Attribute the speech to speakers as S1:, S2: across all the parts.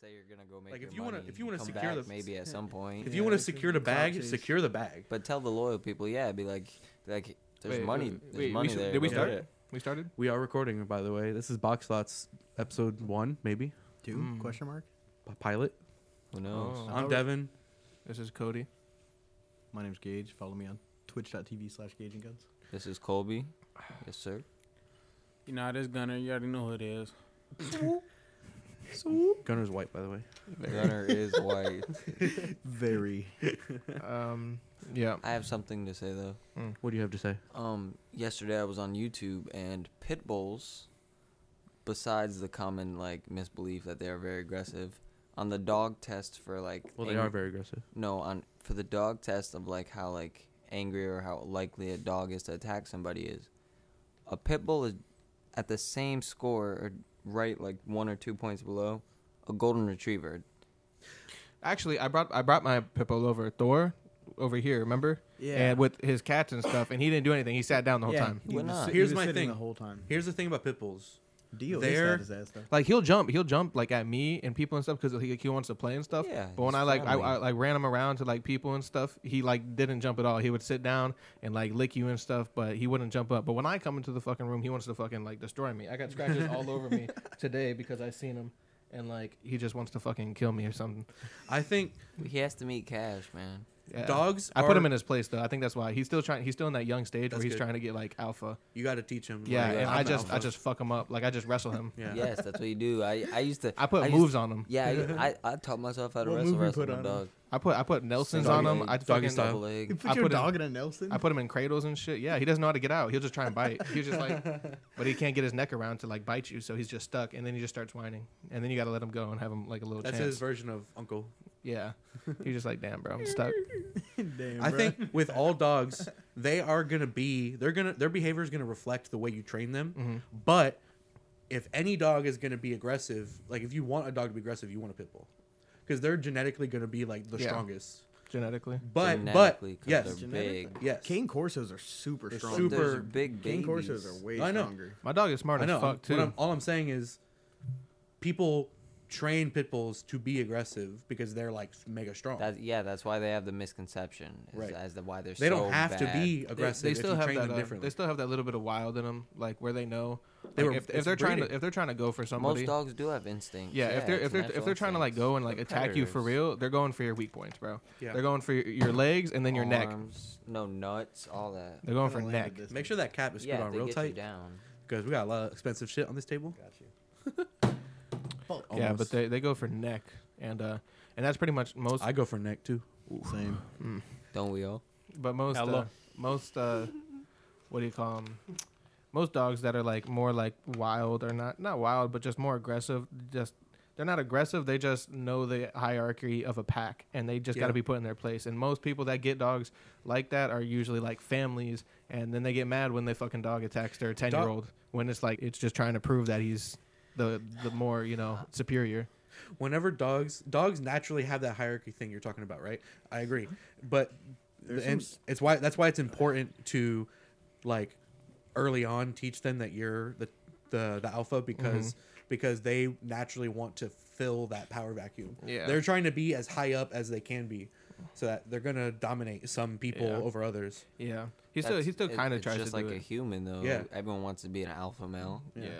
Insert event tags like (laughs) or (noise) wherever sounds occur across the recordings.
S1: Say you're gonna go make.
S2: Like, if
S1: your
S2: you wanna-
S1: money,
S2: if you wanna
S1: come
S2: secure
S1: back
S2: the-
S1: maybe at some point.
S2: (laughs) If
S3: Yeah,
S2: you want to
S3: if you
S2: secure the
S3: can
S2: bag,
S3: clout chase.
S2: secure the bag.
S1: (laughs) But tell the loyal people, yeah, be like, be like there's
S3: Wait,
S1: money,
S3: wait,
S1: there's
S3: wait, we
S1: money
S3: should-
S1: there.
S3: did we
S1: go
S3: start
S1: get
S3: it? We started.
S2: We are recording, by the way. This is Box Lots episode one, maybe
S3: Two? Question
S4: mark.
S2: p- pilot.
S1: Who knows?
S3: Oh.
S2: I'm Devin.
S3: This is Cody.
S4: My name's Gage. Follow me on twitch.tv slash Gage and Guns.
S1: This is
S2: (laughs)
S1: Colby. Yes, sir.
S5: You know, this gunner, you already know who it is.
S2: Gunner's white, by the way.
S1: Gunner is white.
S4: (laughs) Very.
S3: um, yeah.
S1: I have something to say though.
S2: What do you have to say?
S1: Um, yesterday I was on YouTube and pit bulls, besides the common like misbelief that they are very aggressive, on the dog test for like
S2: Well, they
S1: ang-
S2: are very aggressive.
S1: no on for the dog test of like how like angry or how likely a dog is to attack somebody is, a pit bull is at the same score or right like one or two points below a golden retriever.
S3: Actually, I brought I brought my Pippo over Thor over here. Remember? And with his cats and stuff, and he didn't do anything. He sat down the whole time.
S1: Why not?
S2: Here's my thing.
S4: The whole time.
S2: Here's the thing about pit bulls.
S4: Dio
S2: There-
S4: is that disaster.
S3: Like he'll jump, he'll jump like at me and people and stuff because he, he wants to play and stuff.
S1: Yeah,
S3: But when
S1: he's
S3: I like I,
S1: family.
S3: I like ran him around to like people and stuff, he like didn't jump at all. He would sit down and like lick you and stuff, but he wouldn't jump up. But when I come into the fucking room, he wants to fucking like destroy me. I got scratches all over me today because I seen him, and like he just wants to fucking kill me or something.
S2: I think
S1: He has to meet cash, man.
S3: Yeah.
S2: dogs.
S3: I put him
S2: are-
S3: in his place though. I think that's why he's still trying. He's still in that young stage
S2: That's
S3: where he's
S2: good.
S3: trying to get like alpha.
S2: You got to teach him.
S3: Yeah,
S2: like,
S3: and
S2: I'm
S3: I
S2: an
S3: just I
S2: alpha.
S3: just fuck him up. Like I just wrestle him.
S2: yeah.
S1: Yes, that's what you do. I I used to
S3: (laughs) I put
S1: used-
S3: moves on him.
S1: Yeah,
S3: (laughs)
S1: I, I, I taught myself how to
S4: What
S1: wrestle
S4: move you
S1: wrestle
S4: put
S1: my
S4: on
S1: dog.
S3: I put I put Nelsons
S1: Doggy
S3: on him.
S1: leg.
S3: I
S2: Doggy
S3: fucking-
S2: style.
S1: Double leg.
S4: You put
S3: I
S4: your
S3: put in-
S4: dog in a Nelson. (laughs)
S3: I put him in cradles and shit. Yeah, he doesn't know how to get out. He'll just try and bite. He's
S2: (laughs)
S3: just like, but he can't get his neck around to like bite you, so he's just stuck. And then he just starts whining. And then you got to let him go and have him like a little
S2: That's
S3: chance.
S2: his version of uncle.
S3: Yeah, you're just like, damn, bro,
S2: (laughs)
S3: I'm stuck.
S4: Damn,
S2: I
S4: bruh.
S2: think
S3: (laughs)
S2: with all dogs, they are gonna be they're gonna their behavior is gonna reflect the way you train them.
S3: Mm-hmm.
S2: But if any dog is gonna be aggressive, like if you want a dog to be aggressive, you want a pit bull because they're genetically gonna be like the
S3: Yeah.
S2: strongest.
S3: Genetically,
S2: But but
S1: Genetically, 'cause
S2: yes
S1: they're
S4: Genetic-
S1: big.
S2: yes
S4: Cane Corsos are super
S2: They're
S4: strong.
S2: super-
S1: Those big
S4: Cane
S1: babies.
S4: Corsos are way
S2: I know.
S4: stronger.
S3: my dog is smart
S2: I know.
S3: as fuck
S2: I'm- what I'm-
S3: too.
S2: all I'm saying is people train pit bulls to be aggressive because they're like mega strong.
S1: That, yeah, that's why they have the misconception is,
S2: Right.
S1: as to why they're
S2: they
S1: so
S2: don't have to
S1: bad.
S2: be
S3: They,
S2: aggressive.
S3: they still
S2: if you
S3: have
S2: train
S3: that.
S2: them
S3: Uh,
S2: differently.
S3: they still have that little bit of wild in them, like where they know.
S2: They
S3: like,
S2: were-
S3: if, if
S2: it's
S3: they're trying to
S2: breeding.
S3: if they're trying to go for somebody,
S1: Most dogs do have instincts.
S3: Yeah, if they're
S1: it's
S3: if they're
S1: natural
S3: if they're trying to like go and like
S1: instincts.
S3: attack you for
S1: Predators.
S3: real, they're going for your weak points, bro.
S2: Yeah.
S3: They're going for your, your legs and then your neck.
S1: Arms, no nuts, all that.
S3: They're going for
S4: Kinda
S3: neck.
S4: landed this
S2: Make sure that cap is screwed
S1: yeah,
S2: on
S1: they
S2: real
S1: get you
S2: tight
S1: down.
S2: because we got a lot of expensive shit on this table.
S4: Got you. Fuck,
S3: Yeah, but
S4: almost.
S3: they, they go for neck and uh and that's pretty much most
S2: I go for neck too.
S4: same.
S1: Don't we all?
S3: but most
S5: Hello.
S3: uh, most uh what do you call them? Most dogs that are like more like wild or not not wild but just more aggressive just they're not aggressive. They just know the hierarchy of a pack, and they just got
S2: Yeah.
S3: to be put in their place. And most people that get dogs like that are usually like families, and then they get mad when the fucking dog attacks their ten year old. When it's like it's just trying to prove that he's the the more you know superior.
S2: whenever dogs dogs naturally have that hierarchy thing you're talking about, right? I agree, but
S4: There's
S2: and
S4: some
S2: it's why that's why it's important to like early on teach them that you're the the, the alpha because because they naturally want to fill that power vacuum.
S3: Yeah.
S2: they're trying to be as high up as they can be, so that they're gonna dominate some people
S3: Yeah.
S2: over others.
S3: Yeah, he still he still
S1: it-
S3: kind of
S1: it's
S3: tries
S1: just
S3: to
S1: like
S3: do
S1: a
S3: it.
S1: human though.
S2: Yeah.
S1: everyone wants to be an alpha male.
S3: yeah.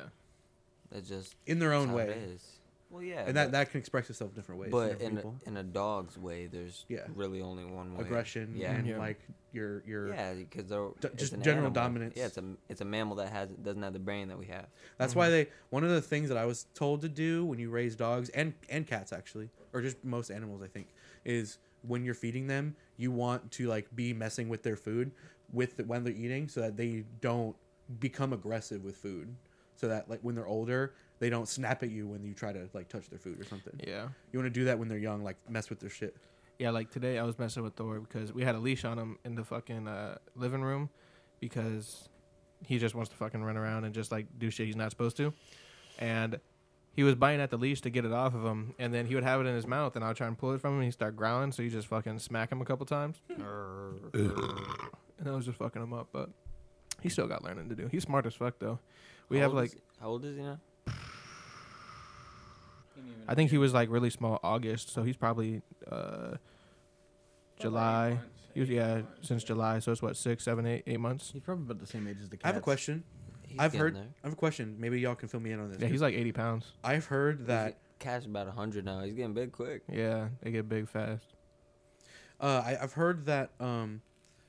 S1: That's just
S2: In their
S1: that's
S2: own
S1: how it
S2: way.
S1: is. Well, yeah,
S2: And that, that can express itself different ways. to
S1: but
S2: different
S1: in
S2: people.
S1: a, in a dog's way, there's
S2: Yeah.
S1: really only one way.
S2: aggression
S1: Yeah.
S2: and
S3: Yeah.
S2: like your your
S1: Yeah, because they're
S2: D-
S1: it's
S2: just
S1: an
S2: general
S1: animal.
S2: dominance.
S1: Yeah, it's a it's a mammal that has doesn't have the brain that we have.
S2: That's why they one of the things that I was told to do when you raise dogs and and cats actually, or just most animals I think, is when you're feeding them, you want to like be messing with their food with the, when they're eating so that they don't become aggressive with food. So that like when they're older, they don't snap at you when you try to like touch their food or something.
S3: Yeah.
S2: You want to do that when they're young, like mess with their shit.
S3: Yeah, like today I was messing with Thor because we had a leash on him in the fucking uh, living room because he just wants to fucking run around and just like do shit he's not supposed to. And he was biting at the leash to get it off of him, and then he would have it in his mouth, and I would try and pull it from him, and he'd start growling, so you just fucking smack him a couple times. and I was just fucking him up, but he still got learning to do. He's smart as fuck, though. We
S1: How
S3: have
S1: old
S3: like
S1: is- how old is he now?
S5: He even
S3: I think he was like really small August, so he's probably uh, July. He was, yeah, since July, so it's what six, seven, eight, eight months.
S4: He's probably about the same age as the cat.
S2: I have a question.
S1: He's
S2: I've
S1: getting
S2: heard-
S1: there.
S2: I have a question. Maybe y'all can fill me in on this.
S3: Yeah, he's like eighty pounds.
S2: I've heard that
S1: Cash about hundred now. He's getting big quick.
S3: Yeah, they get big fast.
S2: Uh, I, I've heard that um,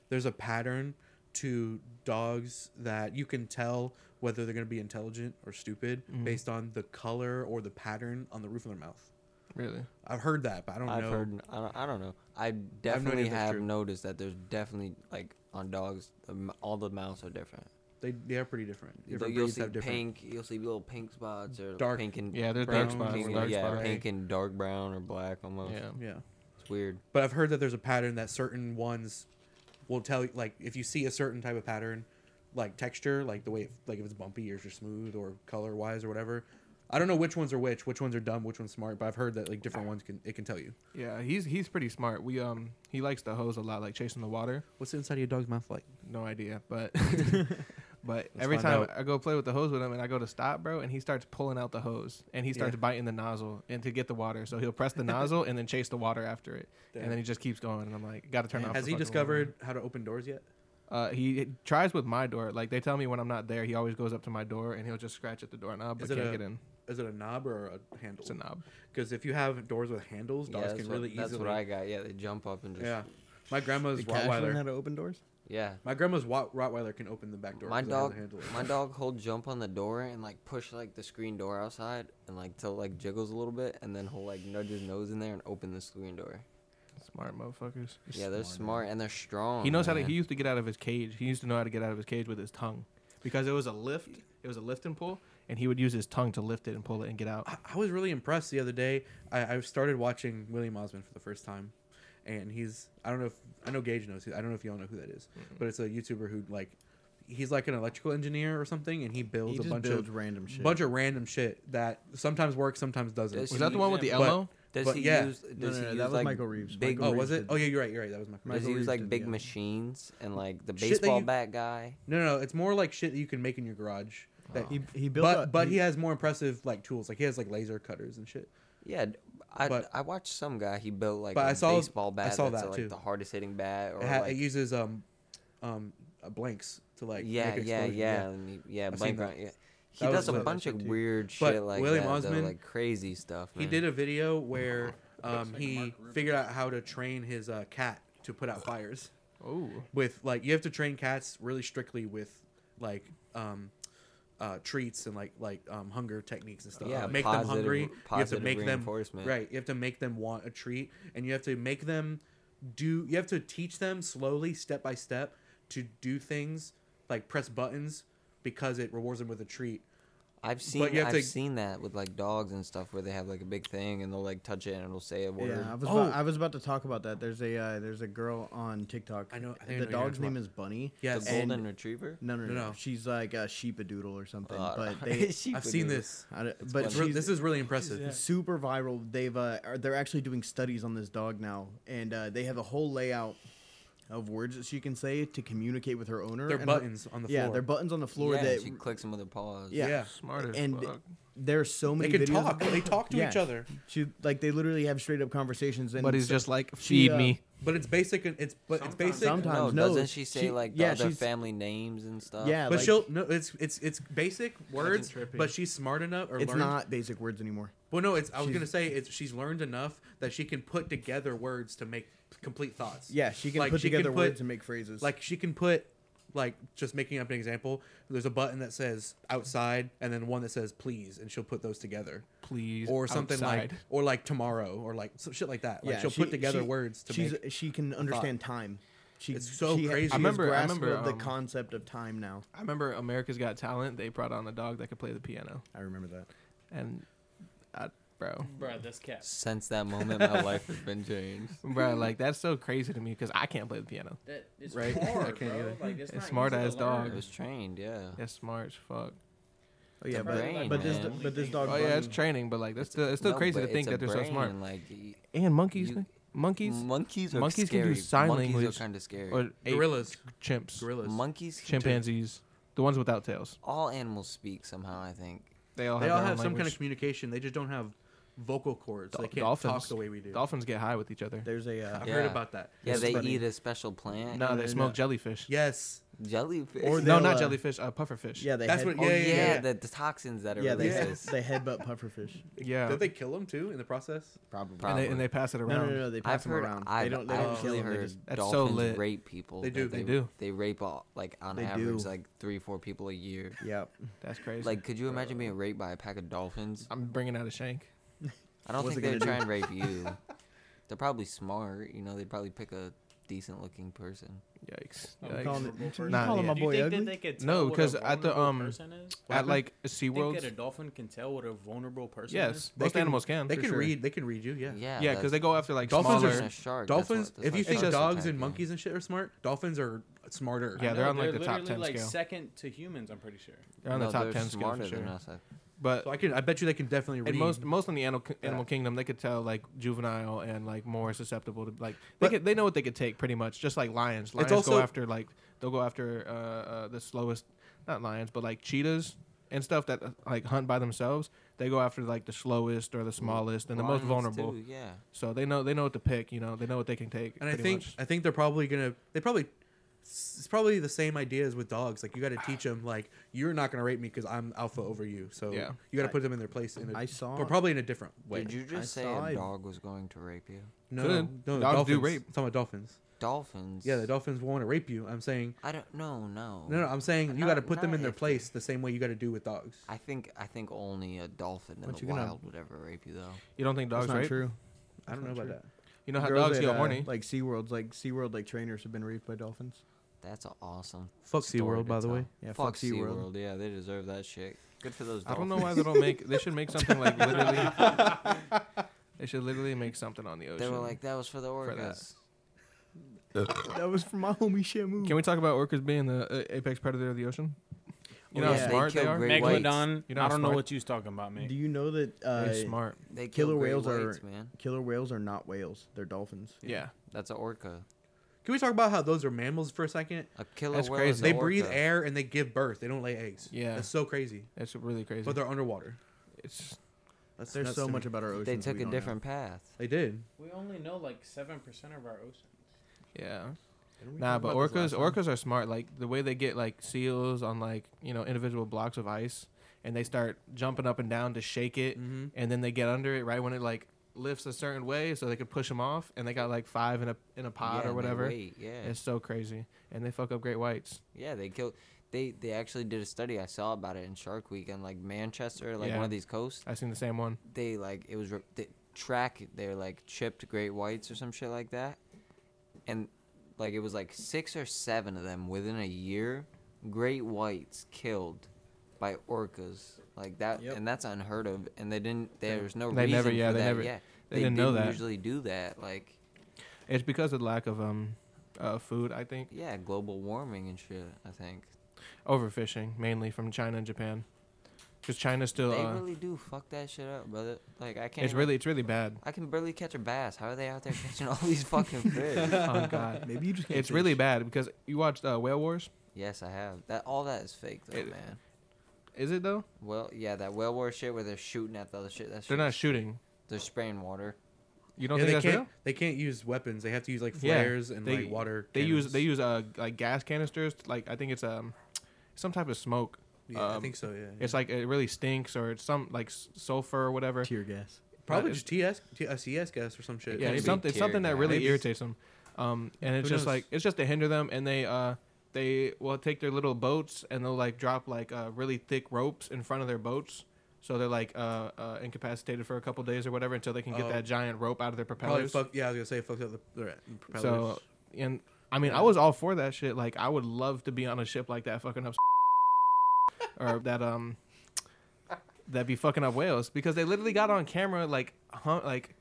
S2: there's a pattern to dogs that you can tell whether they're going to be intelligent or stupid
S1: Mm-hmm.
S3: Mm.
S2: based on the color or the pattern on the roof of their mouth.
S3: Really?
S2: I've heard that, but I don't
S1: I've
S2: know.
S1: heard. I don't, I don't know. I definitely
S2: if that's
S1: have
S2: true.
S1: noticed that there's definitely like on dogs, the m- all the mouths are different.
S2: They they are pretty different.
S1: Like,
S2: Different
S1: you'll
S2: breeds
S1: see
S2: have different.
S1: pink. You'll see little pink spots or
S2: Dark-
S1: pink and
S3: Yeah, they're dark
S2: Brown,
S3: spots.
S1: pink and-
S3: dark
S1: yeah,
S3: spots.
S1: pink and dark brown or black almost.
S3: Yeah.
S2: Yeah,
S1: It's weird.
S2: but I've heard that there's a pattern that certain ones will tell you. Like if you see a certain type of pattern, like texture, like the way it, like if it's bumpy or just smooth or color wise or whatever. I don't know which ones are which, which ones are dumb, which ones smart, but I've heard that like different ones can it can tell you.
S3: Yeah, he's he's pretty smart. We um he likes to hose a lot, like chasing the water.
S2: What's the inside of your dog's mouth like?
S3: No idea, but (laughs) but every
S2: find
S3: time
S2: out.
S3: I go play with the hose with him and I go to stop, bro, and he starts pulling out the hose and he starts
S2: Yeah.
S3: biting the nozzle and to get the water. So he'll press (laughs) the nozzle and then chase the water after it, and then he just keeps going. And I'm like, gotta turn off.
S2: Has
S3: the
S2: he
S3: fucking
S2: discovered how to open doors yet?
S3: water. Uh, he tries with my door. Like they tell me when I'm not there, he always goes up to my door and he'll just scratch at the doorknob, but
S2: Is it
S3: can't
S2: a-
S3: get in.
S2: Is it a knob or a handle?
S3: It's a knob.
S2: Because if you have doors with handles,
S1: Yeah,
S2: dogs
S1: that's,
S2: can
S1: what,
S2: really
S1: that's
S2: easily.
S1: what I got. Yeah, they jump up and just
S2: yeah, my grandma's
S4: The cat learned how
S2: Rottweiler.
S4: to open doors?
S1: yeah.
S2: My grandma's Wa- Rottweiler can open the back door.
S1: My
S2: 'cause it has a
S1: dog,
S2: handle.
S1: my dog, will jump on the door and like push like the screen door outside and like till like jiggles a little bit and then he'll like nudge his nose in there and open the screen door.
S3: Smart motherfuckers.
S1: yeah, they're smart and they're strong.
S3: He knows how to.
S1: man.
S3: He used to get out of his cage. He used to know how to get out of his cage with his tongue, because it was a lift. It was a lift and pull, and he would use his tongue to lift it and pull it and get out.
S2: I, I was really impressed the other day. I, I started watching William Osmond for the first time, and he's I don't know if I know Gage knows. who- I don't know if y'all know who that is, but it's a YouTuber who like he's like an electrical engineer or something, and he builds
S4: He
S2: a
S4: just
S2: bunch
S4: builds
S2: of
S4: random shit.
S2: bunch of random shit that sometimes works, sometimes doesn't.
S1: Does
S3: Was
S1: he
S3: that the one with the
S5: example.
S3: elbow?
S1: Does
S2: but
S1: he
S2: yeah.
S1: use? Does
S4: No, no,
S1: he
S4: no,
S1: use,
S4: that was
S1: like,
S4: Michael Reeves.
S1: Big,
S4: Michael
S2: Oh,
S4: Reeves
S2: was it?
S4: did-
S2: Oh yeah, you're right. You're right. That was my.
S4: Michael
S1: does he use
S4: Reeves
S1: like
S4: did,
S1: big
S4: yeah.
S1: machines and like the
S2: Shit that
S1: baseball
S2: you-
S1: bat guy?
S2: No, no, no, it's more like shit that you can make in your garage. That,
S4: He, Oh, he built
S2: but
S4: a-
S2: but he has more impressive like tools. Like he has like laser cutters and shit.
S1: Yeah, d- I,
S2: But-
S1: I watched some guy. He built like a
S2: But I saw-
S1: baseball
S2: I
S1: bat
S2: saw
S1: that's
S2: that,
S1: like
S2: too.
S1: the hardest hitting bat or
S2: it, ha-
S1: Oh, like
S2: it uses um um uh, blanks to like
S1: yeah,
S2: make
S1: yeah,
S2: explosions.
S1: yeah, and he- yeah,
S2: I've
S1: blank
S2: seen that.
S1: round, yeah. He
S2: That was
S1: does a
S2: lit.
S1: bunch of
S4: Too.
S1: weird
S2: But
S1: shit like
S2: William
S1: that,
S2: Osmond-
S1: though, like crazy stuff. Man.
S2: He did a video where um,
S5: like
S2: he
S5: Mark Rubin.
S2: figured out how to train his uh, cat to put out fires
S3: Oh,
S2: with like you have to train cats really strictly with like um uh, treats and like like um, hunger techniques and stuff.
S1: Yeah,
S2: make
S1: positive-
S2: them hungry. You have to
S1: positive
S2: make them
S1: reinforcement.
S2: right. You have to make them want a treat, and you have to make them do. You have to teach them slowly, step by step, to do things like press buttons because it rewards them with a treat.
S1: I've seen.
S2: you have
S1: I've
S2: to-
S1: seen that with like dogs and stuff where they have like a big thing and they'll like touch it and it'll say a word.
S4: Yeah, I was,
S2: Oh.
S4: about, I was about to talk about that. There's a uh, there's a girl on TikTok.
S2: I know- I think I know
S4: the
S2: who you're
S4: dog's
S2: talking
S4: name
S2: about.
S4: is Bunny.
S2: Yeah,
S1: the
S2: and-
S1: golden retriever.
S4: No, no, no,
S2: No,
S4: no.
S2: no.
S4: She's like a sheepadoodle or something.
S1: Uh,
S4: but
S2: (laughs)
S4: they,
S1: sheep
S2: I've seen
S1: would do
S2: this.
S4: I don't- but
S2: It's re-
S4: she's-
S2: this is really impressive.
S5: Yeah.
S4: super viral. They've uh, are, they're actually doing studies on this dog now, and uh, they have a whole layout of words that she can say to communicate with her owner.
S2: They're
S4: and her-
S2: buttons on the
S4: yeah,
S2: floor.
S4: they're buttons on the floor
S1: yeah,
S4: that
S1: she clicks him with her paws.
S4: yeah.
S2: Yeah.
S3: smart as
S4: And
S3: fuck.
S4: there are so
S2: They
S4: many.
S2: can
S4: videos of
S2: talk.
S4: them.
S2: They talk to each
S4: Yeah.
S2: other.
S4: She like they literally have straight up conversations. And
S3: But he's
S4: so-
S3: just like,
S4: she,
S3: feed
S4: uh,
S3: me.
S2: But it's basic. and It's but it's
S5: Sometimes-
S2: basic.
S4: Sometimes.
S1: No,
S4: no,
S1: doesn't she say
S4: she-
S1: like
S4: yeah,
S1: the other
S4: she's-
S1: family names and stuff?
S4: Yeah,
S2: But
S4: like,
S2: she'll no. It's it's it's basic words.
S3: trippy.
S2: But she's smart enough or
S4: It's
S2: learned.
S4: not basic words anymore.
S2: Well, no. It's I was
S4: She's-
S2: gonna say it's she's learned enough that she can put together words to make complete thoughts.
S4: Yeah, she can
S2: Like,
S4: put
S2: she can
S4: together
S2: put-
S4: words and make phrases.
S2: Like she can put like just making up an example. There's a button that says outside, and then one that says please, and she'll put those together.
S3: Please,
S2: Or something like
S3: outside.
S2: or like tomorrow or like some shit like that. Like
S4: yeah,
S2: she'll
S4: she-
S2: put together
S4: she-
S2: words to
S4: she's,
S2: make.
S4: She can understand time. She,
S2: It's so
S4: she,
S2: crazy.
S4: She
S2: I
S3: remember- I
S4: has grasped
S3: remember,
S4: the
S3: um,
S4: concept of time now.
S3: I remember America's Got Talent. They brought on a dog that could play the piano,
S4: I remember that.
S3: and I, bro,
S5: Bro, this cat.
S1: Since that moment, my life has been
S3: (laughs)
S1: changed.
S3: bro, like that's so crazy to me because I can't play the piano.
S5: That is
S3: (laughs)
S4: Right. I
S5: hard,
S4: can't
S5: bro.
S4: either.
S5: Like, it's
S3: It's
S5: not
S3: smart
S5: easy to
S3: ass
S1: I
S3: dog.
S5: learn.
S1: was trained. Yeah.
S3: That's smart as fuck.
S4: Oh yeah,
S5: a
S4: but,
S1: brain,
S4: but this
S1: man.
S4: but this dog.
S3: Oh yeah, it's
S4: Bunny-
S3: training, but like that's still, it's still
S1: No,
S3: crazy
S1: but
S3: to think
S1: it's
S3: that
S1: a
S3: they're so smart.
S1: brain, Like y-
S3: And monkeys,
S1: You-
S3: monkeys,
S1: monkeys. Are
S3: monkeys can
S1: scary.
S3: do sign
S1: monkeys
S3: language
S1: are kind of scary.
S3: or ape,
S2: Gorillas.
S3: chimps,
S2: Gorillas.
S1: monkeys, can do-
S3: chimpanzees, the ones without tails.
S1: all animals speak somehow. I think.
S3: They all
S2: They
S3: have,
S2: all
S3: their own
S2: have some kind
S3: language.
S2: of communication. They just don't have vocal cords.
S3: Dol-
S2: they can't talk
S3: dolphins-
S2: the way we do.
S3: Dolphins get high with each other.
S4: There's a uh,
S2: I've heard
S1: Yeah.
S2: about that.
S1: Yeah,
S2: It's
S1: they
S2: funny.
S1: eat a special plant.
S3: No,
S4: no,
S3: they smoke
S4: no.
S3: jellyfish.
S2: Yes,
S1: Jellyfish.
S4: Or
S3: no,
S4: they'll,
S3: not
S4: uh,
S3: jellyfish. Uh, pufferfish.
S4: yeah. They
S2: that's
S4: head,
S2: what.
S1: oh
S2: Yeah,
S1: yeah,
S2: yeah, yeah.
S1: The, the toxins that are
S4: yeah. They head,
S1: released.
S4: they headbutt pufferfish.
S3: Yeah.
S2: Did they kill them too in the process?
S4: Probably.
S3: and
S1: Probably.
S3: they, and they pass it
S4: No, no,
S3: around.
S4: no, no. They pass
S1: I've
S4: them
S1: heard.
S4: around.
S1: I've
S4: they don't. They don't kill
S1: actually
S4: 'em, They
S1: heard
S4: just,
S3: That's so
S1: dolphins
S3: lit.
S1: rape people.
S2: They
S1: that
S2: do.
S3: They do.
S1: They rape all, like on
S4: They
S1: average
S4: do.
S1: like three four people a year.
S4: yeah.
S3: That's crazy.
S1: Like, could you imagine being raped by a pack of dolphins?
S3: I'm bringing out a shank.
S1: I don't
S4: What's
S1: think
S4: it
S1: they would try and
S4: gonna
S1: rape you. They're probably smart. You know, they'd probably pick a decent looking person.
S3: Yikes.
S5: I'm
S3: Yikes.
S4: Calling,
S5: Vulnerable
S4: you
S5: person.
S3: Nah,
S4: calling
S3: yeah.
S4: my
S5: Do you
S4: boy
S5: think
S4: ugly?
S5: that they could tell
S3: No,
S5: what a
S3: 'cause at the,
S5: vulnerable
S3: um,
S5: person is?
S3: At like
S5: think that a
S3: SeaWorld.
S5: dolphin can tell what a vulnerable person is?
S3: Yes.
S2: They
S3: Most
S2: can-
S3: animals can.
S2: They
S3: for
S2: can
S3: sure.
S2: read. They can read you. Yeah.
S1: Yeah.
S3: Yeah, because
S1: that's-
S3: they go after like
S2: Dolphins
S1: that's
S3: smaller.
S2: are-
S1: a shark. that's
S2: Dolphins.
S1: what- that's
S2: if
S1: why
S2: you think
S1: sharks
S2: dogs
S1: attack,
S2: and
S1: yeah.
S2: monkeys and shit are smart, dolphins are smarter.
S3: Yeah,
S5: I
S3: they're
S5: know,
S3: on, like, the top
S5: literally,
S3: 10
S5: like
S3: scale.
S5: second to humans. I'm pretty sure.
S3: They're on the
S1: No,
S3: top
S1: they're
S3: ten scale for
S1: smarter than
S3: sure.
S1: us, I-
S3: But
S2: So I can. I bet you they can definitely read.
S3: and most most in the animal
S2: Yeah.
S3: animal kingdom, they could tell like juvenile and like more susceptible to like they
S2: But-
S3: could, they know what they could take pretty much. Just like lions, lions
S2: also-
S3: go after like they'll go after uh, uh, the slowest, not lions, but like cheetahs and stuff that uh, like hunt by themselves. They go after like the slowest or the smallest and the most
S1: Lions,
S3: vulnerable.
S1: too, yeah.
S3: So they know they know what to pick. You know they know what they can take.
S2: and I
S3: pretty
S2: think
S3: much.
S2: I think they're probably gonna. They probably. It's probably the same idea as with dogs. Like you got to teach them. Like you're not gonna rape me because I'm alpha over you. So
S3: Yeah.
S2: you got to
S4: I-
S2: put them in their place. In a,
S4: I saw-
S2: but probably in a different way.
S1: Did you
S4: I
S1: just say
S4: saw
S1: a
S4: it.
S1: dog was going to rape you?
S2: no, no,
S3: Couldn't.
S2: no,
S3: Dogs do
S2: dolphins.
S3: rape.
S2: I'm talking about dolphins.
S1: Dolphins.
S2: Yeah, the dolphins want to rape you. I'm saying
S1: I don't. No, no.
S2: no, no. I'm saying you
S1: Not-
S2: got to put them
S1: not
S2: in their
S1: if they-
S2: place the same way you got to do with dogs.
S1: I think I think only a dolphin in
S4: Aren't
S1: the
S4: you gonna-
S1: wild would ever rape you though.
S3: you don't think dogs
S4: That's not
S3: rape.
S4: true.
S2: I don't know
S4: That's
S2: about
S4: true.
S2: that.
S3: You know how
S4: Girls
S3: dogs
S4: at,
S3: get
S4: uh,
S3: horny.
S4: Like SeaWorld's, like SeaWorld, like trainers have been raped by dolphins.
S1: That's a awesome.
S2: Fuck
S1: story
S2: SeaWorld,
S1: to
S2: by the
S1: tell.
S2: way.
S4: Yeah,
S1: fuck,
S4: fuck SeaWorld.
S1: SeaWorld. Yeah, they deserve that shit. Good for those.
S3: I don't
S1: Dolphins.
S3: know why they don't make. They should make something like literally.
S4: (laughs)
S3: they should literally make something on the ocean.
S1: They were like that was for the
S3: For that.
S1: orcas.
S4: (laughs) That was from my homie Shamu.
S3: Can we talk about orcas being the uh, apex predator of the ocean? You know
S4: Oh,
S3: how
S4: yeah.
S3: smart
S1: They
S3: they,
S1: kill
S3: are.
S1: great- Great whites.
S5: Megalodon.
S3: You know
S5: I
S3: how
S5: don't know
S3: smart-
S5: what you're talking about,
S4: Do
S5: mate.
S4: you know that uh,
S3: They're smart.
S1: They kill
S4: killer
S1: great
S4: whales are-
S1: whites, man.
S4: killer whales are not whales? They're dolphins.
S3: Yeah.
S1: That's an orca.
S2: Can we talk about how those are mammals for a second?
S1: A killer
S3: That's
S1: whale
S3: crazy.
S1: is an
S2: They breathe
S1: orca.
S2: air and they give birth. They don't lay eggs.
S3: Yeah.
S2: that's so crazy.
S3: It's really crazy.
S2: But they're underwater.
S3: it's
S2: That's
S4: There's
S2: nuts
S4: so
S2: to me.
S4: much about our oceans.
S1: They
S4: we
S1: took a
S4: don't know.
S1: different path.
S2: They did.
S5: We only know like seven percent of our ocean.
S3: yeah.
S4: Didn't we
S3: Nah,
S4: talk
S3: but
S4: about
S3: orcas
S4: this last time?
S3: orcas are smart. Like the way they get like seals on like, you know, individual blocks of ice and they start jumping up and down to shake it
S2: Mm-hmm.
S3: and then they get under it right when it like lifts a certain way so they could push them off and they got like five in a in a
S1: Yeah,
S3: pod
S1: and
S3: or
S1: they
S3: whatever.
S1: wait, yeah.
S3: It's so crazy. And they fuck up great whites.
S1: Yeah, they killed. They they actually did a study. I saw about it in Shark Week and like Manchester, like
S3: Yeah.
S1: one of these coasts.
S3: I seen the same one.
S1: They like it was re- they track. They were like chipped great whites or some shit like that, and like it was like six or seven of them within a year. Great whites killed by orcas like that,
S4: Yep.
S1: and that's unheard of. And they didn't. There was no
S3: They
S1: reason
S3: never- yeah,
S1: for
S3: they
S1: that.
S3: never-
S1: yeah,
S3: they didn't know that.
S1: usually do that. Like
S3: It's because of lack of um uh, food, I think.
S1: yeah, global warming and shit. I think
S3: overfishing mainly from China and Japan, because China still
S1: they
S3: uh,
S1: really do fuck that shit up, brother. Like I can't.
S3: it's
S1: even-
S3: really it's
S1: (laughs)
S3: really bad.
S1: I can barely catch a bass. How are they out there (laughs) catching all these fucking
S3: (laughs)
S1: fish?
S3: oh
S1: (laughs)
S3: God,
S4: (laughs) Maybe you just can't
S3: it's really
S4: fish.
S3: bad because you watched uh, Whale Wars.
S1: yes, I have. That all that is fake though,
S3: It-
S1: man.
S3: Is it though?
S1: Well, yeah, that whale war shit where they're shooting at the other shit. That's
S3: They're not shooting.
S1: They're spraying water.
S3: You don't
S2: Yeah, they
S3: think
S2: can't.
S3: that's real?
S2: They can't use weapons. They have to use like
S3: Yeah,
S2: flares and
S3: they-
S2: like water.
S3: They use
S2: cannons.
S3: they use uh like gas canisters. Like I think it's um some type of smoke.
S2: Yeah, I
S3: um,
S2: think so. Yeah.
S3: It's like it really stinks or it's some like s- sulfur or whatever.
S4: Tear gas.
S2: probably
S3: uh,
S2: just TS, T- uh, CS gas or some shit.
S3: yeah,
S1: Maybe
S3: it's something, it's
S1: tear
S3: something that
S1: gas.
S3: really
S2: Maybe.
S3: irritates them. Um, and it's
S2: Who
S3: just
S2: knows?
S3: like it's just to hinder them, and they uh they will take their little boats and they'll like drop like uh really thick ropes in front of their boats, so they're like uh, uh incapacitated for a couple days or whatever until they can get
S2: Oh.
S3: that giant rope out of their
S2: Probably
S3: propellers.
S2: fuck. Yeah, I was gonna say fucked up the, the propellers.
S3: so and I mean
S2: Yeah.
S3: I was all for that shit. Like I would love to be on a ship like that fucking up (laughs) or that um that be fucking up whales because they literally got on camera like hum- like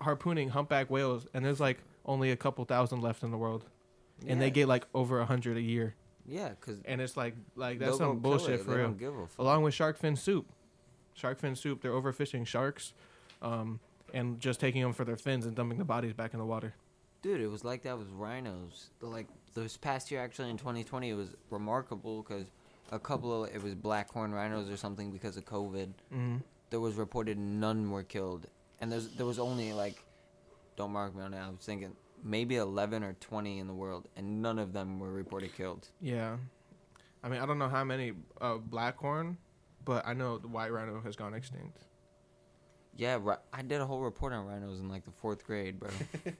S3: harpooning humpback whales and there's like only a couple thousand left in the world and they
S1: Yeah.
S3: get like over a hundred a year
S1: Yeah, cause
S3: and it's like like
S1: they'll
S3: that's some
S1: go kill it.
S3: bullshit for
S1: They
S3: real
S1: Don't give a fuck.
S3: along with shark fin soup shark fin soup they're overfishing sharks um and just taking them for their fins and dumping the bodies back in the water
S1: Dude, it was like that with rhinos. Like this past year, actually in 2020, it was remarkable because a couple of it was black horn rhinos or something because of COVID.
S3: mm-hmm.
S1: There was reported none were killed and there's there was only like, don't mark me on it. I was thinking maybe eleven or twenty in the world, and none of them were reported killed.
S3: Yeah, I mean, I don't know how many uh, black horn, but I know the white rhino has gone extinct.
S1: Yeah, ri- I did a whole report on rhinos in like the fourth grade,
S4: (laughs)
S1: bro.
S2: so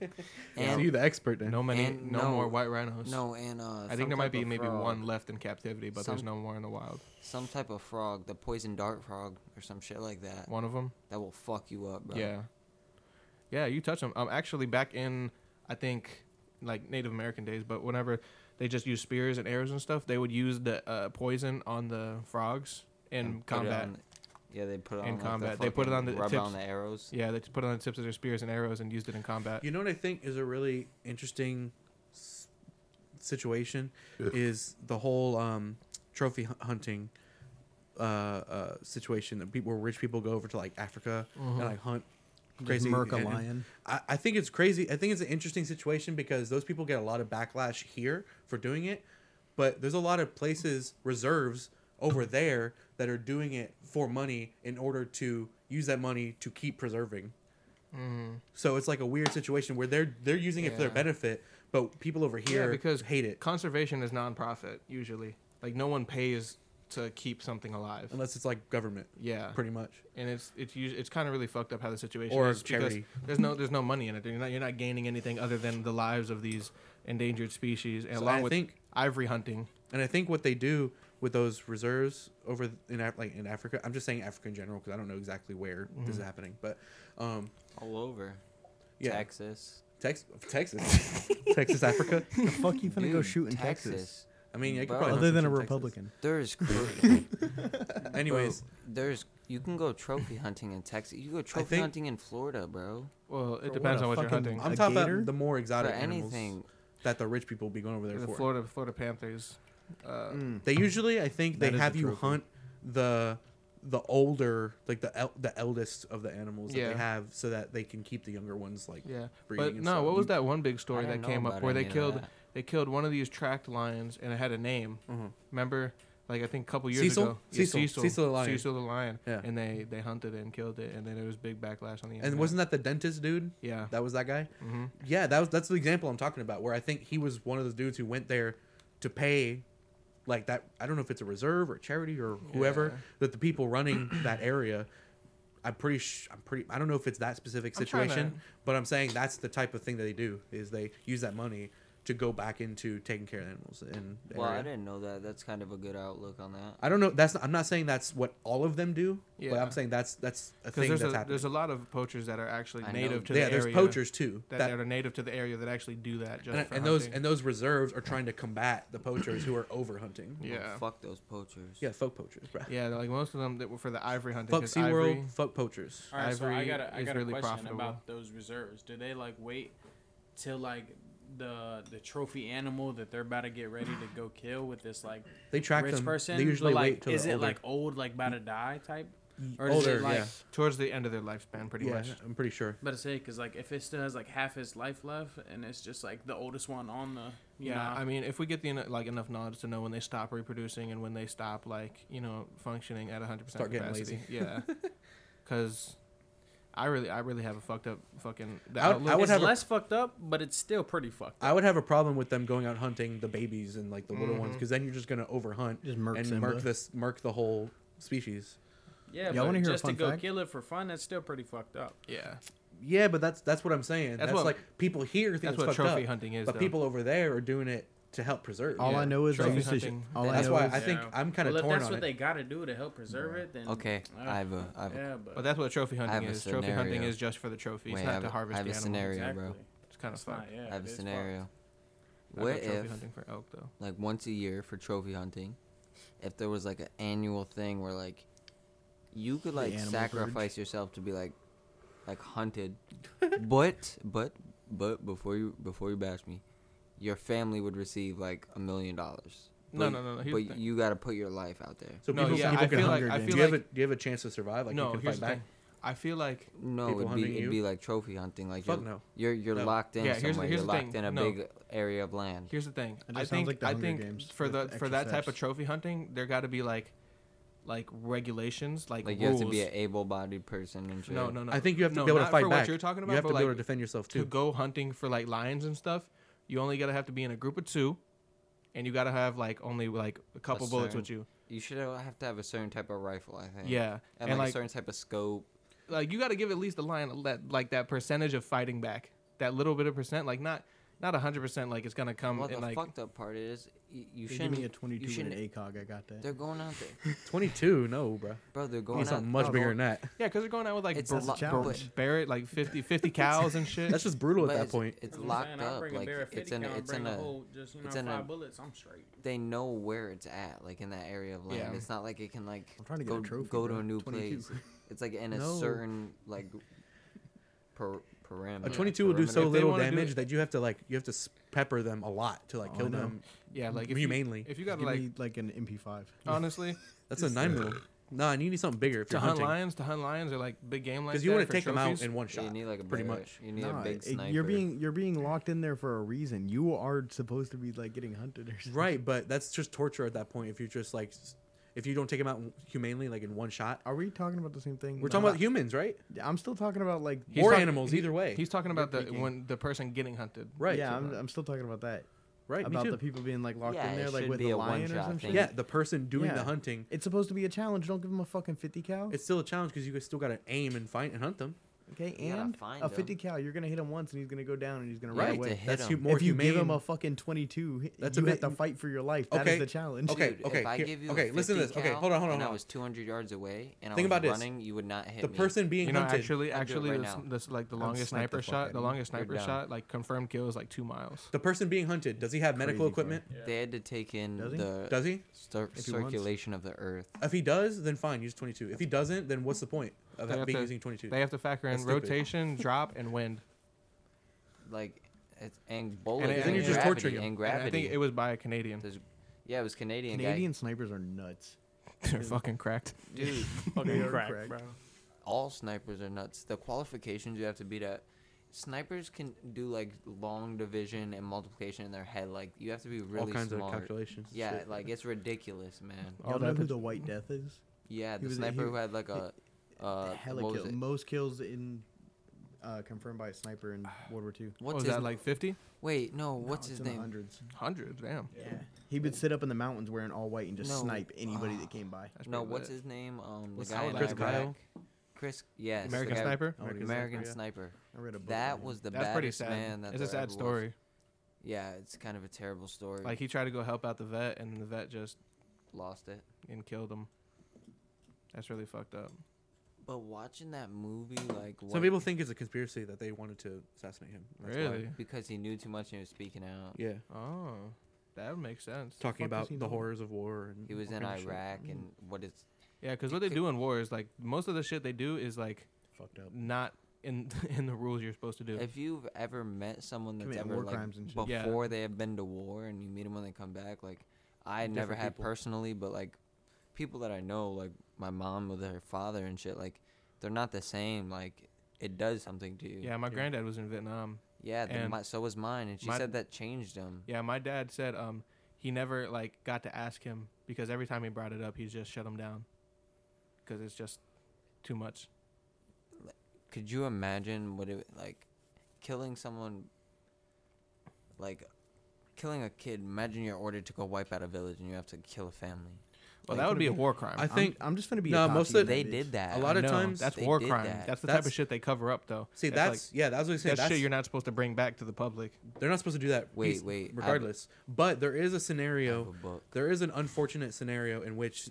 S2: you
S1: and,
S2: the expert then.
S3: No many,
S1: and
S3: no,
S1: no-
S3: more white rhinos.
S1: no, and uh,
S3: I
S1: some
S3: think there
S1: type
S3: might be
S1: of
S3: maybe
S1: frog-
S3: one left in captivity, but there's
S1: Some-
S3: no more in the wild.
S1: some type of frog, the poison dart frog or some shit like that,
S3: One of them.
S1: that will fuck you up, bro.
S3: Yeah. Yeah, you touch them. Um, actually, back in I think like Native American days, but whenever they just used spears and arrows and stuff, they would use the uh, poison on the frogs in
S1: And put it
S3: combat.
S1: on- yeah, they put it on
S3: In
S1: like, the
S3: combat. They put it
S1: fucking
S3: on the
S1: rub it on
S3: tips.
S1: the arrows.
S3: yeah, they put it on the tips of their spears and arrows and used it in combat.
S2: You know what I think is a really interesting s- situation is the whole um, trophy hu- hunting uh, uh, situation that people, where rich people go over to like Africa and like hunt crazy
S4: Mm-hmm. murk a
S2: and- and
S4: lion.
S2: I, I think it's crazy. I think it's an interesting situation because those people get a lot of backlash here for doing it, but there's a lot of places reserves over there that are doing it for money in order to use that money to keep preserving. So it's like a weird situation where they're they're using it for their
S3: Yeah.
S2: benefit, but people over here
S3: yeah, because
S2: hate it
S3: Conservation is nonprofit usually. Like no one pays to keep something alive.
S2: unless it's like government,
S3: yeah,
S2: pretty much.
S3: and it's it's us- it's kind of really fucked up how the situation
S2: Or
S3: is because
S2: charity.
S3: there's no there's no money in it. You're not you're not gaining anything other than the lives of these endangered species, and
S2: So
S3: along
S2: I
S3: with
S2: think-
S3: ivory hunting.
S2: And I think what they do with those reserves over th- in Af- like in Africa, I'm just saying Africa in general because I don't know exactly where
S3: Mm-hmm.
S2: this is happening, but um,
S1: All over.
S2: yeah,
S1: Texas.
S2: Tex-
S3: (laughs)
S2: Texas, Texas, Africa.
S4: The fuck you finna go
S1: Dude,
S4: shoot in Texas?
S2: I mean, I could
S1: Bro.
S2: probably
S4: Other
S2: hunt
S4: than a
S2: some shit in Texas.
S4: Republican.
S3: (laughs)
S1: There's, cr-
S2: Anyways,
S1: there's. You can go trophy hunting in Texas. You go trophy
S2: think-
S1: hunting in Flroida, bro.
S3: Well, it
S4: what,
S3: depends
S4: a
S3: on what you're
S4: fucking-
S3: hunting.
S2: I'm
S4: a
S2: talking
S4: gator?
S2: about the more
S1: For
S2: exotic animals
S1: anything,
S2: that the rich people be going over there
S3: The
S2: for. Hmm.
S3: Florida Florida Panthers. Uh,
S2: They usually, I think,
S4: That
S2: they
S4: is a
S2: have you
S4: trophy.
S2: hunt the the older, like the el- the eldest of the animals that
S3: Yeah.
S2: they have, so that they can keep the younger ones like
S3: Yeah,
S2: breeding.
S3: but
S2: and
S3: no,
S2: stuff.
S3: what
S2: You-
S3: was that one big
S1: I
S3: story that
S1: didn't know
S3: came up
S1: about
S3: where they
S1: any of
S3: killed
S1: that.
S3: they killed one of these tracked lions and it had a name.
S2: Mhm.
S3: Remember, like I think a couple years
S2: Cecil?
S3: ago,
S2: Cecil. Cecil the lion.
S3: Cecil the lion,
S2: Yeah.
S3: and they they hunted it and killed it, and then it was big backlash on the internet.
S2: And wasn't that the dentist dude?
S3: yeah.
S2: That was that guy.
S3: mm-hmm.
S2: Yeah, that was that's the example I'm talking about, where I think he was one of those dudes who went there to pay, like that. I don't know if it's a reserve or a charity or whoever
S3: Yeah.
S2: that the people
S3: (clears throat)
S2: running that area. I'm pretty. Sh- I'm pretty. I don't know if it's that specific
S3: I'm trying
S2: situation,
S3: to-
S2: but I'm saying that's the type of thing that they do is they use that money to go back into taking care of animals and.
S1: well, I
S2: area.
S1: didn't know that. That's kind of a good outlook on that.
S2: I don't know. That's. Not, I'm not saying that's what all of them do, but
S3: Yeah.
S2: I'm saying that's that's a
S3: Because
S2: thing
S3: there's
S2: that's
S3: a
S2: happening.
S3: there's a lot of poachers that are actually
S1: I know.
S3: native to
S2: yeah,
S3: the
S2: there's
S3: area.
S2: poachers too.
S3: that,
S2: that-
S3: that are native to the area that actually do that. Just
S2: and,
S3: for
S2: and those
S3: hunting.
S2: and those reserves are trying to combat the poachers who are over hunting.
S1: Well,
S3: yeah,
S1: fuck those poachers.
S2: Yeah, folk poachers, bro.
S3: yeah, like most of them that were for the ivory hunting.
S2: Fuck
S3: 'cause
S2: SeaWorld,
S3: ivory-
S2: fuck poachers.
S5: All right, so I
S3: Ivory
S5: got a, I
S3: is
S5: got a
S3: really
S5: question
S3: profitable.
S5: about those reserves. Do they like wait till like the the trophy animal that they're about to get ready to go kill with this like
S2: They track
S5: rich
S2: them.
S5: person?
S2: they
S5: but,
S2: usually
S5: like,
S2: wait till
S5: is
S2: they're
S5: it
S2: older.
S5: like old, like about to die type? Or
S4: Oh,
S5: is
S2: older,
S5: it like,
S2: yeah.
S3: towards the end of their lifespan, pretty
S2: yeah,
S3: much.
S2: I'm pretty sure.
S5: About to say because like if it still has like half its life left and it's just like the oldest one on the you
S3: Yeah,
S5: know,
S3: I mean, if we get the eno- like enough nods to know when they stop reproducing and when they stop like you know functioning at 100 percent
S2: Start getting
S3: capacity,
S2: (laughs)
S3: yeah, because I really, I really have a fucked up fucking. The
S2: I would-
S3: outlook.
S2: I would
S5: it's
S2: have a-
S5: less fucked up, but it's still pretty fucked.
S2: I would have a problem with them going out hunting the babies and like the little ones
S3: Mm-hmm.
S2: because then you're just gonna overhunt
S4: Just murk
S2: and
S4: Simba.
S2: murk this murk the whole species.
S5: Yeah,
S4: Y'all
S5: but
S4: wanna hear a
S5: just
S4: fun
S5: to go
S4: fact?
S5: kill it for fun, that's still pretty fucked up.
S3: yeah,
S2: Yeah, but that's that's what I'm saying. That's,
S3: That's what-
S2: like people here think
S3: that's
S2: it's
S3: what
S2: fucked
S3: trophy
S2: up,
S3: hunting is,
S2: but
S3: though.
S2: people over there are doing it to help preserve.
S4: All
S3: Yeah.
S4: I know is I
S3: Trophy
S4: used to. sh-
S3: hunting.
S4: all I
S2: That's
S4: know
S2: why
S4: is
S2: I think I'm kind of
S5: well, if
S2: torn
S5: that's
S2: on
S5: what
S2: it.
S5: they got to do to help preserve it, then
S1: Okay,
S5: uh,
S1: I have a, I have a
S5: yeah, but,
S3: but that's what trophy
S1: have
S3: hunting
S1: a
S3: is. Trophy hunting
S1: scenario.
S3: is just for the trophy.
S1: Wait,
S3: it's
S1: I
S3: not
S1: have
S3: to
S1: a- I
S3: harvest
S1: have a
S3: the animal.
S1: scenario.
S5: exactly.
S1: bro.
S3: It's kind of
S5: It's not,
S3: fucked.
S5: yeah,
S1: I have a
S5: it is
S1: scenario.
S5: fucked.
S3: I go
S1: What
S3: trophy
S1: if
S3: hunting for elk though?
S1: like once a year for trophy hunting if there was like an annual thing where like you could
S4: The
S1: like
S4: animal
S1: sacrifice yourself to be like like
S3: (laughs)
S1: hunted but but but before you before you bash me your family would receive like a million dollars
S3: No,
S1: But-
S3: no, no, no, here's the
S1: but
S3: thing.
S1: you got to put your life out there
S2: So
S3: No,
S2: people,
S3: yeah,
S2: people
S3: I
S2: can
S3: feel like
S2: hunger
S3: I
S2: game.
S3: feel
S2: do you
S3: like-
S2: have a do you have a chance to survive? Like
S3: no,
S2: you can fight
S3: here's the
S2: back.
S3: thing. I feel like
S1: no
S2: People
S1: it'd be
S2: hunting
S1: it'd
S2: you?
S1: be like trophy hunting like
S2: Fuck
S1: you're
S2: no.
S1: you're you're
S2: No.
S1: locked in
S3: Yeah, here's the-
S1: somewhere
S3: here's
S1: you're
S3: the thing.
S1: locked in a
S3: No.
S1: big area of land
S3: Here's the thing.
S4: It just
S3: I
S4: sounds
S3: think
S4: like the
S3: I
S4: Hunger
S3: think
S4: Games
S3: for
S4: with
S3: the
S4: the
S3: for
S4: extra
S3: that type of
S4: steps.
S3: trophy hunting, there got to be like like regulations, like,
S1: Like you
S3: rules.
S1: have to be an able-bodied person and shit.
S3: no, no, no.
S2: I think you have to
S3: no,
S2: be able to
S3: not
S2: fight
S3: for
S2: back.
S3: What you're talking about,
S2: you have
S3: but
S2: to be
S3: like,
S2: able to defend yourself
S3: to
S2: too.
S3: go hunting for like lions and stuff, you only gotta have to be in a group of two, and you gotta have like only like a couple bullets
S1: certain-
S3: with you.
S1: You should have to have a certain type of rifle, I think.
S3: Yeah,
S1: And, like, a certain type of scope.
S3: like you got to give at least the lion a let, like that percentage of fighting back, that little bit of percent, like not not hundred percent, like it's gonna come
S1: Well, the
S3: and like
S1: fucked up part is you, you
S4: You give me a
S1: shouldn't.
S4: 22 and
S1: shouldn't-
S4: an ACOG. I got that.
S1: They're going out
S3: (laughs)
S1: there,
S2: 22, no, bro.
S1: bro. They're
S2: I need
S1: going out.
S2: something much
S1: they're
S2: bigger
S1: going-
S2: than that.
S3: yeah, because they're going out with like
S1: It's
S3: bar-
S1: a lot,
S4: challenge.
S1: but
S3: Barrett like 50, 50 cows
S1: (laughs)
S3: and shit.
S2: That's just brutal
S1: But
S2: at that
S1: it's-
S2: point.
S1: It's
S5: That's what I'm
S1: locked
S5: saying. I'll
S1: up.
S5: bring a
S1: Like
S5: bear of
S1: it's
S5: 50
S1: in a,
S5: count,
S1: it's
S5: bring
S1: in a.
S5: whole, just, you know,
S1: it's in
S5: five
S1: a-
S5: bullets. I'm straight.
S1: They know where it's at, like in that area of land.
S3: Yeah.
S1: It's not like it can like
S4: I'm trying to get
S1: go
S4: a trophy.
S1: go to
S4: bro.
S1: a new
S4: 22.
S1: place. It's like in a
S2: No.
S1: certain like per, perimeter.
S2: A 22 will do so
S3: If
S1: perimeter.
S3: they
S2: little
S3: wanna do
S2: damage
S3: it-
S2: that you have to like you have to s- pepper them a lot to like
S4: Oh, I
S2: kill
S4: know.
S2: them
S3: yeah, like if
S2: humanely.
S3: You, if you
S4: Give
S3: got to like
S4: me like an MP5.
S3: honestly
S2: That's a nine mil. No, and you need something bigger if
S3: to
S2: you're
S3: hunt
S2: hunting
S3: lions, to hunt lions are like big game like
S2: because you
S3: that
S2: want
S3: for
S2: to take them
S3: trophies.
S2: out in one
S1: You
S2: shot.
S1: need like a
S2: pretty
S1: bear-
S2: much.
S1: You need
S4: Nah,
S1: a big
S4: it-
S1: sniper.
S4: you're being you're being locked in there for a reason. You are supposed to be like getting hunted or something.
S2: Right, but that's just torture at that point if you just like s- if you don't take them out humanely like in one shot.
S4: Are we talking about the same thing?
S2: We're
S4: No.
S2: talking about humans, right?
S4: I'm still talking about like.
S3: He's
S2: or
S3: talking-
S2: animals,
S3: he-
S2: either way.
S3: He's talking about the
S4: Big game.
S3: when the person getting hunted.
S2: right.
S4: Yeah, I'm, I'm still talking about that.
S2: right,
S4: about
S2: me
S4: the
S2: too.
S4: people being like locked
S1: Yeah,
S4: in
S1: it
S4: there, like
S1: should
S4: with
S1: be
S4: a
S1: a
S4: lion or
S1: one-shot
S4: some
S1: thing.
S4: shit.
S2: yeah, the person doing the
S4: Yeah.
S2: hunting.
S4: It's supposed to be a challenge. Don't give him a fucking 50 cal.
S2: It's still a challenge because you still got to aim and find and hunt them.
S4: okay,
S1: You gotta
S4: and
S1: find
S4: a
S1: him.
S4: 50 cal, you're gonna hit him once and he's gonna go down and he's gonna
S1: You
S4: run
S1: have to
S4: away.
S1: hit
S2: that's hu-
S1: 'em.
S2: more
S4: if you
S2: humane.
S4: give him a fucking 22,
S2: That's a
S4: you
S2: bit-
S4: have to fight for your life. That is
S2: Okay,
S4: the challenge. (laughs)
S2: okay,
S1: Dude,
S2: okay,
S1: If I
S2: here-
S1: give you
S2: okay,
S1: a
S2: listen to
S1: 50
S2: this. Okay,
S1: cal
S2: hold on, hold on,
S1: And I
S2: hold on.
S1: was 200 yards away, and I
S2: Think
S1: was
S2: about this.
S1: running. You would not hit
S2: The
S1: me.
S2: person being
S3: You know,
S2: hunted.
S3: actually,
S1: I'll do it
S3: actually,
S1: right
S3: this,
S1: now.
S3: this like the
S4: I'll
S3: longest
S4: snipe the
S3: sniper
S4: fuck out
S3: shot.
S4: of
S3: The
S4: you.
S3: longest
S1: You're
S3: sniper
S1: down.
S3: shot, like confirmed kill, is like two miles.
S2: the person being hunted. Does he have medical
S4: Crazy, bro.
S2: equipment?
S1: They had to take in
S4: Does he?
S1: the
S2: Does he?
S1: cir-
S4: If he wants.
S1: circulation of the earth.
S2: If he does, then fine, use 22. If he doesn't, then what's the point of
S3: They have
S2: being
S3: to-
S2: using 22?
S3: They have to factor in
S2: That's stupid.
S3: rotation, drop, and wind.
S1: Like, it's, and bullets.
S3: then
S1: and
S3: you're just
S1: gravity,
S2: torturing 'em.
S1: And
S3: And
S1: gravity.
S3: I think it was by a Canadian.
S1: There's- yeah, it was Canadian,
S4: Canadian snipers are nuts.
S3: They're fucking cracked.
S1: guy. (laughs) Dude,
S4: They are
S5: crack,
S4: cracked.
S5: bro.
S1: all snipers are nuts. The qualifications you have to beat at. Snipers can do like long division and multiplication in their head. Like you have to be really
S2: All kinds
S1: smart.
S2: of calculations. and
S1: yeah,
S2: shit.
S1: like it's ridiculous, man.
S4: Y'all
S3: All
S4: know
S3: that
S4: who
S3: bitch-
S4: the White Death is?
S1: Yeah,
S4: He
S1: the
S4: was a-
S1: sniper
S4: he-
S1: who had like a uh,
S4: Hella
S1: what was
S4: kill-
S1: it?
S4: most kills in uh, confirmed by a sniper
S1: (sighs)
S4: in World War II.
S1: What's
S3: what was
S1: his
S3: that like 50?
S1: Wait, no,
S4: No,
S1: what's his
S4: it's in the
S1: name?
S4: Hundreds.
S3: Hundreds, damn.
S4: Yeah. He would sit up in the mountains wearing all white and just
S1: No.
S4: snipe anybody
S1: (sighs)
S4: that came by.
S3: That's
S1: No,
S3: pretty
S1: what's
S3: lit.
S1: his name? Um, the
S2: Was
S1: guy in
S2: Chris
S1: Iraq.
S2: Kyle?
S1: Chris, yes, the
S3: American
S1: guy-
S3: Sniper?
S4: Oh, dude,
S1: American
S2: Sniper,
S1: sniper.
S4: I read a book.
S1: That
S4: on
S1: was the
S3: That's pretty
S1: baddest
S3: sad.
S1: man. That
S3: it's a
S1: there
S3: sad
S1: ever was.
S3: story.
S1: Yeah, it's kind of a terrible story.
S3: Like he tried to go help out the vet, and the vet just
S1: lost it.
S3: and killed him. That's really fucked up.
S1: But watching that movie, like
S2: Some people think it's a conspiracy that they wanted to assassinate him. That's why-
S3: really?
S1: because he knew too much and he was speaking out.
S2: Yeah.
S3: Oh, that would make sense.
S2: Talking
S4: fuck
S2: about
S4: does he
S2: the
S4: know?
S2: horrors of war. And
S1: He was
S2: all
S1: in
S2: kinds of shit.
S1: Iraq and what is
S3: Yeah, because what they do in war is like most of the shit they do is like
S4: Fucked up.
S3: not in (laughs) in the rules you're supposed to do.
S1: if you've ever met someone that's
S4: Commit
S1: ever
S4: war
S1: like
S4: crimes and shit.
S3: Yeah.
S1: before they have been to war and you meet them when they come back, like I never
S2: Different
S1: had
S2: people.
S1: personally, but like people that I know, like my mom with her father and shit, like they're not the same. Like it does something to you.
S3: yeah, my
S2: Yeah.
S3: granddad was in Vietnam.
S1: Yeah. the-
S3: And
S1: my, so was mine, and she
S3: my-
S1: said that changed him.
S3: Yeah, my dad said um he never like got to ask him because every time he brought it up, he just shut him down because it's just too much.
S1: Could you imagine what it like killing someone? Like killing a kid. Imagine you're ordered to go wipe out a village and you have to kill a family.
S3: Well,
S4: Like,
S3: that
S4: what
S3: would be a
S4: if-
S3: war crime.
S2: I think
S4: I'm, I'm just gonna be.
S2: Nah,
S4: a
S2: most
S4: Nazi
S2: of-
S4: in
S1: They
S4: that
S1: did
S4: bitch.
S1: that.
S2: A lot
S3: I
S2: of
S3: know,
S2: times
S3: that's
S1: they
S3: war
S1: did
S3: crime.
S1: that.
S3: That's the type of
S2: That's-
S3: shit they cover up though.
S2: See,
S3: like,
S2: that's yeah. That's what I was saying.
S3: That's,
S2: That's,
S3: shit you're not supposed to bring back to the public.
S2: They're not supposed to do that.
S1: Wait,
S2: piece-
S1: wait, I've-
S2: Regardless, but there is a scenario.
S1: Have a book.
S2: There is an unfortunate scenario in which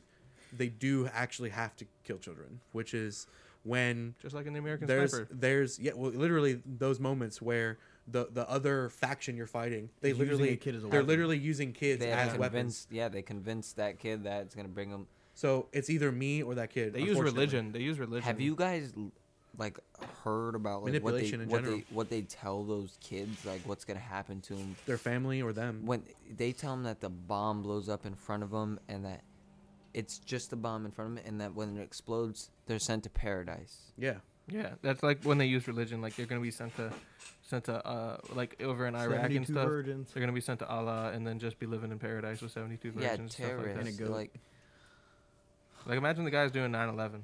S2: they do actually have to kill children, which is when
S3: Just like in the American
S2: there's
S3: Sniper.
S2: there's yeah, well, literally those moments where the the other faction you're fighting, they
S4: Using
S2: literally
S4: a kid as a
S2: they're
S4: weapon.
S2: literally using kids
S1: they
S2: as
S1: convinced,
S2: weapons.
S1: Yeah, they convinced that kid that it's gonna bring him.
S2: So it's either me or that kid.
S3: They use
S2: unfortunately.
S3: religion. They use religion.
S1: Have you guys l- like heard about like what they
S2: Manipulation in
S1: what
S2: general.
S1: they what they tell those kids like what's gonna happen to them
S2: their family or them.
S1: when they tell them that the bomb blows up in front of them and that it's just the bomb in front of them and that when it explodes they're sent to paradise.
S2: Yeah,
S3: Yeah, that's like when they use religion. Like they're gonna be sent to, sent to uh like over in Iraq and
S4: 72
S3: stuff.
S4: virgins.
S3: They're gonna be sent to Allah and then just be living in paradise with seventy two
S1: yeah,
S3: virgins. and stuff like that.
S1: terrorists.
S4: And a goat.
S1: like
S3: Like imagine the guys doing 9/11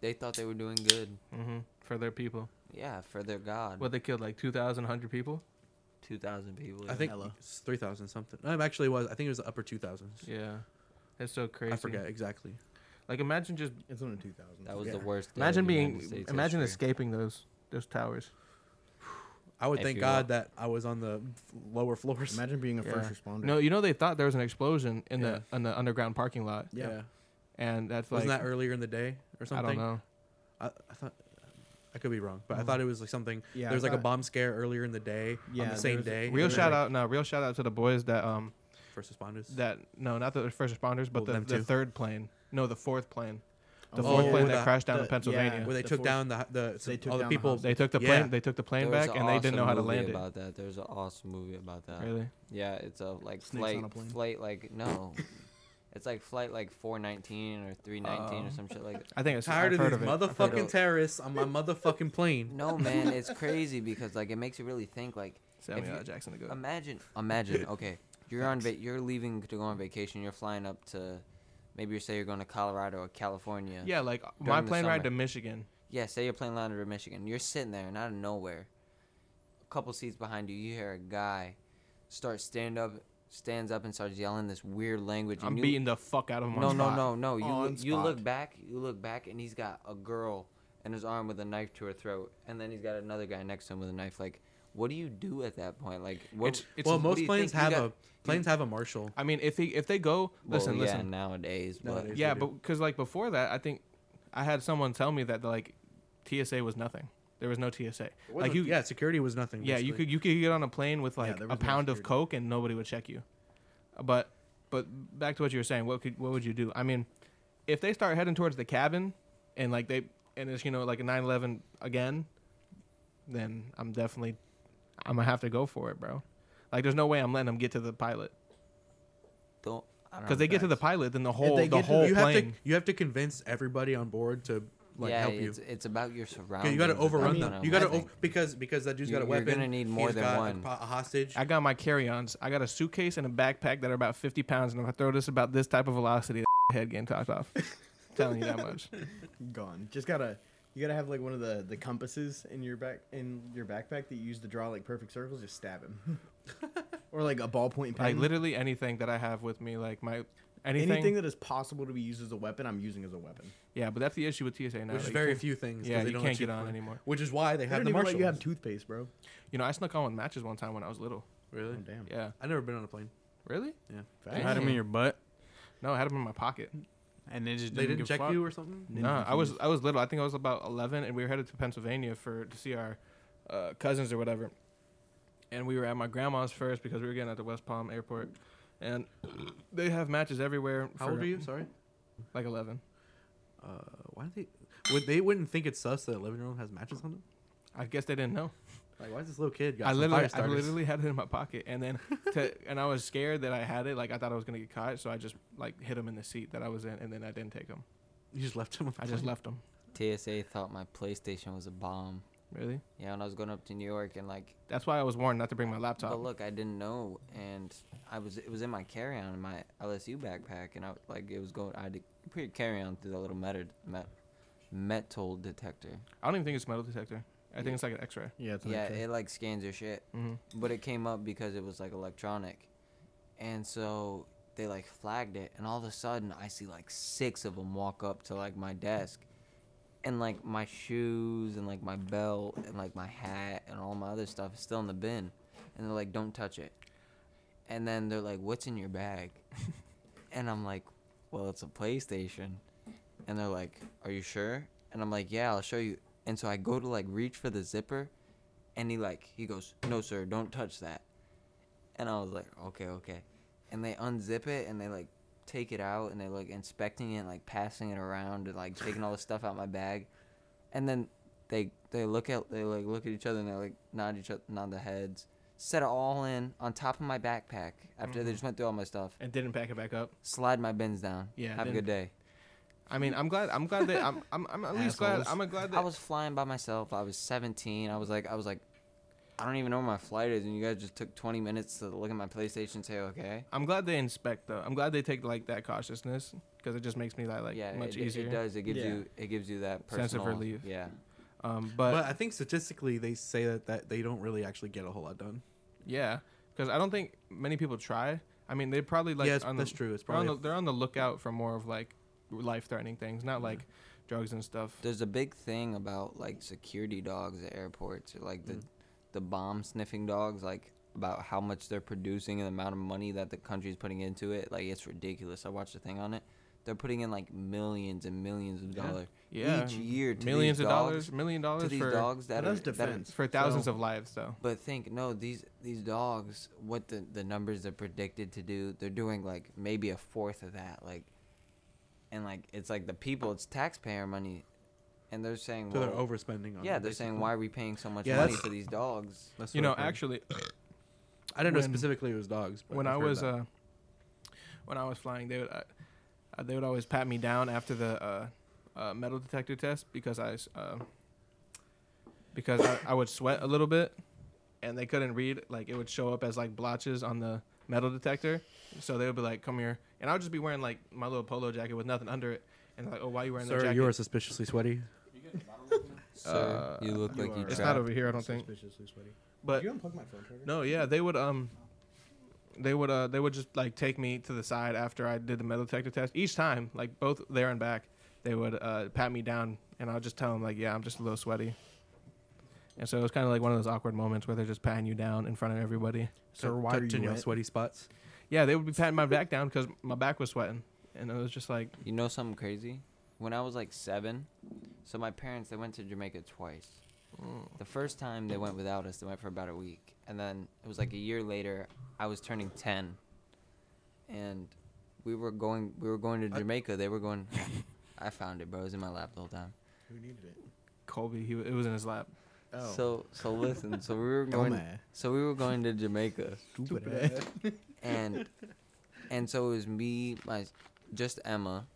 S1: They thought they were doing good.
S3: hmm for their people.
S1: Yeah, for their god.
S3: What they killed like 2,000, 100 people.
S1: two thousand people.
S2: I think
S4: Hello.
S2: it's three thousand something. No, it actually was. I think it was the upper two thousands.
S3: Yeah, that's so crazy.
S2: I forget exactly.
S3: Like imagine just
S4: It's only two thousand.
S1: that was
S2: Yeah.
S1: the worst. Day
S3: imagine
S1: of
S3: being
S1: United States
S3: imagine
S1: history.
S3: escaping those those towers.
S2: I would
S1: If
S2: thank
S1: you
S2: God
S1: will.
S2: that I was on the f- lower floors.
S4: Imagine being a first
S3: Yeah.
S4: responder.
S3: No, you know they thought there was an explosion in the in the underground parking lot,
S4: yeah.
S3: and that's like
S2: Wasn't that earlier in the day or
S3: I
S2: something?
S3: don't know.
S2: I, I thought I could be wrong, but I
S3: Mhm.
S2: thought it was like something.
S4: Mm-hmm. Yeah,
S2: there was
S4: I
S2: like a
S4: thought-
S2: bomb scare earlier in the day on
S4: Yeah,
S2: the
S4: there
S2: same
S4: was a-
S2: day.
S3: Real
S2: and then,
S3: shout
S2: like,
S3: out, no, real shout out to the boys that um
S2: first responders.
S3: that no, not the first responders,
S2: Well,
S3: but
S2: them
S3: the, the
S2: too.
S3: third plane, no, the fourth plane,
S2: Oh,
S3: the fourth
S2: yeah.
S3: plane
S2: With
S3: that
S2: the-
S3: crashed down
S4: the-
S3: in Pennsylvania.
S4: yeah.
S2: where they
S4: the
S2: took
S4: force-
S2: down the the, so
S4: they took
S2: all the
S4: down the
S2: people.
S4: house.
S3: They took the
S2: Yeah.
S3: plane, they took the plane
S1: There was
S3: back,
S1: an
S3: and they didn't
S1: awesome
S3: know how to
S1: movie
S3: land it.
S1: About that, there's an awesome movie about that.
S3: Really?
S1: Yeah, it's a like
S4: Snakes
S1: flight,
S4: on a plane.
S1: flight like
S3: (laughs)
S1: no, it's like flight like four nineteen or three nineteen
S3: Oh.
S1: or some shit like that.
S3: I think
S2: I'm
S3: it's
S2: tired
S3: I've
S2: of
S3: heard
S2: these
S3: it. I've heard
S2: motherfucking
S3: of it.
S2: terrorists on my motherfucking plane.
S1: No man,
S3: (laughs)
S1: it's crazy because like it makes you really think. Like
S3: Samuel
S1: you-
S3: L. Jackson to go.
S1: imagine,
S3: (laughs)
S1: imagine. Okay, you're on va- you're leaving to go on vacation. You're flying up to, maybe you say you're going to Colorado or California.
S3: yeah, like my
S1: the
S3: plane ride
S1: summer.
S3: to Michigan.
S1: Yeah, say you're playing Lander in Michigan. You're sitting there, and out of nowhere, a couple seats behind you, you hear a guy start stand up, stands up, and starts yelling this weird language.
S3: I'm
S1: and you,
S3: beating the fuck out of him.
S1: No,
S3: on
S1: no,
S3: spot.
S1: no, no. You
S4: On
S1: loo- you
S4: spot.
S1: look back, you look back, and he's got a girl in his arm with a knife to her throat, and then he's got another guy next to him with a knife. Like, what do you do at that point? Like, what?
S3: It's- it's-
S2: well,
S1: what do
S2: most
S1: you
S2: planes
S1: think? You
S2: have
S1: got-
S2: a planes have a marshal.
S3: I mean, if they if they go,
S1: well,
S3: listen,
S1: yeah,
S3: listen.
S1: Nowadays, but
S2: Nowadays.
S3: yeah,
S2: they
S3: but
S2: do.
S3: because like before that, I think I had someone tell me that like TSA was nothing. There was no TSA. Like you,
S2: yeah, security was nothing.
S3: yeah, you
S2: basically.
S3: could you could get on a plane with like
S4: there
S3: a
S4: was no
S3: pound of
S4: security.
S3: coke and nobody would check you. But but back to what you were saying, what could what would you do? I mean, if they start heading towards the cabin and like they and it's you know like a 9/11 again, then I'm definitely I'm gonna have to go for it, bro. Like there's no way I'm letting them get to the pilot
S1: don't
S3: because they get to the pilot, then the whole
S4: they
S3: the
S4: get to-
S3: whole
S2: you have
S3: plane.
S2: to you have to convince everybody on board to like
S1: yeah,
S2: help you.
S1: it's, it's about your
S2: Okay,
S1: surroundings.
S2: you got to
S1: at
S2: overrun
S1: that
S4: mean,
S2: them.
S1: point,
S2: you got to
S1: I think.
S2: over, because because that dude's got a
S1: You're- you're
S2: weapon.
S1: gonna need more
S2: He's
S1: than
S2: got a
S1: one.
S2: po- A, hostage.
S3: I got my carry-ons. I got a suitcase and a backpack that are about 50 pounds, and if I throw this about this type of velocity, (laughs) the head getting topped off. (laughs) telling you that much.
S4: gone. Just gotta you gotta have like one of the the compasses in your back in your backpack that you use to draw like perfect circles. Just stab
S1: (laughs)
S4: him, or like a ballpoint pen.
S3: Like literally anything that I have with me, like my anything.
S4: anything. that is possible to be used as a weapon, I'm using as a weapon.
S3: yeah, but that's the issue with TSA now.
S2: which is
S3: like,
S2: very
S3: you can't-
S2: few things. 'cause
S3: Yeah,
S2: they
S3: you
S2: don't
S3: can't
S2: let you
S3: get on
S2: fly.
S3: anymore.
S2: Which is why they
S4: I
S2: have
S4: don't
S2: the
S4: even
S2: marshal.
S4: let you have toothpaste, bro.
S3: You know, I snuck on with matches one time when I was little.
S4: Oh,
S2: really?
S4: damn.
S3: Yeah.
S2: I've never been on a plane.
S3: Really?
S5: You
S4: Facts.
S5: had them in
S3: Dang.
S5: your butt,
S3: No, I had them in my pocket.
S5: and they just didn't,
S2: They didn't
S5: give
S2: check
S5: a fuck.
S2: you or something.
S4: Ninja
S3: No, I was
S4: confused.
S3: I was little. I think I was about eleven, and we were headed to Pennsylvania for to see our uh, cousins or whatever. And we were at my grandma's first because we were getting at the West Palm Airport, and they have matches everywhere.
S2: How old were you? Sorry.
S3: Like eleven.
S2: Uh, why do they? Would they wouldn't think it's sus that an eleven year old has matches on them?
S3: I guess they didn't know.
S2: Like why is this little kid got
S3: I
S2: some
S3: literally,
S2: fire
S3: I
S2: starters?
S3: literally had it in my pocket, and (laughs) then, to, and I was scared that I had it. Like I thought I was gonna get caught, so I just like hit him in the seat that I was in, and then I didn't take him.
S2: you just left him. on the
S3: I just
S2: plane?
S3: left him.
S1: TSA thought my PlayStation was a bomb.
S3: Really?
S1: Yeah, when I was going up to New York and like
S3: That's why I was warned not to bring my
S1: But
S3: laptop.
S1: look, I didn't know, and I was it was in my carry on in my LSU backpack, and I like it was going. I had to put your carry on through the little metal met, metal detector.
S3: I don't even think it's metal detector. I think it's like an X-ray.
S4: Yeah, it's an
S1: yeah,
S4: X-ray.
S1: it like scans your shit,
S3: Mm-hmm.
S1: but it came up because it was like electronic, and so they like flagged it, and all of a sudden I see like six of them walk up to like my desk. And like my shoes and like my belt and like my hat and all my other stuff is still in the bin. and they're like, "Don't touch it." And then they're like, "What's in your bag?" (laughs) and I'm like, "Well, it's a PlayStation." And they're like, "Are you sure?" And I'm like, "Yeah, I'll show you." And so I go to like reach for the zipper, and he like he goes, "No, sir, don't touch that." And I was like, "Okay, okay." And they unzip it and they like take it out and they're like inspecting it, like passing it around and like taking all the stuff out my bag, and then. They, they look at they like look at each other and they like nod each other nod their heads set it all in on top of my backpack after they just went through all my stuff.
S3: And didn't pack it back up.
S1: Slide my bins down.
S3: Yeah,
S1: Have a
S3: then-
S1: good day.
S3: I mean, I'm glad. I'm glad that I'm. I'm, I'm at least glad.
S4: Assholes.
S3: I'm glad
S1: I
S3: that.
S1: was flying by myself. I was 17. I was like, I was like, I don't even know where my flight is, and you guys just took 20 minutes to look at my PlayStation. and Say okay.
S3: I'm glad they inspect though. I'm glad they take like that cautiousness because it just makes me that like
S1: yeah,
S3: much
S1: it,
S3: easier.
S1: It does. It gives
S4: Yeah.
S1: you it gives you that personal
S3: Sense of relief.
S1: Yeah,
S3: Um,
S2: But,
S3: but,
S2: I think statistically, they say that, that they don't really actually get a whole lot done.
S3: yeah, because I don't think many people try. I mean, they probably like
S2: yeah, it's-
S3: on the-
S2: that's true. It's
S3: They're on,
S2: probably
S3: the, they're on the lookout for more of like life-threatening things, not like drugs and stuff.
S1: there's a big thing about like security dogs at airports, or, like the
S3: Mm.
S1: the bomb sniffing dogs, like about how much they're producing and the amount of money that the country's putting into it. Like it's ridiculous. I watched a thing on it. They're putting in like millions and millions of
S2: Yeah.
S1: dollars
S3: Yeah,
S1: each year to
S3: millions
S1: these
S3: of
S1: dogs,
S3: dollars, million dollars
S1: to these
S3: for
S1: dogs that
S4: Well,
S1: are
S4: that's
S1: that are-
S4: defense.
S3: for thousands
S4: So-
S3: of lives though.
S1: But think no these these dogs what the the numbers are predicted to do they're doing like maybe a fourth of that like, and like it's like the people it's taxpayer money, and they're saying
S2: so they're
S1: well,
S2: overspending on.
S1: yeah
S2: it,
S1: they're saying
S2: basically.
S1: why are we paying so much
S2: Yeah,
S1: money
S2: that's-
S1: for these dogs
S2: That's
S3: You
S2: what
S3: know,
S2: I've heard.
S3: actually,
S2: I didn't know
S3: when-
S2: specifically it was dogs. But
S3: when
S2: I've
S3: I
S2: heard
S3: was
S2: that.
S3: uh, when I was flying, they would I, uh, they would always pat me down after the uh, uh, metal detector test because I s- uh, because I, I would sweat a little bit, and they couldn't read. Like it would show up as like blotches on the metal detector, so they would be like, "Come here," and I would just be wearing like my little polo jacket with nothing under it, and they're like, "Oh, why are you wearing that
S2: sir,
S3: jacket?"
S2: you are suspiciously sweaty.
S1: sir you look
S4: you
S1: like you
S4: are-
S3: it's
S1: trapped.
S3: not over here, I don't think.
S4: Suspiciously sweaty.
S3: But
S4: Did you unplug my phone charger?
S3: No, yeah, they would um they would uh they would just like take me to the side after I did the metal detector test. Each time, like both there and back, they would uh pat me down and I'll just tell them like, "Yeah, I'm just a little sweaty." And so it was kind of like one of those awkward moments where they're just patting you down in front of everybody.
S2: Sir,
S4: why are you
S2: touching your
S4: wet?
S2: sweaty spots?
S3: Yeah, they would be patting my back down cuz my back was sweating. And it was just like,
S1: You know something crazy? When I was like seven, so my parents they went to Jamaica twice. The first time they went without us, they went for about a week, and then it was like a year later. I was turning ten, and we were going we were going to Jamaica. They were going. (laughs) I found it, bro. It was in my lap the whole time.
S4: Who needed it?
S3: Colby, he w- it was in his lap.
S4: Oh. (laughs)
S1: So so listen. So we were going.
S4: Dumbass.
S1: So we were going to Jamaica.
S4: Stupid ass.
S1: and
S4: (laughs)
S1: and so it was me, my just Emma,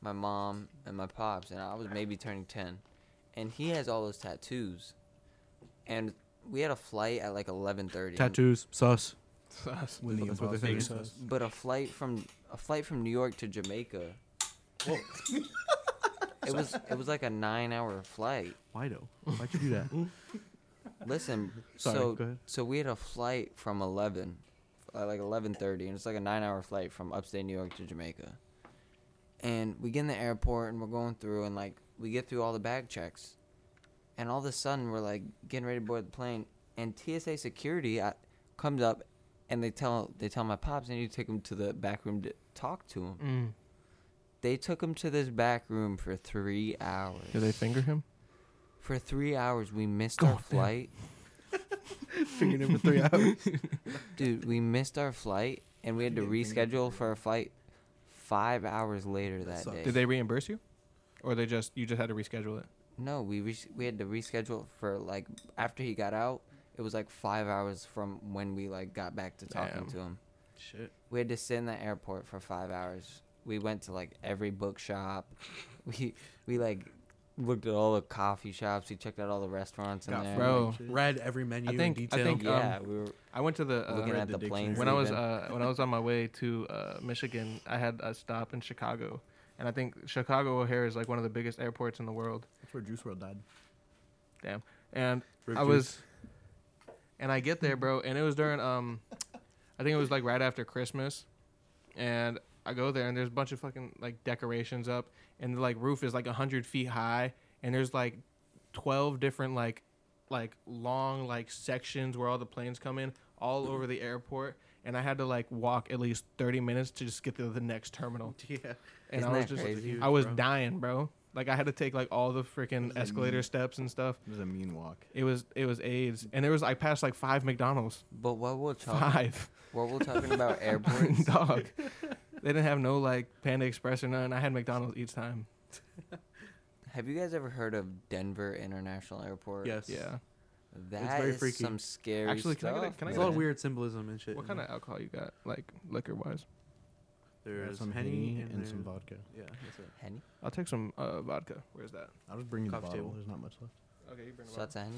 S1: my mom, and my pops, and I was maybe turning ten, and he has all those tattoos, and we had a flight at like eleven thirty.
S2: Tattoos, (laughs) sauce.
S3: Sus.
S2: With the
S3: That's what they're
S2: Big
S3: saying.
S2: sus.
S1: But a flight from a flight from New York to Jamaica. it was it was like a nine hour flight.
S2: Why though? Why'd you do that? (laughs)
S1: Listen,
S2: Sorry,
S1: so
S2: go ahead.
S1: so we had a flight from eleven, uh, like eleven thirty, and it's like a nine-hour flight from upstate New York to Jamaica. And we get in the airport and we're going through and like we get through all the bag checks, and all of a sudden we're like getting ready to board the plane, and TSA security uh comes up, and they tell they tell my pops they need to take him to the back room to talk to him.
S3: Mm.
S1: They took him to this back room for three hours.
S3: Did they finger him?
S1: for three hours we missed
S3: Go
S1: our
S3: on, Dan.
S1: flight.
S2: Figured
S4: (laughs)
S2: in for three hours.
S1: Dude, we missed our flight and we had to reschedule for a flight five hours later that
S2: sucks.
S1: day.
S3: Did they reimburse you? Or they just you just had to reschedule it?
S1: No, we res we had to reschedule for like after he got out. It was like five hours from when we like got back to talking
S3: Damn.
S1: to him.
S2: Shit.
S1: We had to sit in the airport for five hours. We went to like every bookshop. (laughs) We we like looked at all the coffee shops. We checked out all the restaurants in
S4: Got
S1: there.
S3: Bro.
S2: Oh.
S4: food and shit.
S2: Read every menu
S3: I think-
S2: in
S3: I
S2: detail.
S3: think-
S1: yeah,
S3: um,
S1: we were
S3: I went to the uh,
S1: looking
S4: read
S1: at
S4: the
S1: the, planes.
S3: when I was
S1: leaving.
S3: uh, when I was on my way to uh, Michigan, I had a stop in Chicago, and I think Chicago O'Hare is like one of the biggest airports in the world.
S4: That's where Juice World died.
S3: And I was, and I get there, bro, and it was during um, I think it was like right after Christmas, and I go there and there's a bunch of fucking like decorations up, and the like roof is like hundred feet high, and there's like twelve different like like long like sections where all the planes come in all over the airport. And I had to like walk at least thirty minutes to just get to the next terminal.
S2: yeah.
S3: and
S1: Isn't
S3: I was
S1: that
S3: just
S1: crazy?
S3: I was
S2: Bro.
S3: dying, bro. Like I had to take like all the freaking
S4: What does that
S3: escalator
S4: mean?
S3: steps and stuff.
S4: It was a mean walk.
S3: It was it was AIDS, and there was I passed like five McDonald's,
S1: but what we're
S3: (laughs)
S1: talking,
S3: five
S1: what we're talking about airports.
S3: (laughs) dog. They didn't have no like Panda Express or none. I had McDonald's each time.
S1: Have you guys ever heard of Denver International Airport?
S2: Yes.
S3: Yeah.
S1: that is
S2: very freaky.
S1: some scary
S3: Actually, can I
S1: stuff.
S3: get a- can I
S2: There's a
S3: get
S2: lot of
S1: man.
S2: weird symbolism and shit.
S3: What
S2: in
S3: kind
S2: there.
S3: of alcohol you got, like liquor wise?
S2: There's
S4: some
S2: some henny and,
S4: some
S2: there's-
S4: vodka.
S2: Yeah, that's it.
S1: Henny?
S3: I'll take some uh, vodka. Where's that?
S4: I'll just bring you the
S2: Coffee
S4: bottle.
S2: table.
S4: There's not much left.
S3: Okay, you bring
S1: So that's a henny.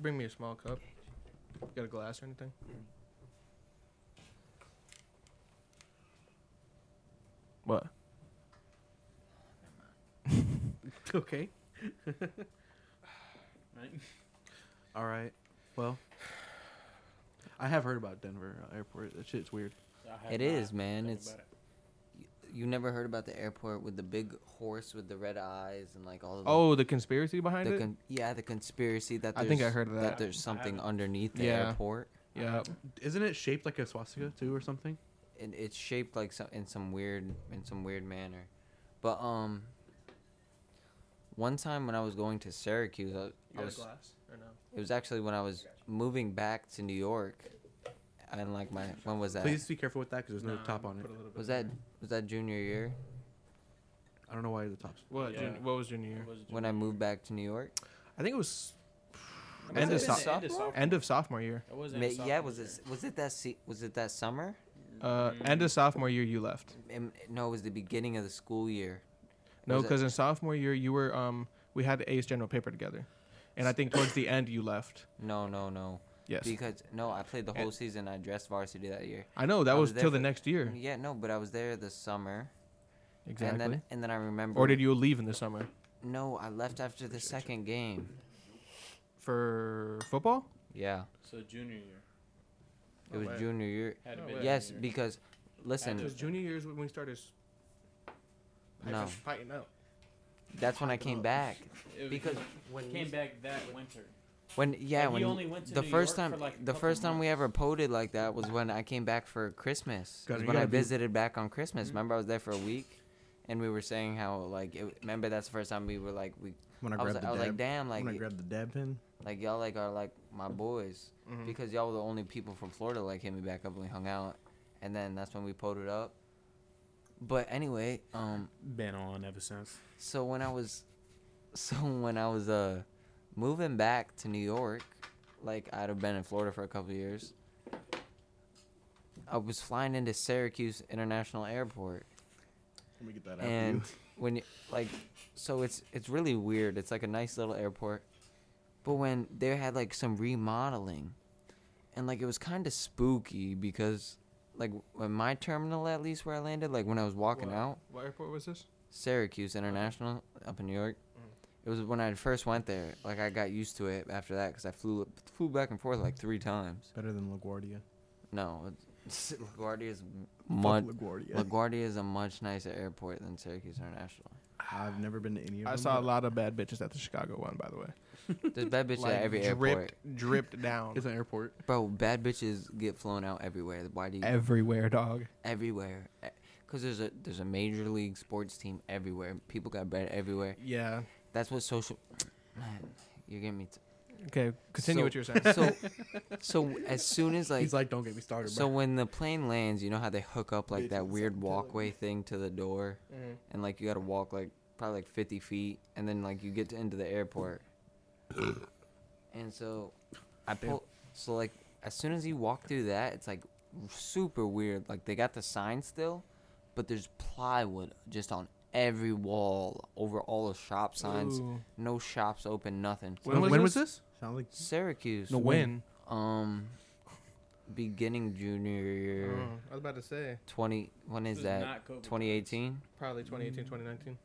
S3: Bring me a small cup. Got a glass or anything? What?
S2: Okay.
S5: Right?
S2: All right. Well, I have heard about Denver uh, airport. That shit's weird.
S5: I have
S1: It
S5: not
S1: is, man.
S5: thought
S1: It's-
S5: about it.
S1: You never heard about the airport with the big horse with the red eyes and like all of the,
S3: Oh, the conspiracy behind
S1: the
S3: it.
S1: con- yeah, the conspiracy that
S3: I
S1: there's,
S3: think I heard of that.
S1: there's
S5: I
S1: something
S5: haven't.
S1: underneath the
S3: Yeah.
S1: airport,
S3: yeah,
S2: Isn't it shaped like a swastika too, or something?
S1: and it's shaped like some in some weird in some weird manner. But um, one time when I was going to Syracuse, I, I was
S3: or no?
S1: it was actually when I was moving back to New York, and like my when was that?
S2: Please be careful with that because there's no top on it.
S1: Was that was that junior year
S2: I don't know why the top's.
S3: What?
S5: Yeah.
S3: jun- what was junior year?
S5: It was
S1: when I moved back to New York?
S3: I think it was
S5: Was
S3: end
S5: it
S3: of,
S5: in
S3: so-
S5: the end of sophomore?
S3: end of sophomore year.
S5: It was
S1: Ma- yeah, was it was it that se- was it that summer?
S3: Uh, End of sophomore year, you left.
S1: Em- no, it was the beginning of the school year.
S3: No,
S1: Was it-
S3: because in sophomore year you were um we had Ace General Paper together, and I think towards the end you left.
S1: No, no, no.
S3: Yes,
S1: Because no, I played the whole
S3: And-
S1: season. I dressed varsity that year.
S3: I know that
S1: I
S3: was,
S1: was there
S3: till the
S1: for-
S3: next year.
S1: Yeah, no, but I was there the summer.
S3: Exactly.
S1: And then and then I remember.
S3: or did you leave in the summer
S1: No, I left after the second game.
S3: for football?
S1: Yeah,
S5: So junior year. Oh,
S1: it was
S2: way.
S1: junior year.
S5: Had
S2: No
S5: it been
S2: way.
S1: Yes,
S5: junior year.
S1: because listen,
S5: Because junior
S3: year is when we started.
S1: No.
S3: Fighting out.
S1: that's when I came back.
S5: It was- (laughs)
S1: Because
S5: he
S1: when
S5: came
S1: we-
S5: back that winter.
S1: When yeah,
S5: Like,
S1: when
S5: you only went to
S1: the
S5: New
S1: first
S5: York
S1: time
S5: for, like, a
S1: the
S5: couple
S1: first time we
S5: months.
S1: ever poded like that was when I came back for Christmas.
S2: Gotta-
S1: was
S2: you
S1: when I
S2: gotta be-
S1: visited back on Christmas.
S5: Mm-hmm.
S1: Remember I was there for a week, and we were saying how like it, remember that's the first time we were like we
S4: When I
S1: I was,
S4: grabbed
S1: like-
S4: the
S1: I was like
S4: dab,
S1: damn like
S4: when I
S1: y-
S4: grabbed the dab pin,
S1: like y'all like are like
S4: Mm-hmm.
S1: my boys because y'all were the only people from Florida like hit me back up and we hung out, and then that's when we poded up. But anyway, um,
S5: Been on ever since.
S1: so when I was, (laughs) so when I was uh, moving back to New York, like I'd have been in Florida for a couple of years. I was flying into Syracuse International Airport,
S4: let me get that out.
S1: and (laughs) when you, like, so it's it's really weird. It's like a nice little airport, but when they had like some remodeling, and like it was kind of spooky because like when my terminal at least where I landed, like when I was walking
S3: Wow.
S1: out,
S3: What airport was this?
S1: Syracuse International up in New York. It was when I first went there. Like I got used to it after that because I flew flew back and forth like three times.
S4: better than LaGuardia.
S1: No, it's, (laughs) LaGuardia is
S4: Fuck
S1: much.
S4: LaGuardia.
S1: LaGuardia is a much nicer airport than Syracuse International.
S4: I've never been to any of them.
S3: I saw a
S4: but
S3: lot of bad bitches at the Chicago one, by the way.
S1: There's bad bitches at every airport, (laughs)
S3: dripped, dripped down
S2: It's an airport.
S1: bro. Bad bitches get flown out everywhere. Why do you
S3: everywhere, dog.
S1: everywhere? Because there's a there's a major league sports team everywhere. People got bread everywhere.
S3: Yeah.
S1: That's what social. (sniffs) Man, you're getting me. T-
S3: Okay. Continue
S1: So-
S3: what you're saying.
S1: so, so as soon as like
S2: He's like, don't get me started.
S1: So
S2: bro.
S1: when the plane lands, you know how they hook up like that
S4: Bitches,
S1: weird
S4: I'm telling
S1: walkway thing to the door, and like you got to walk like probably like 50 feet, and then like you get to, into the airport. and so, I pull. So like as soon as you walk through that, it's like super weird. Like they got the sign still, but there's plywood just on every wall over all the shop (laughs) signs.
S3: Ooh.
S1: No shops open, nothing.
S3: When was
S2: this?
S4: Sound like
S1: Syracuse.
S3: No win.
S1: Um, beginning junior year.
S3: Mm. I was about to say
S1: 20 when is
S5: was
S1: that
S5: not COVID times.
S1: 2018
S3: probably 2018, 2019.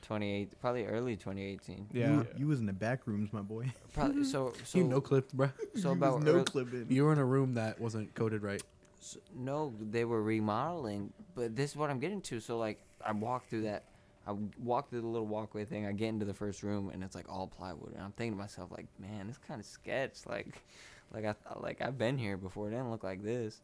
S1: 28 probably early 2018
S3: Yeah.
S4: you, you was in the back rooms, my boy. (laughs)
S1: probably so so
S2: you no clipped, bro.
S1: so
S4: You was
S1: about
S4: no
S1: early-
S4: clipping.
S2: You were in a room that wasn't coded right.
S1: s- no they were remodeling but this is what i'm getting to so like i walk through that i walk through the little walkway thing i get into the first room and it's like all plywood and i'm thinking to myself like man this kind of sketch like like i like i've been here before it didn't look like this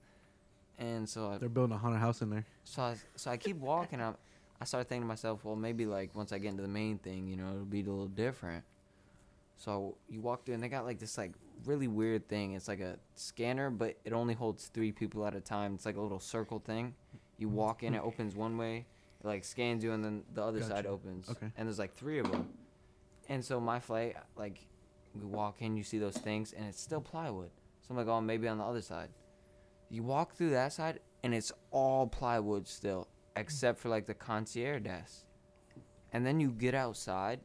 S1: and so I,
S2: They're building a haunted house in there.
S1: So I, so I keep walking. I, I start thinking to myself, well, maybe like once I get into the main thing, you know, it'll be a little different. So you walk through, and they got like this like really weird thing. It's like a scanner, but it only holds three people at a time. It's like a little circle thing. You walk in, it opens one way, it like scans you, and then the other side
S2: Gotcha.
S1: opens.
S2: Okay.
S1: And there's like three of them. And so my flight, like, we walk in, you see those things, and it's still plywood. So I'm like, oh, maybe on the other side. You walk through that side, and it's all plywood still, except for like the concierge desk. And then you get outside,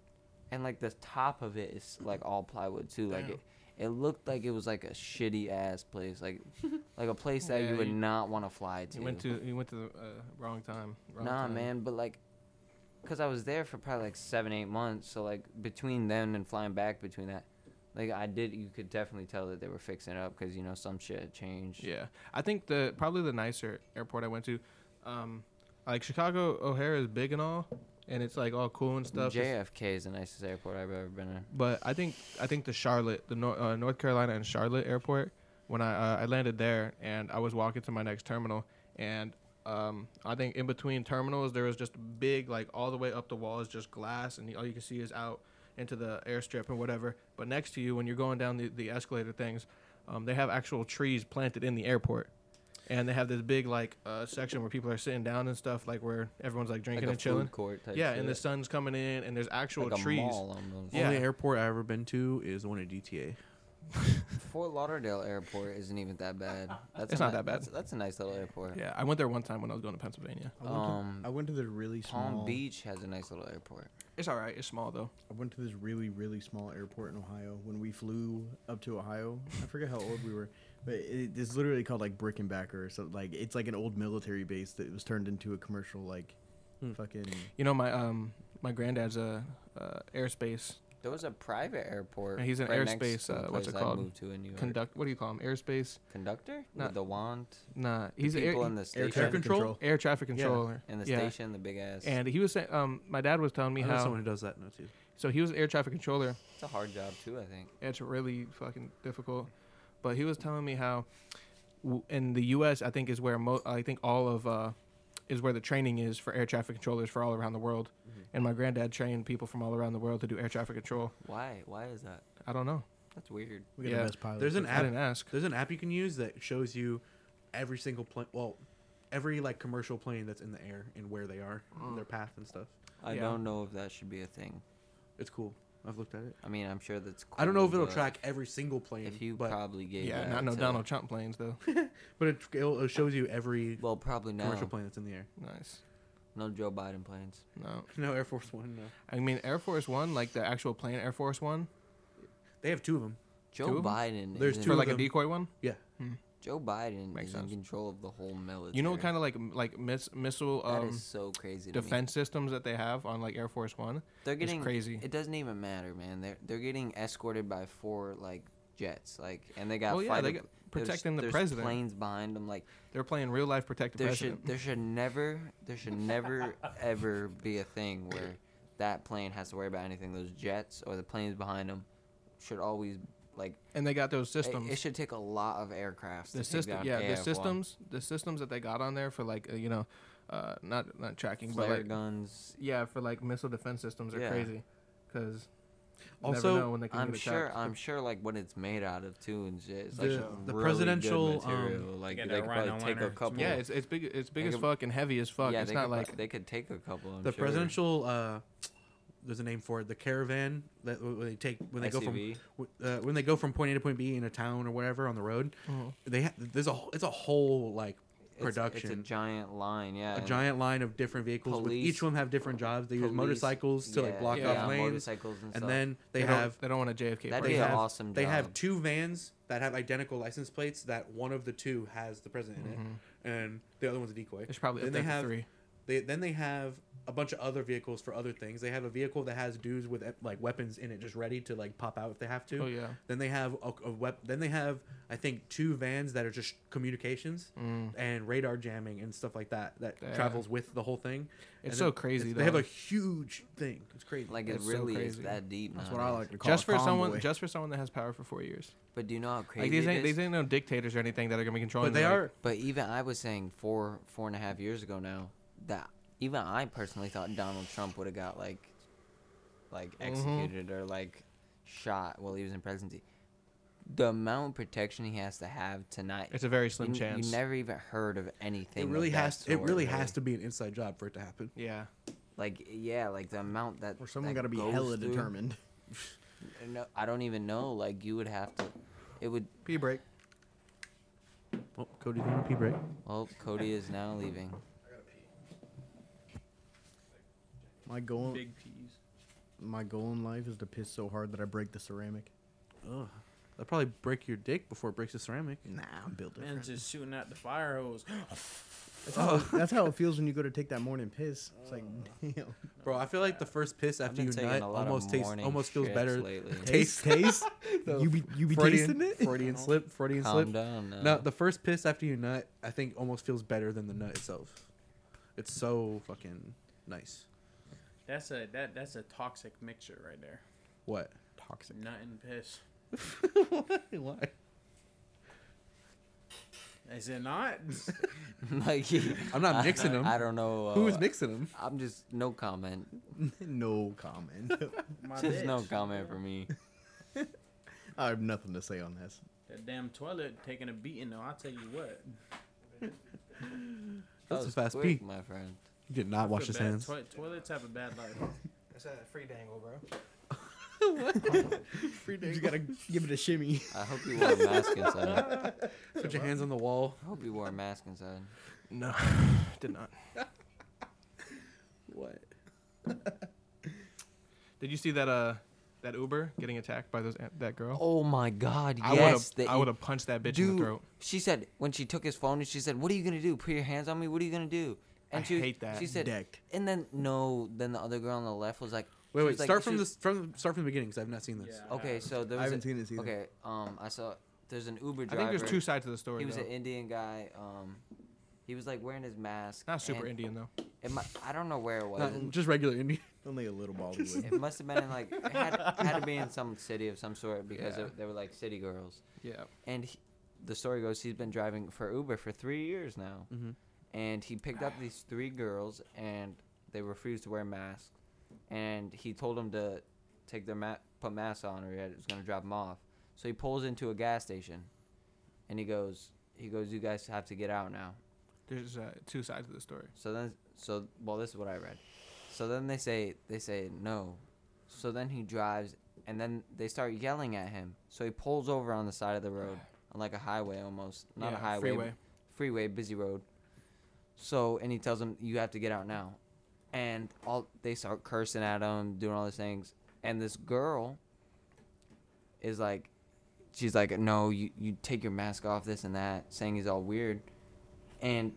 S1: and like the top of it is like all plywood too. Like
S3: Damn.
S1: it, It looked like it was like a shitty ass place, like like a place that
S3: Yeah,
S1: you would
S3: you-
S1: not want to fly to.
S3: You went to you went to the uh, wrong time. Wrong
S1: Nah,
S3: time.
S1: man, but like, cause I was there for probably like seven, eight months. So like between then and flying back, between that, like I did, you could definitely tell that they were fixing it up, cause you know some shit had changed.
S3: Yeah, I think the probably the nicer airport I went to, um, like Chicago O'Hare is big and all, and it's like all cool and stuff. It's-
S1: JFK is the nicest airport I've ever been in.
S3: But I think I think the Charlotte, the Nor- uh, North Carolina and Charlotte airport. When I uh, I landed there and I was walking to my next terminal, and um, I think in between terminals there was just big like all the way up the wall is just glass, and all you can see is out into the airstrip and whatever. But next to you, when you're going down the, the escalator things, um, they have actual trees planted in the airport. And they have this big like uh, section where people are sitting down and stuff, like where everyone's like drinking
S1: like a
S3: and chilling.
S1: food court type.
S3: Yeah,
S1: shit.
S3: and the sun's coming in, and there's actual
S1: like a
S3: trees.
S1: mall almost.
S3: Yeah.
S2: Only airport I've ever been to is the one at DTA.
S1: Fort Lauderdale Airport isn't even that (laughs) bad. That's
S3: It's
S1: a
S3: not
S1: ni-
S3: that bad.
S1: That's, that's a nice little airport.
S3: Yeah, I went there one time when I was going to Pennsylvania.
S4: I went,
S1: Um,
S4: to, I went to this really small.
S1: Palm Beach has a nice little airport.
S3: It's all right. It's small though.
S4: I went to this really really small airport in Ohio when we flew up to Ohio. I forget how old we were, but it, it's literally called like Brickenbacker or something. Like it's like an old military base that was turned into a commercial like
S2: Hmm.
S4: fucking.
S3: You know my um my granddad's a uh, airspace
S1: There was a private airport.
S3: And he's an
S1: next
S3: airspace,
S1: to the
S3: uh, what's it
S1: place I
S3: called?
S1: moved to in New York.
S3: conduct. What do you call him? Airspace?
S1: Conductor?
S3: Not-
S1: With the wand.
S3: Nah, he's a
S1: people
S3: air,
S1: in the
S4: air
S1: station.
S4: traffic
S2: control?
S4: control.
S3: air traffic
S2: Yeah.
S3: controller.
S1: in the
S3: yeah.
S1: station, the big ass.
S3: And he was saying, um, my dad was telling me
S2: I know
S3: how.
S2: someone who does that now too.
S3: So he was an air traffic controller.
S1: it's a hard job too, I think.
S3: It's really fucking difficult. But he was telling me how, w- in the U.S., I think is where mo- I think all of uh, is where the training is for air traffic controllers for all around the world. And my granddad trained people from all around the world to do air traffic control.
S1: Why? Why is that?
S3: I don't know.
S1: That's weird.
S4: We got
S3: Yeah.
S4: the best pilot.
S2: There's an
S3: I
S2: app.
S3: didn't ask.
S2: There's an app you can use that shows you every single plane. Well, every like commercial plane that's in the air and where they are,
S1: Mm.
S2: their path and stuff.
S1: I
S3: Yeah.
S1: don't know if that should be a thing.
S2: It's cool. I've looked at it.
S1: I mean, I'm sure that's. Cool,
S2: I don't know if it'll
S1: but
S2: track every single plane,
S1: If you
S2: but
S1: probably gave.
S3: Yeah,
S1: that
S3: not no
S1: to-
S3: Donald Trump planes
S1: (laughs)
S3: though.
S2: but it, it'll- it shows you every
S1: Well, probably no.
S2: commercial plane that's in the air. (laughs)
S3: nice.
S1: No Joe Biden planes.
S3: No,
S2: No Air Force One. No,
S3: I mean Air Force One, like the actual plane Air Force One,
S2: they have two of them.
S1: Joe
S3: Two of 'em?
S1: Biden.
S2: There's
S1: is in-
S2: Two
S3: for
S2: of
S3: like a
S2: them.
S3: decoy one.
S1: Joe Biden
S3: Makes
S1: is
S3: sense.
S1: in control of the whole military.
S3: You know what kind of like m- like miss, missile
S1: That
S3: um,
S1: is so crazy. To me.
S3: defense systems that they have on like Air Force One?
S1: They're
S3: It's
S1: getting
S3: crazy.
S1: It doesn't even matter, man. They're they're getting escorted by four like jets, like, and they got.
S3: Oh, yeah, they
S1: fighter-
S3: got-
S1: there's-
S3: protecting the
S1: there's
S3: president.
S1: Planes behind them, like
S3: They're playing real life protect the
S1: there
S3: president.
S1: should there should never there should
S3: (laughs)
S1: never ever be a thing where that plane has to worry about anything. Those jets or the planes behind them should always like
S3: and they got those
S1: it-
S3: systems.
S1: It, should take a lot of aircrafts. to
S3: the
S1: take
S3: system,
S1: down
S3: yeah, the
S1: AF-1.
S3: systems, the systems that they got on there for like uh, you know, uh, not not tracking,
S1: flare
S3: but like
S1: guns.
S3: yeah, for like missile defense systems are
S1: Yeah.
S3: crazy. 'Cause crazy. Because
S2: Also,
S3: never know when they can
S1: I'm
S3: get
S1: sure.
S3: attacked.
S1: I'm sure. Like what it's made out of too, and shit. It's
S2: The-
S1: like
S2: the
S1: really
S2: presidential,
S1: good material. like
S5: Yeah,
S1: they
S5: that
S1: could probably
S5: rhino
S1: take a
S5: liner.
S1: couple.
S3: yeah, it's it's big it's big
S1: They
S3: as
S1: could-
S3: fuck and heavy as fuck.
S1: Yeah,
S3: it's
S1: they
S3: not
S1: could,
S3: like
S1: pro- they could take a couple. I'm
S2: the
S1: sure.
S2: presidential. Uh, there's a name for it. The caravan that when they take when they go from
S1: SUV.
S2: w- uh, when they go from point A to point B in a town or whatever on the road, they ha- there's a whole- it's a whole like
S1: It's-
S2: production,
S1: It's, a giant line. Yeah,
S2: a,
S1: and
S2: giant line of different vehicles. with
S1: Police-
S2: each of them have different jobs. They use
S1: police-
S2: motorcycles to like
S1: yeah,
S2: block
S1: yeah,
S2: off lanes,
S1: motorcycles and,
S2: and
S1: stuff.
S2: then they,
S3: don't-
S2: have
S3: they don't want a JFK.
S1: That'd
S2: they
S1: be an
S2: have
S1: awesome
S2: they have
S1: job.
S2: two vans that have identical license plates that one of the two has the president in it, and the other one's a decoy.
S3: Mm-hmm. It's probably up
S2: then they
S3: there for
S2: have
S3: three.
S2: they then they have a bunch of other vehicles for other things. They have a vehicle that has dudes with eh, like weapons in it, just ready to like pop out if they have to.
S3: Oh, yeah.
S2: Then they have a, a wep- Then they have I think two vans that are just communications
S3: Mm.
S2: and radar jamming and stuff like that that
S3: Yeah.
S2: travels with the whole thing.
S3: It's
S2: And
S3: so
S2: then
S3: crazy,
S2: They have
S3: though.
S2: a huge thing. It's crazy.
S1: like it
S3: That's so
S1: really is
S3: crazy.
S1: that deep.
S4: That's what I
S1: nowadays.
S4: like to call
S3: Just
S4: a
S3: for someone,
S4: convoy.
S3: just for someone that has power for four years.
S1: But do you know how crazy
S3: like these
S1: it
S3: ain't
S1: is?
S3: these ain't no dictators or anything that are gonna be controlling.
S2: but they
S3: the, like-
S2: are
S1: But even I was saying four four and a half years ago now that even I personally thought Donald Trump would have got like like
S2: Mm-hmm.
S1: executed or like shot while he was in presidency. The amount of protection he has to have tonight.
S3: It's a very slim
S1: you,
S3: chance.
S1: You never even heard of anything.
S2: it
S1: of
S2: really
S1: that
S2: has it
S1: sort, really.
S2: really has to be an inside job for it to happen.
S3: yeah.
S1: like yeah like the amount that
S4: Or someone
S1: that
S4: got to be
S1: goes
S4: hella
S1: through.
S4: determined.
S1: No, I don't even know. Like you would have to. It would.
S3: Pee break.
S2: Well, Oh, Cody, do you want a pee break?
S1: Well, Cody is now leaving.
S4: My goal,
S5: Big peas.
S4: my goal in life is to piss so hard that I break the ceramic.
S2: Ugh. That'll probably break your dick before it breaks the ceramic.
S4: Nah, I'm built
S5: Man,
S4: different.
S5: just shooting out the fire hose. (gasps)
S4: That's how, that's how it feels when you go to take that morning piss. It's like, damn.
S2: Bro, I feel like the first piss after
S1: been
S2: you
S1: taking
S2: nut
S1: a lot of
S2: almost tastes
S1: morning
S2: almost feels
S1: shits
S2: better.
S1: lately.
S2: (laughs) Taste,
S4: taste. you be you be
S2: Freudian,
S4: tasting it.
S2: (laughs) Freudian slip, Freudian
S1: Calm
S2: slip.
S1: down. Now.
S2: No, the first piss after you nut, I think almost feels better than the nut itself. It's so fucking nice.
S5: That's a that that's a toxic mixture right there.
S2: (laughs) What?
S4: Toxic.
S5: Nut and piss.
S2: Why?
S5: Is it not? (laughs)
S1: (laughs) like,
S2: I'm not
S1: I-
S2: mixing 'em.
S1: I don't know. Uh,
S2: Who's mixing them?
S1: I'm just no comment.
S4: (laughs) no comment. (laughs)
S1: (laughs)
S5: My
S1: Just no
S5: bitch.
S1: comment for me.
S4: I have nothing to say on this.
S5: That damn toilet taking a beating though. I'll tell you what.
S1: That
S2: That's a
S1: was
S2: fast
S1: quick,
S2: pee.
S1: my friend.
S2: He did not wash
S5: Feel
S2: his
S5: bad.
S2: hands.
S5: Toi- toilets have a bad life.
S3: That's a free dangle, bro.
S4: Free day. You gotta give it a (laughs) shimmy.
S1: I hope you wore a mask inside.
S2: Put your hands on the wall.
S3: (laughs)
S1: I hope you wore a mask inside.
S3: No, (laughs) did not.
S2: What?
S3: (laughs) Did you see that? Uh, that Uber getting attacked by those uh, that girl.
S1: Oh my God!
S3: I
S1: yes,
S3: would have.
S1: the
S3: I would have punched that bitch in the throat.
S1: She said when she took his phone and she said, "What are you gonna do? Put your hands on me. What are you gonna do?" And
S3: I
S1: she,
S3: hate that.
S1: She said,
S4: Decked.
S1: and then no, then the other girl on the left was like,
S2: Wait,
S1: she
S2: wait.
S1: was like-
S2: Start
S1: she
S2: from the
S1: was-
S2: from start from the beginning because I've not seen this. Oh,
S5: Yeah.
S1: Okay, so there
S4: I
S1: was
S4: haven't
S1: a,
S4: seen this either.
S1: Okay, um, I saw there's an Uber
S3: I
S1: driver.
S3: think there's two sides to the story.
S1: He was
S3: though.
S1: an Indian guy. Um, he was like wearing his mask.
S3: Not super
S1: and
S3: Indian though.
S1: It might, I don't know where it was.
S2: Not- uh, just regular Indian.
S4: Only a little bald. would.
S1: It must have been in like it had, had to be in some city of some sort because
S3: Yeah.
S1: it- they were like city girls.
S3: Yeah.
S1: And he, the story goes he's been driving for Uber for three years now,
S3: Mm-hmm.
S2: Mhm.
S1: and he picked up these three girls and they refused to wear masks, and he told them to take their ma- put masks on or he had- was gonna drop them off. So he pulls into a gas station, and he goes he goes you guys have to get out now.
S3: There's uh, two sides to the story.
S1: So then, so well, this is what I read. So then they say they say no. So then he drives, and then they start yelling at him. So he pulls over on the side of the road, on like a highway almost, not
S3: Yeah,
S1: a highway,
S3: freeway.
S1: freeway, busy road. So and he tells them you have to get out now, and all they start cursing at him, doing all these things, and this girl is like, she's like, no, you you take your mask off, this and that, saying he's all weird, and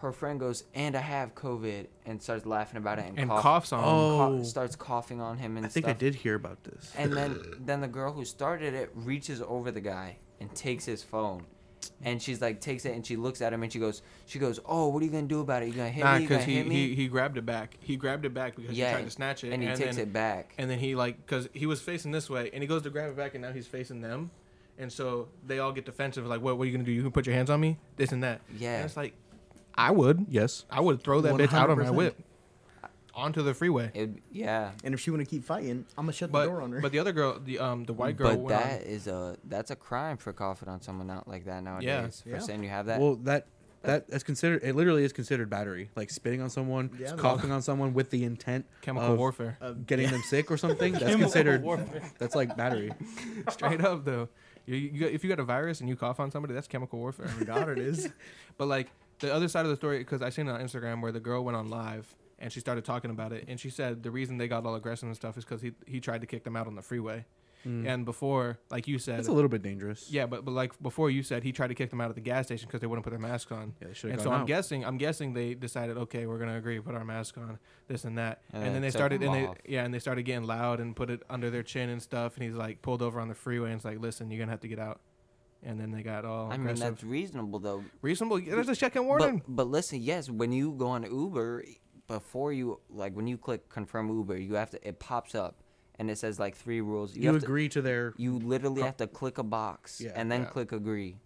S1: her friend goes, and I have COVID, and starts laughing about it and,
S3: And
S1: cough-
S3: coughs on.
S2: Oh.
S3: him.
S1: cough- starts coughing on him and
S2: (laughs) I think I
S1: stuff.
S2: did hear about this.
S1: And then then the girl who started it reaches over the guy and takes his phone. And she's like takes it and she looks at him and she goes she goes, "Oh, what are you going to do about it? You going to hit
S3: Nah,
S1: me? You going
S3: because
S1: to
S3: he,
S1: hit me?"
S3: he he grabbed it back. He grabbed it back because
S1: Yeah,
S3: he tried to snatch it,
S1: and he takes
S3: then,
S1: it back.
S3: And then he like because he was facing this way, and he goes to grab it back, and now he's facing them, and so they all get defensive, like, "What? What are you gonna do? You can put your hands on me? This and that."
S1: Yeah.
S3: and it's like, I would,
S2: Yes.
S3: I would throw that bitch out of my
S4: 100%.
S3: whip, onto the freeway.
S1: it, yeah.
S4: And if she wanna keep fighting, I'm gonna shut the door on her.
S3: But but the other girl, the um the white girl,
S1: but
S3: went on-
S1: that is a that's a crime for coughing on someone out like that nowadays. for
S4: Yeah.
S1: saying you have that.
S2: well, that that is considered. It literally is considered battery, like spitting on someone,
S4: Yeah, man.
S2: coughing on someone with the intent
S3: chemical
S2: of
S3: warfare, (laughs)
S2: getting them sick or something. That's considered. That's like battery.
S3: straight up though. You, you, got- if you got a virus and you cough on somebody, that's chemical warfare.
S4: God, it is.
S3: But like the other side of the story, because I seen it on Instagram where the girl went on live and she started talking about it, and she said the reason they got all aggressive and stuff is because he he tried to kick them out on the freeway, and before like you said.
S2: Mm. That's a little bit dangerous.
S3: yeah, but, but like before you said, he tried to kick them out at the gas station because they wouldn't put their masks on.
S2: Yeah, they should've
S3: and so
S2: gone
S3: I'm
S2: out.
S3: guessing I'm guessing they decided, okay, we're gonna agree, put our mask on, this and that,
S1: And
S3: and,
S1: then
S3: then they
S1: took
S3: started
S1: them
S3: and they
S1: off.
S3: yeah, and they started getting loud and put it under their chin and stuff, and he's like pulled over on the freeway and it's like, listen, you're gonna have to get out, and then they got all
S1: I mean,
S3: aggressive.
S1: that's reasonable though.
S3: reasonable. There's a second
S1: But,
S3: warning.
S1: but listen, yes, when you go on Uber, before you like when you click confirm Uber, you have to it pops up and it says like three rules.
S2: You,
S1: have
S2: agree to their.
S1: To, you literally have to click a box
S2: Yeah.
S1: and then
S3: Yeah.
S1: click agree,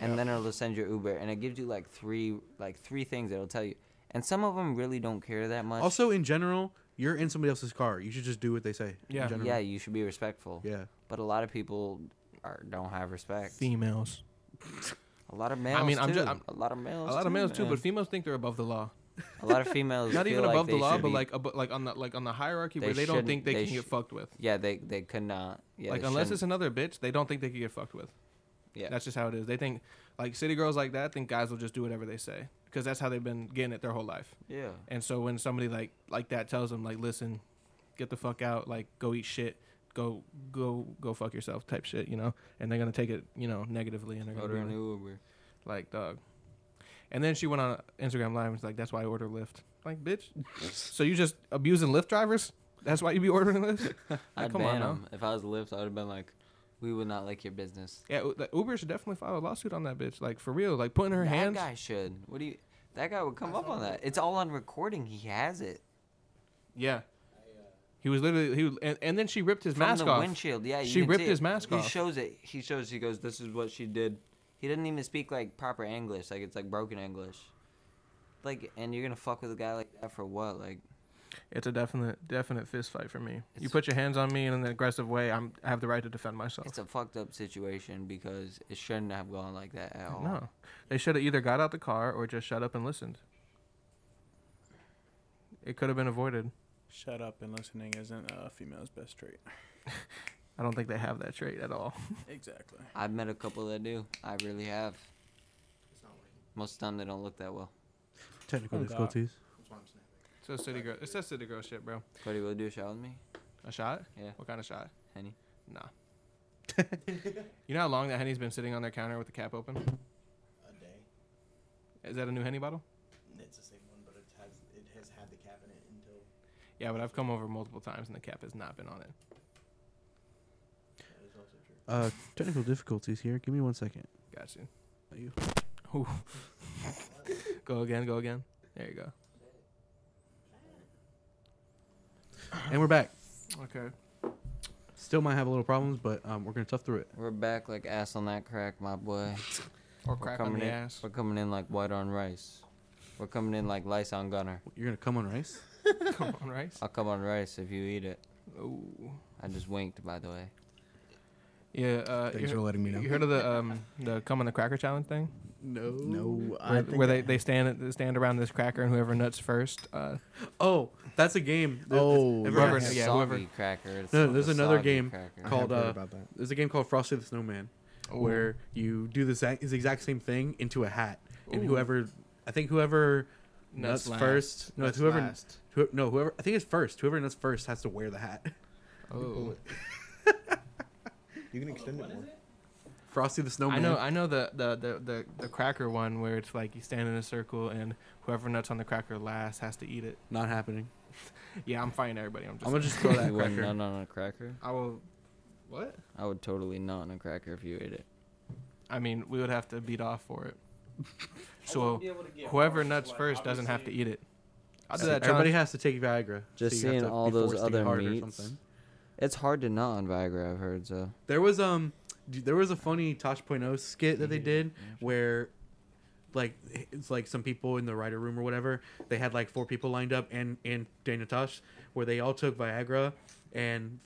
S1: and then it'll send your Uber and it gives you like three like three things it'll tell you. And some of them really don't care that much.
S2: also, in general, you're in somebody else's car. You should just do what they say.
S3: Yeah.
S2: In general.
S1: yeah, you should be respectful.
S2: Yeah.
S1: But a lot of people are, don't have respect.
S3: females.
S1: A lot of males. I mean,
S3: mean,
S1: I'm
S3: I'm ju-
S1: just
S3: I'm-
S1: a lot of
S3: A
S1: males.
S3: lot of males too,
S1: man.
S3: but females think they're above the law.
S1: a lot of females.
S3: Not
S1: feel
S3: even
S1: like
S3: above the
S1: they
S3: law,
S1: should
S3: but
S1: be-
S3: like abo- like on the like on the hierarchy
S1: They
S3: where they don't
S1: shouldn't-
S3: think they,
S1: they
S3: can
S1: sh-
S3: get fucked with.
S1: yeah, they they could not. Yeah,
S3: like
S1: they
S3: unless
S1: shouldn't.
S3: it's another bitch, they don't think they can get fucked with.
S1: Yeah.
S3: That's just how it is. They think like city girls like that think guys will just do whatever they say because that's how they've been getting it their whole life.
S1: yeah.
S3: And so when somebody like like that tells them like listen, get the fuck out, like go eat shit, go go go fuck yourself type shit, you know. And they're gonna take it, you know, negatively, and they're gonna
S1: Order
S3: be
S1: a
S3: like,
S1: new Uber.
S3: like, dog. And then she went on Instagram Live and was like, "That's why I order Lyft."
S1: (laughs)
S3: Like, bitch. so you just abusing Lyft drivers? That's why you be ordering
S1: (laughs)
S3: Lyft?
S1: I'd
S3: come on
S1: ban
S3: now.
S1: him. If I was Lyft, I would have been like, we would not like your business.
S3: Yeah, U- the Uber should definitely file a lawsuit on that bitch. Like for real. Like putting her
S1: that
S3: hands.
S1: guy should. What do you? That guy would come up on that. It's all on recording. He has it
S3: Yeah. He was literally he was, and, and then she ripped his
S1: from
S3: mask
S1: the
S3: off.
S1: windshield. Yeah, you
S3: She
S1: can
S3: ripped
S1: see
S3: his
S1: it.
S3: mask
S1: he
S3: off.
S1: He shows it. He shows. He goes, "This is what she did." He doesn't even speak like proper English. Like it's like broken English. Like, and you're gonna fuck with a guy like that for what? Like,
S3: It's a definite definite fist fight for me. you
S1: It's-
S3: put your hands on me in an aggressive way, I'm I have the right to defend myself.
S1: it's a fucked up situation because it shouldn't have gone like that at all.
S3: No. They should have either got out the car or just shut up and listened. It could have been avoided.
S5: Shut up and listening isn't a female's best trait.
S3: I don't think they have that trait at all.
S5: Exactly.
S1: I've met a couple that do. I really have. Most of the time, they don't look that well.
S2: Technical
S5: Oh, God.
S2: difficulties.
S3: So city girl, it's that city girl shit, bro.
S1: Cody, will you do a shot with me?
S3: A shot?
S1: Yeah.
S3: What kind of shot?
S1: Henny.
S3: Nah. (laughs) you know how long that henny's been sitting on their counter with the cap open?
S4: A day.
S3: Is that a new henny bottle?
S4: It's the same one, but it has it has had the cap in it until.
S3: Yeah, but I've come over multiple times and the cap has not been on it.
S4: That is also true.
S2: Uh, technical difficulties here. Give me one second.
S3: Gotcha.
S2: Not you.
S3: Ooh. (laughs) go again, go again. There you go.
S2: And we're back.
S3: Okay.
S2: Still might have a little problems, but um, we're gonna tough through it.
S1: We're back like ass on that crack, my boy.
S3: Or crap on
S1: coming
S3: the
S1: in.
S3: ass.
S1: We're coming in like white on rice. We're coming in like lice on gunner.
S2: You're gonna come on rice.
S3: Come on, rice.
S1: I'll come on rice if you eat it.
S3: (laughs) Ooh.
S1: I just winked, by the way.
S3: Yeah. Uh,
S4: Thanks
S3: you-
S4: for letting me know.
S3: You heard of the um the come on the cracker challenge thing?
S2: No.
S4: No, I
S3: Where,
S4: think
S3: where they, they stand they stand around this cracker and whoever nuts first. Uh,
S2: Oh, that's a game. There-
S4: Oh,
S2: if
S4: yeah.
S2: everyone-
S3: Whoever-
S1: It's
S3: yeah,
S1: soggy
S3: whoever-
S1: Cracker. It's
S2: No,
S1: not
S2: there's
S1: a
S2: another
S1: soggy
S2: game
S1: cracker. (laughs)
S4: I have
S2: called,
S4: heard
S2: uh,
S4: about that.
S2: There's a game called Frosty the Snowman where you do the exact, the exact same thing into a hat, and
S3: Ooh.
S2: whoever I think whoever nuts,
S3: last.
S2: first, no,
S3: Nuts
S2: it's whoever,
S3: last.
S2: who, no, whoever I think it's first. Whoever nuts first has to wear the hat. (laughs)
S3: Oh.
S4: You can extend it more.
S2: Frosty the Snowman.
S3: I know I know the, the, the, the, the cracker one where it's like you stand in a circle and whoever nuts on the cracker last has to eat it.
S2: Not happening.
S3: Yeah, I'm fighting everybody. I'm just
S2: I'm gonna just (laughs) throw that
S1: You wouldn't
S2: cracker.
S1: nut on a cracker?
S3: I will what?
S1: I would totally nut on a cracker if you ate it.
S3: I mean, we would have to beat off for it. so whoever nuts first doesn't have to eat it. I'll do
S2: See,
S3: that
S2: everybody
S3: challenge.
S2: has to take Viagra.
S1: Just
S2: you have
S1: seeing
S2: to be
S1: all those
S2: forced to get
S1: other
S2: hard or
S1: meats.
S2: something.
S1: It's hard to nut on Viagra, I've heard, so.
S2: There was um, d- there was a funny Tosh.0 skit that they did where, like, it's like some people in the writer room or whatever. They had like four people lined up and and Dana Tosh, where they all took Viagra, and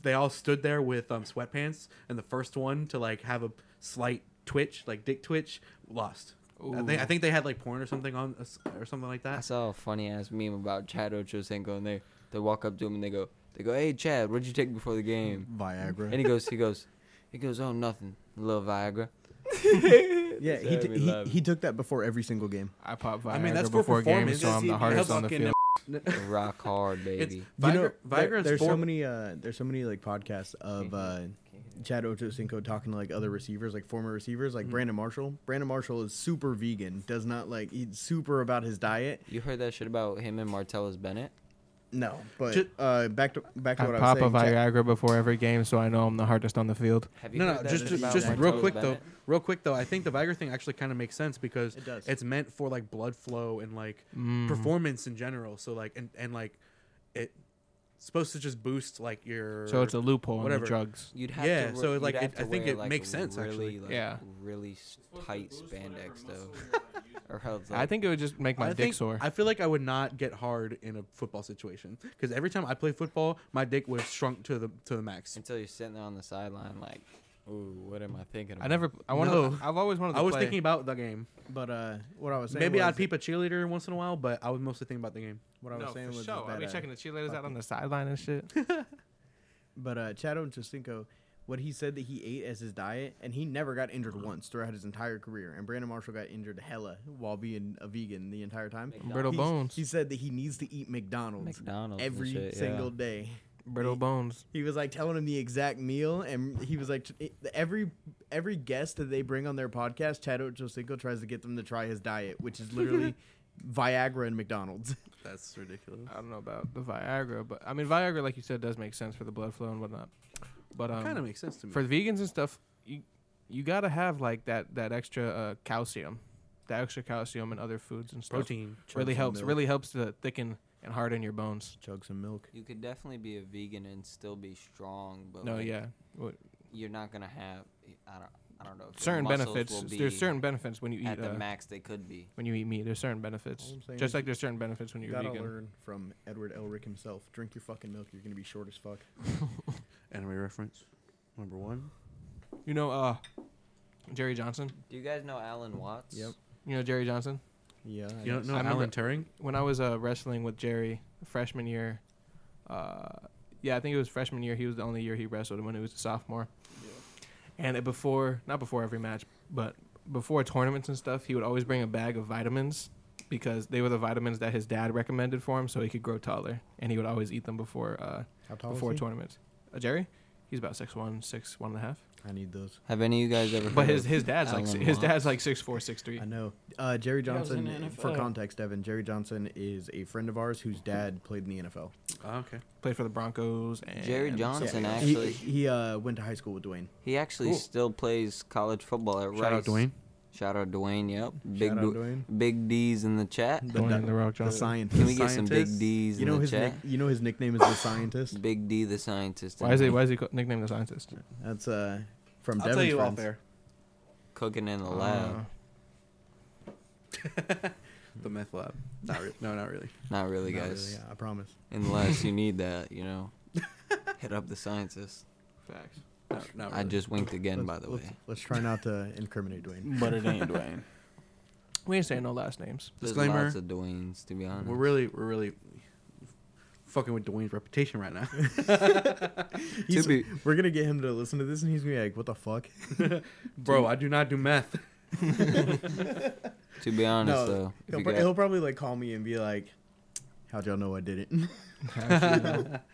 S2: they all stood there with um sweatpants, and the first one to like have a slight twitch, like dick twitch, lost. I think, I
S3: Ooh.
S2: think they had like porn or something on us- or something like
S1: I
S2: that.
S1: saw a funny ass meme about Chad Ochocinco, and they, they walk up to him and they go, they go, hey, Chad, what'd you take before the
S2: (laughs)
S1: game?
S4: Viagra.
S1: And he goes, he goes, he goes, oh, nothing. A little Viagra.
S4: yeah, he,
S1: Jeremy
S4: t- he,
S1: Levin.
S4: he took that before every single game.
S3: I pop Viagra
S2: I mean, that's for
S3: before
S2: performance.
S3: games, so I'm the
S2: It
S3: hardest
S2: helps
S3: on the
S2: fucking
S3: field.
S1: Rock hard,
S2: (laughs) It's,
S1: baby.
S2: Viagra,
S4: you know,
S2: Viagra
S4: there-
S2: is Mm-hmm.
S4: there's
S2: for-
S4: so many. Uh, there's so many like podcasts of uh,
S1: Can't hear.
S4: Chad Ochocinco talking to like other receivers, like former receivers,
S2: Mm-hmm.
S4: like Brandon Marshall. Brandon Marshall is super vegan. Does not like. He's super about his diet.
S1: You heard that shit about him and Martellus Bennett?
S4: No, but
S2: Ju-
S4: uh, back to back to
S3: I
S4: what I
S3: pop
S4: was
S3: a
S4: saying. Chad-
S3: Viagra before every game, so I know I'm the hardest on the field.
S1: Have you
S2: No,
S1: heard
S2: no,
S1: that
S2: just
S1: shit
S2: just,
S1: about
S2: just real
S1: Martellus
S2: quick
S1: Bennett?
S2: though, real quick though. I think the Viagra thing actually kind of makes sense because
S4: It does.
S2: it's meant for like blood flow and like
S3: Mm.
S2: performance in general. So like and and like it's supposed to just boost like your
S3: So it's a loophole in
S2: Whatever.
S3: the drugs.
S1: You'd have
S2: Yeah,
S1: to wear-
S2: so,
S1: you'd
S2: like,
S1: have
S2: it-
S1: to
S2: I think
S1: wear,
S2: it
S1: like,
S2: makes sense,
S1: really,
S2: actually.
S1: Like,
S3: Yeah.
S1: really s- tight spandex though, (laughs) or else
S3: I think it would just make my
S2: I
S3: dick
S2: think,
S3: sore.
S2: I feel like I would not get hard in a football situation because every time I play football, my dick would have shrunk to the to the max.
S1: until you're sitting there on the sideline like, ooh, what am I thinking? About?
S3: I never. I want
S2: No.
S3: to. I've always wanted to
S2: I was
S3: play.
S2: thinking about the game.
S4: But uh, what I was saying.
S2: Maybe
S4: was,
S2: I'd peep a cheerleader once in a while, but I was mostly thinking about the game.
S4: What I was saying was that.
S3: I'll be
S4: uh,
S3: checking the cheerleaders out
S4: fucking-
S3: on the sideline and (laughs) shit.
S4: But uh, Chad Ochocinco, what he said that he ate as his diet, and he never got injured once throughout his entire career. And Brandon Marshall got injured hella while being a vegan the entire time.
S1: McDonald's.
S3: Brittle
S4: He's-
S3: bones. (laughs)
S4: He said that he needs to eat McDonald's
S1: McDonald's and
S4: every
S1: shit, yeah.
S4: single day.
S3: brittle bones.
S4: He was like telling him the exact meal, and he was like, t- every every guest that they bring on their podcast, Chad Ochocinco tries to get them to try his diet, which is (laughs) literally Viagra and McDonald's.
S2: That's ridiculous.
S3: I don't know about the Viagra, but I mean Viagra, like you said, does make sense for the blood flow and whatnot. But um,
S2: kind of makes sense to me.
S3: for vegans and stuff, you you gotta have like that that extra uh, calcium, that extra calcium in other foods and stuff.
S2: protein.
S3: really
S4: Chunks of
S3: helps.
S4: milk.
S3: Really helps to thicken and harden your bones.
S4: (laughs) Chug some milk.
S1: You could definitely be a vegan and still be strong, but
S3: No,
S1: like,
S3: yeah, Well,
S1: you're not gonna have. I don't. I don't know. if your
S3: certain
S1: muscles
S3: benefits.
S1: will
S3: There's
S1: be
S3: certain benefits when you eat
S1: at the
S3: uh,
S1: max they could be.
S3: when you eat meat. There's certain benefits,
S4: All I'm saying
S3: just
S4: is
S3: like there's certain benefits when you're
S4: Gotta
S3: vegan.
S4: learn from Edward Elric himself. Drink your fucking milk. You're gonna be short as fuck.
S2: Anime reference number one.
S3: You know, uh, Jerry Johnson.
S1: Do you guys know Alan Watts?
S4: Yep.
S3: You know Jerry Johnson.
S4: Yeah. I
S2: You don't
S4: guess.
S2: know
S3: I remember-
S2: Alan Turing?
S3: when I was uh, wrestling with Jerry freshman year, uh, yeah, I think it was freshman year. He was the only year he wrestled when he was a sophomore. And it before, not before every match, but before tournaments and stuff, he would always bring a bag of vitamins because they were the vitamins that his dad recommended for him so he could grow taller. And he would always eat them before uh,
S4: How tall is
S3: before
S4: he?
S3: tournaments. Uh, Jerry, he's about six one, six one and a half.
S4: I need those.
S1: Have any of you guys ever?
S3: But
S1: heard
S3: his
S1: of
S3: his dad's like
S1: Alan
S3: his dad's
S1: Watts?
S3: like six four, six three.
S4: I know. Uh, Jerry
S5: Yeah, I was in
S4: Johnson,
S5: the
S4: for
S5: NFL.
S4: context, Evan, Jerry Johnson is a friend of ours whose dad played in the NFL.
S2: Oh, okay.
S3: Played for the Broncos. And
S1: Jerry Johnson
S4: Yeah.
S1: actually.
S4: He, he uh, went to high school with Dwayne.
S1: He actually
S2: Cool.
S1: still plays college football at
S2: Shout out
S1: Rice.
S2: Dwayne.
S1: Shout out Dwayne. Yep. Big
S4: out
S1: Du-
S4: Dwayne.
S1: Big D's in the chat.
S3: (laughs) Dwayne the Rock
S4: The
S3: Johnson.
S4: scientist.
S1: Can we get some big
S2: scientist.
S1: D's
S4: you know
S1: in the
S4: his
S1: chat?
S4: nick, you know his nickname is the scientist.
S1: Big D the scientist.
S3: Why is
S1: and
S3: he why is he co- nicknamed the scientist?
S4: That's uh from
S2: I'll
S4: Devin's
S2: tell you
S4: friends.
S2: off air.
S1: cooking in the lab?
S3: Uh,
S2: The meth lab. Not really. No, not really.
S1: Not really,
S4: Not
S1: guys.
S4: really, I promise. (laughs)
S1: Unless you need that, you know. Hit up the scientist.
S3: facts.
S2: No, not
S1: I
S2: really.
S1: just winked again,
S4: Let's-
S1: by the
S4: let's-
S1: way.
S4: Let's try not to (laughs) incriminate Dwayne.
S5: But it ain't (laughs) Dwayne.
S3: We ain't saying no last (laughs) names.
S1: There's
S2: disclaimer.
S1: lots of Dwayne's, to be honest.
S2: We're really, we're really fucking with Dwayne's reputation right now.
S4: He's- (laughs)
S1: be-
S4: we're gonna get him to listen to this, and he's gonna be like, "What the fuck?"
S2: (laughs) Bro, I do not do meth.
S1: to be honest,
S4: No,
S1: though, if
S4: He'll,
S1: you
S4: pro-
S1: got-
S4: he'll probably like call me and be like, "How'd y'all know I did it?" (laughs)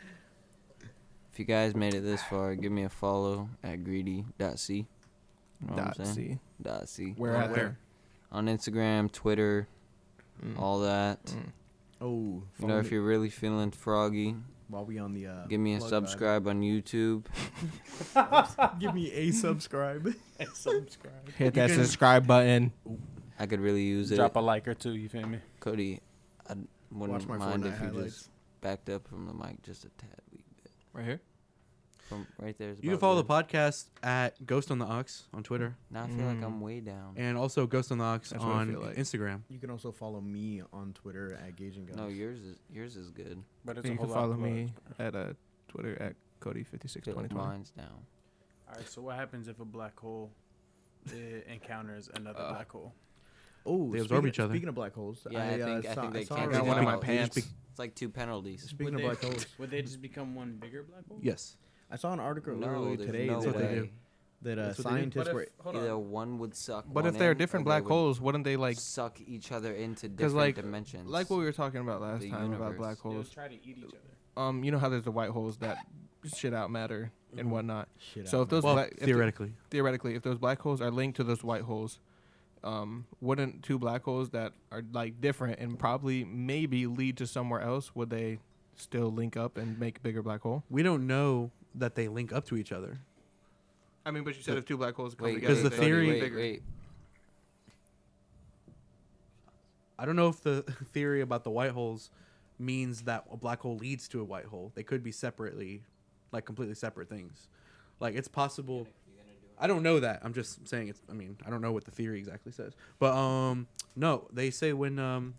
S1: if you guys made it this far, give me a follow at greedy.c. You know what I'm
S3: Dot
S1: saying?
S3: C.
S1: Dot C.
S3: Where
S2: Oh,
S3: at
S2: where?
S3: there?
S1: On Instagram, Twitter, all that.
S3: Mm.
S4: oh,
S1: You know,
S4: follow
S1: if
S4: me
S1: you're really feeling froggy,
S4: while we on the uh,
S1: give me a
S4: plug, bud.
S1: subscribe on YouTube.
S4: give
S1: (laughs)
S4: me a subscribe.
S5: Subscribe.
S3: Hit
S2: You
S3: that
S2: can-
S3: subscribe button.
S1: I could really use it.
S5: Drop a like or two. You feel me?
S1: Cody, I d-
S4: Watch
S1: wouldn't
S4: my
S1: mind
S4: Fortnite
S1: if you
S4: highlights.
S1: just backed up from the mic just a tad. wee bit.
S3: Right here.
S1: From right there. Is
S2: You can
S1: about
S2: follow
S1: good.
S2: the podcast at Ghost on the Ox on Twitter,
S1: Now I feel like
S3: Mm.
S1: I'm way down.
S2: and also Ghost on the Ox
S3: That's what I
S2: on
S3: feel like.
S2: Instagram.
S4: You can also follow me on Twitter at Gage and Guys.
S1: No, yours is yours is good.
S5: But it's
S3: And
S5: a
S3: you
S5: whole
S3: can
S5: lot of
S3: follow
S5: plugs.
S3: me at uh, Twitter at Cody fifty six twenty twenty.
S1: Mine's down.
S5: All right. So what happens if a black hole uh, encounters another
S3: Uh,
S5: black hole?
S4: oh,
S2: They absorb
S4: speaking-
S2: each other.
S4: Speaking of black holes, uh,
S1: Yeah, I think- I
S4: saw-
S1: think they
S4: saw a
S1: can't
S3: I
S1: do
S3: got
S4: review-
S3: one in my
S1: They just
S3: pants.
S2: be-
S1: It's like two penalties.
S4: Speaking
S5: Would
S4: of
S5: they-
S4: black holes,
S5: Would they just become one bigger black hole?
S2: Yes.
S4: I saw an article
S1: No,
S4: earlier
S1: there's
S4: today
S1: no
S2: That's what they
S1: way.
S2: do.
S4: that, that uh,
S2: That's what they do.
S4: scientists were.
S1: Either one would suck.
S3: But
S1: one
S3: if there are
S1: in, or
S3: different
S1: they
S3: black
S1: would
S3: holes, wouldn't they like
S1: suck each other into
S3: 'Cause,
S1: different
S3: like-
S1: dimensions?
S3: like what we were talking about last
S1: The
S3: time about
S1: universe.
S3: black
S5: They
S3: holes?
S5: would try to eat each other.
S3: Um, you know how there's the white holes that shit out matter and whatnot.
S4: Shit
S3: So
S4: out,
S3: if those
S2: Well,
S3: black, if the-
S2: theoretically.
S3: theoretically, if those black holes are linked to those white holes, um, wouldn't two black holes that are like different and probably maybe lead to somewhere else? Would they still link up and make a bigger black hole?
S2: We don't know that they link up to each other.
S3: I mean, but you said if two black holes come
S1: Wait,
S3: together,
S1: wait,
S2: the
S1: Cody,
S3: they'd be
S2: theory-
S1: Wait,
S3: bigger.
S1: wait.
S2: I don't know if the (laughs) theory about the white holes means that a black hole leads to a white hole. They could be separately, like completely separate things. Like it's possible. I don't know that. I'm just saying it's. I mean, I don't know what the theory exactly says. But um, no, they say when um,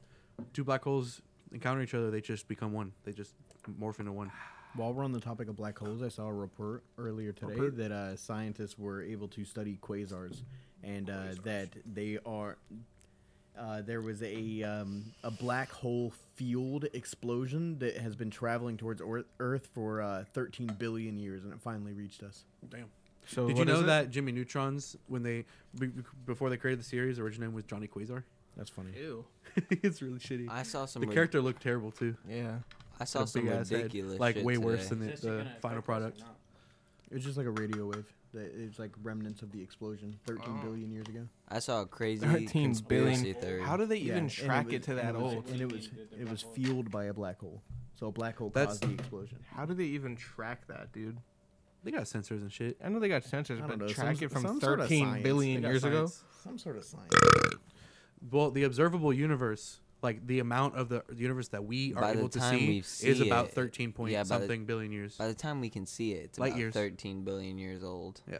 S2: two black holes encounter each other, they just become one. They just morph into one.
S4: While we're on the topic of black holes, I saw a report earlier today that uh, scientists were able to study quasars, and uh, that they are. Uh, there was a um, a black hole field explosion that has been traveling towards or- Earth for uh, 13 billion years, and it finally reached us.
S2: Damn.
S3: So
S2: Did you
S3: what is
S2: know
S3: it?
S2: that Jimmy Neutrons, when they be, be- before they created the series, the original name was Johnny Quasar?
S4: That's funny.
S3: Ew.
S2: it's really shitty.
S1: I saw some.
S2: the
S1: re-
S2: character looked terrible too.
S3: Yeah.
S1: I I saw
S2: a
S1: some
S2: big-ass head,
S1: ridiculous
S2: like
S1: shit
S2: way worse
S1: today.
S2: than the,
S5: Is this shit
S2: the
S5: gonna
S2: final
S5: affect us or
S2: product.
S5: not?
S4: It's just like a radio wave. That it's like remnants of the explosion 13 billion
S3: Oh.
S4: years ago.
S1: I saw a crazy
S3: 13 billion.
S1: conspiracy theory.
S3: How do they
S4: Yeah,
S3: even
S4: and
S3: track it,
S4: was-
S3: to that
S4: and was-
S3: old?
S4: And it was it was fueled by a black hole. So a black hole
S2: That's-
S4: caused the explosion.
S3: How do they even track that, dude?
S2: They got sensors and shit.
S3: I know they got
S4: I
S3: sensors,
S4: don't
S3: but
S4: know,
S3: track
S4: some-
S3: it from
S4: some sort of
S3: 13
S4: science.
S2: They
S3: billion
S2: got
S3: years ago.
S2: science.
S4: Some sort of (laughs) science.
S2: Well, the observable universe, like the amount of the the universe that we are
S1: By the
S2: able to
S1: time we
S2: see, is
S1: see
S2: about
S1: it-
S2: thirteen point
S1: yeah, by the-
S2: something billion years.
S1: By the time we can see it, it's
S2: Light
S1: about
S2: years.
S1: 13 billion years old.
S2: Yeah.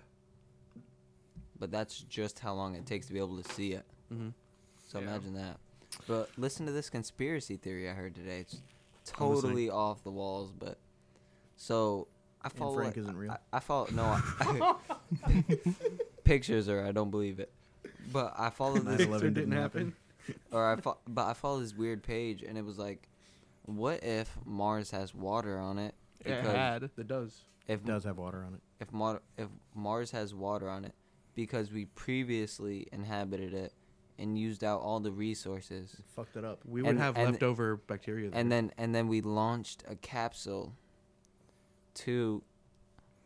S1: But that's just how long it takes to be able to see it.
S2: Mhm.
S1: So
S3: Yeah.
S1: imagine that. But listen to this conspiracy theory I heard today. It's
S2: I'm listening.
S1: totally off the walls, but so I
S4: And
S1: follow.
S4: Frank
S1: it-
S4: isn't real.
S1: I, I follow. No, I, (laughs) pictures are. I don't believe it. But I follow this
S4: 9/11 didn't happen.
S1: or I fo- but I follow this weird page and it was like, what if Mars has water on it?
S3: It had.
S2: That does.
S1: if
S4: It does have water on it.
S1: if Mar- if Mars has water on it because we previously inhabited it and used out all the resources
S4: It fucked it up.
S2: We would
S1: And-
S2: have
S1: and-
S2: leftover bacteria. There.
S1: and then and then we launched a capsule to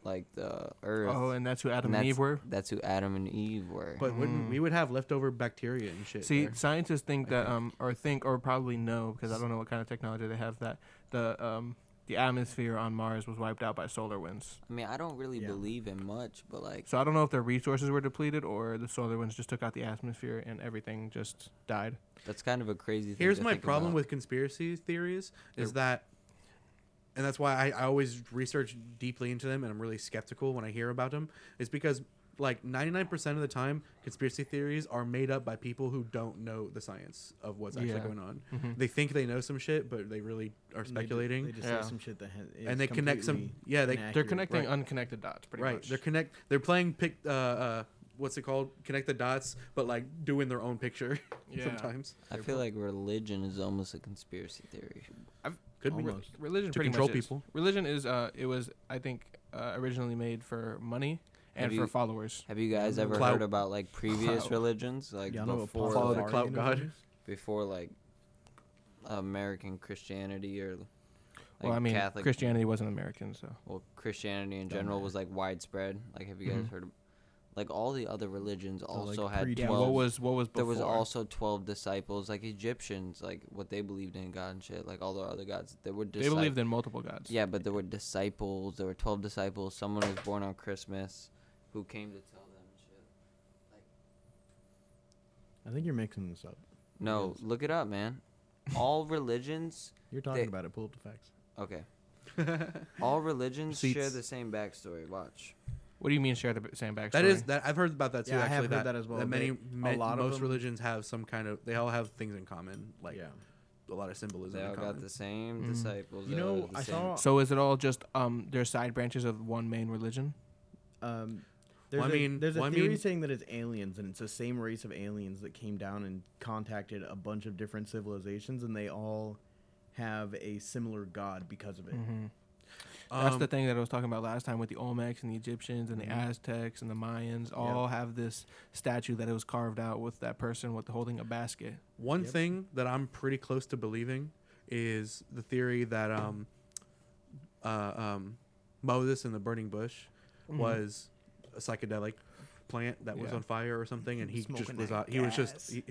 S1: like the earth
S3: Oh, and that's who Adam
S1: that's,
S3: and Eve were.
S1: that's who Adam and Eve were
S2: but wouldn't
S3: Mm.
S2: we would have leftover bacteria and shit.
S3: See,
S2: there.
S3: scientists think
S2: I
S3: that,
S2: think.
S3: um, or think, or probably know, because I don't know what kind of technology they have. That the um, the atmosphere on Mars was wiped out by solar winds.
S1: I mean I don't really
S4: Yeah.
S1: believe in much but like
S3: So I don't know if their resources were depleted or the solar winds just took out the atmosphere and everything just died.
S1: that's kind of a crazy thing
S2: Here's
S1: to
S2: my
S1: think
S2: problem
S1: about.
S2: with conspiracy theories is
S3: They're-
S2: that, and that's why I, I always research deeply into them and I'm really skeptical when I hear about them, is because like 99% of the time, conspiracy theories are made up by people who don't know the science of what's actually
S3: Yeah.
S2: going on.
S3: Mhm.
S2: They think they know some shit, but they really are
S4: Mm-hmm. And they ju-
S2: speculating.
S4: They just
S3: Yeah.
S4: say some shit that ha- is
S2: and they connect some,
S4: completely
S2: yeah, they,
S3: They're
S4: inaccurate.
S3: connecting
S2: Right.
S3: unconnected dots, pretty
S2: right.
S3: much.
S2: They're connect. They're playing pick. Uh, uh, what's it called? Connect the dots, but like doing their own picture. (laughs)
S3: Yeah.
S2: sometimes
S1: I feel like religion is almost a conspiracy theory
S2: could be.
S4: Almost.
S3: religion
S2: To
S3: pretty
S2: control
S3: much is-
S2: people.
S3: Religion is uh, it was I think uh, originally made for money and
S1: Have
S3: for
S1: you-
S3: followers.
S1: have you guys ever
S2: Clout.
S1: heard about like previous
S3: Clout.
S1: religions like
S4: Y'all know what
S1: before
S2: Follow the
S1: like,
S2: clout god.
S1: before like American Christianity or like
S3: well, I mean,
S1: Catholic
S3: Christianity wasn't American, so
S1: well Christianity in
S4: Don't
S1: general
S4: matter.
S1: was like widespread. Like have you guys
S3: Mhm.
S1: heard of, like all the other religions
S4: like,
S1: also had
S4: pre-Jesus.
S3: yeah.
S1: twelve
S3: What was what was before?
S1: there was also twelve disciples, like Egyptians, like what they believed in God and shit, like all the other gods. There were
S3: they
S1: disciples.
S3: believed in multiple gods.
S1: Yeah, but there were disciples, there were twelve disciples, someone was born on Christmas who came to tell them and shit.
S4: I think you're mixing this up.
S1: No,
S4: Yes.
S1: look it up, man. All (laughs) religions
S4: You're talking
S1: They-
S4: about it. Pull up the facts.
S1: (laughs) okay. All religions share
S2: Receipts.
S1: the same backstory. Watch.
S3: What do you mean share the b- same backstory?
S2: That is that I've heard about that too.
S4: Yeah, I
S2: actually,
S4: have heard that as well,
S2: That many,
S4: that
S2: ma-
S4: a lot of
S2: most
S4: them-
S2: religions have some kind of. They all have things in common, like
S4: yeah.
S2: a lot of symbolism.
S1: They
S2: in
S1: all
S2: common.
S1: got the same
S3: Mm.
S1: disciples.
S4: You
S1: they all
S4: know,
S1: got the
S4: I
S1: same-
S4: saw.
S3: So is it all just um their side branches of one main religion?
S4: Um, there's
S2: Well, I
S4: a,
S2: mean-
S4: there's a
S2: well, I
S4: theory
S2: mean-
S4: saying that it's aliens, and it's the same race of aliens that came down and contacted a bunch of different civilizations, and they all have a similar god because of it.
S3: Mm-hmm.
S2: Um,
S3: That's the thing that I was talking about last time with the Olmecs and the Egyptians and the
S2: Mm-hmm.
S3: Aztecs and the Mayans. All have this statue that it was carved out with that person with holding a basket.
S2: One
S4: Yep.
S2: thing that I'm pretty close to believing is the theory that um, uh, um, Moses and the burning bush
S4: Mm-hmm.
S2: was a psychedelic plant that was
S3: Yeah.
S2: on fire or something, and he
S4: Smoking
S2: just was
S4: that
S2: out. He was just.
S4: gas.
S2: He,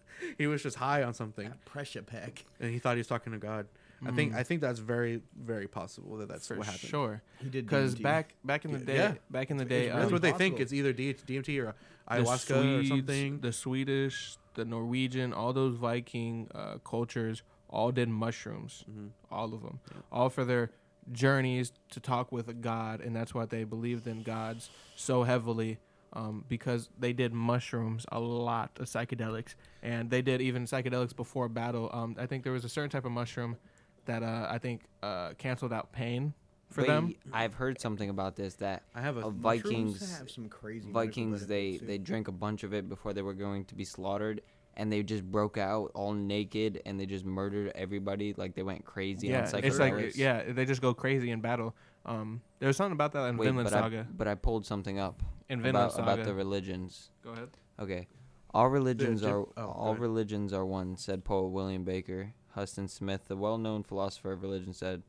S2: (laughs) he was just high on something,
S4: That pressure pack.
S2: and he thought he was talking to God. I
S4: Mm.
S2: think I think that's very very possible that that's
S3: for
S2: what happened.
S3: sure.
S4: He did
S3: Because
S4: DMT.
S3: back back in the
S2: Yeah.
S3: day,
S2: Yeah.
S3: back in the
S4: It's
S3: day,
S4: really
S3: um,
S2: That's what they think.
S4: possible.
S2: It's either D- DMT or
S3: the
S2: ayahuasca
S3: Swedes,
S2: or something.
S3: The Swedish, the Norwegian, all those Viking uh, cultures all did mushrooms,
S2: Mm-hmm.
S3: all of them, all for their journeys to talk with a god, and that's why they believed in gods so heavily. Um, because they did mushrooms a lot of psychedelics, and they did even psychedelics before battle. Um, I think there was a certain type of mushroom that uh, I think uh, canceled out pain for
S1: Wait,
S3: them.
S1: I've heard something about this that
S2: I have a
S1: uh,
S4: Mushrooms
S1: Vikings
S4: have some crazy
S1: Vikings
S4: medical
S1: they
S4: benefits,
S1: they drank a bunch of it before they were going to be slaughtered, and they just broke out all naked and they just murdered everybody. Like they went crazy on
S3: Yeah, it's like
S1: psychedelics.
S3: yeah, they just go crazy in battle. Um, there was something about that in
S1: Wait,
S3: Vinland
S1: but I-
S3: Saga.
S1: but I pulled something up
S3: in Vinland
S1: about,
S3: Saga.
S1: about the religions.
S3: go ahead.
S1: Okay. All religions
S2: Egypt-
S1: are
S2: oh, go
S1: all
S2: ahead.
S1: religions are one, said poet William Baker. Huston Smith, the well-known philosopher of religion, said.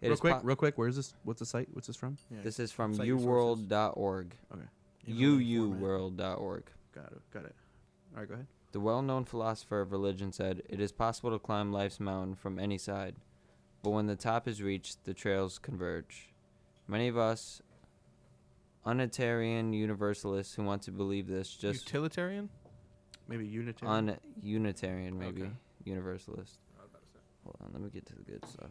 S1: "It
S2: real
S1: is
S2: quick,
S1: po-
S2: real quick. Where's this? What's the site? What's this from?
S4: Yeah.
S1: this is from
S4: Cite your sources.
S1: uworld.org.
S4: in the right format.
S1: uuworld.org.
S2: Got it. Got it. All right, go ahead.
S1: The well known philosopher of religion said, It is possible to climb life's mountain from any side, but when the top is reached, the trails converge. Many of us, unitarian universalists who want to believe this, just
S3: Utilitarian?
S2: Maybe Unitarian.
S1: un Unitarian, maybe,
S2: Okay.
S1: universalist. Hold on, let me get to the good stuff.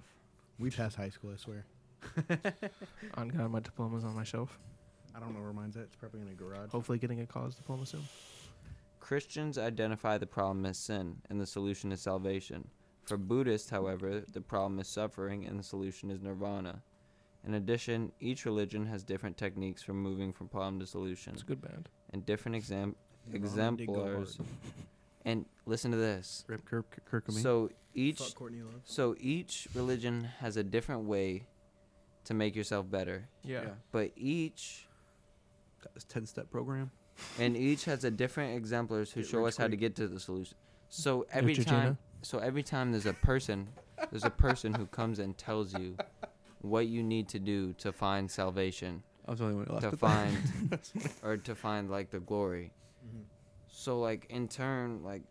S4: We passed high school, I swear.
S3: On God, my diploma's on my shelf.
S4: I don't know where mine's at. It's probably in a garage.
S3: Hopefully, getting a college diploma soon.
S1: Christians identify the problem as sin, and the solution is salvation. For Buddhists, however, the problem is suffering, and the solution is nirvana. In addition, each religion has different techniques for moving from problem to solution,
S3: It's a good band.
S1: and different exam-
S4: Nirvana did go hard.
S1: exemplars. (laughs) And listen to this.
S2: Rip Kirk Kirkman.
S1: So each
S4: Fuck Courtney Love.
S1: so each religion has a different way to make yourself better,
S3: Yeah.
S1: but each
S2: Got this ten step program.
S1: and each has a different exemplars who
S4: Get
S1: show
S4: rich
S1: us how to
S4: quick.
S1: get to the solution. So every
S3: Neutrogena?
S1: time, so every time there's a person, there's a person who comes and tells you what you need to do to find salvation,
S2: I was the only one who left.
S1: to
S2: with
S1: (laughs)
S2: that.
S1: find,
S3: (laughs)
S1: or to find like the glory. So like in turn, like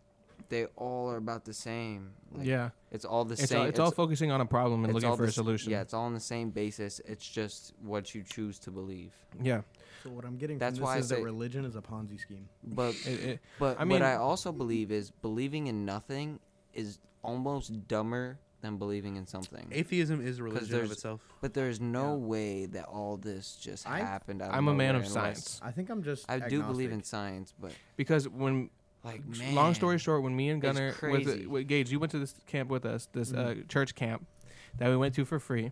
S1: they all are about the same. Like,
S3: yeah.
S1: it's all the
S3: It's
S1: same.
S3: all, it's, all focusing on a problem and
S1: it's
S3: looking
S1: all
S3: for
S1: the
S3: a
S1: s-
S3: solution.
S1: Yeah, it's all on the same basis. It's just what you choose to believe.
S3: Yeah.
S4: So what I'm getting
S1: That's
S4: from this
S1: why I
S4: is that
S1: say-
S4: religion is a Ponzi scheme.
S1: But
S3: It- it-
S1: But
S3: I
S1: what
S3: mean-
S1: I also believe is believing in nothing is almost dumber than believing in something.
S2: Atheism is a religion of
S1: there's-
S2: itself.
S1: but there's no way that all this just
S4: I-
S1: happened. Out of
S3: I'm a man
S1: nowhere
S3: of
S1: unless-
S3: science
S4: I think I'm just.
S1: I do believe in
S4: agnostic.
S1: science, but
S3: because when
S1: like,
S3: S-
S1: man,
S3: Long story short, when me and
S1: It's
S3: Gunner
S1: crazy. Mm-hmm.
S3: with, with Gage, you went to this camp with us, this uh, church camp that we went to for free.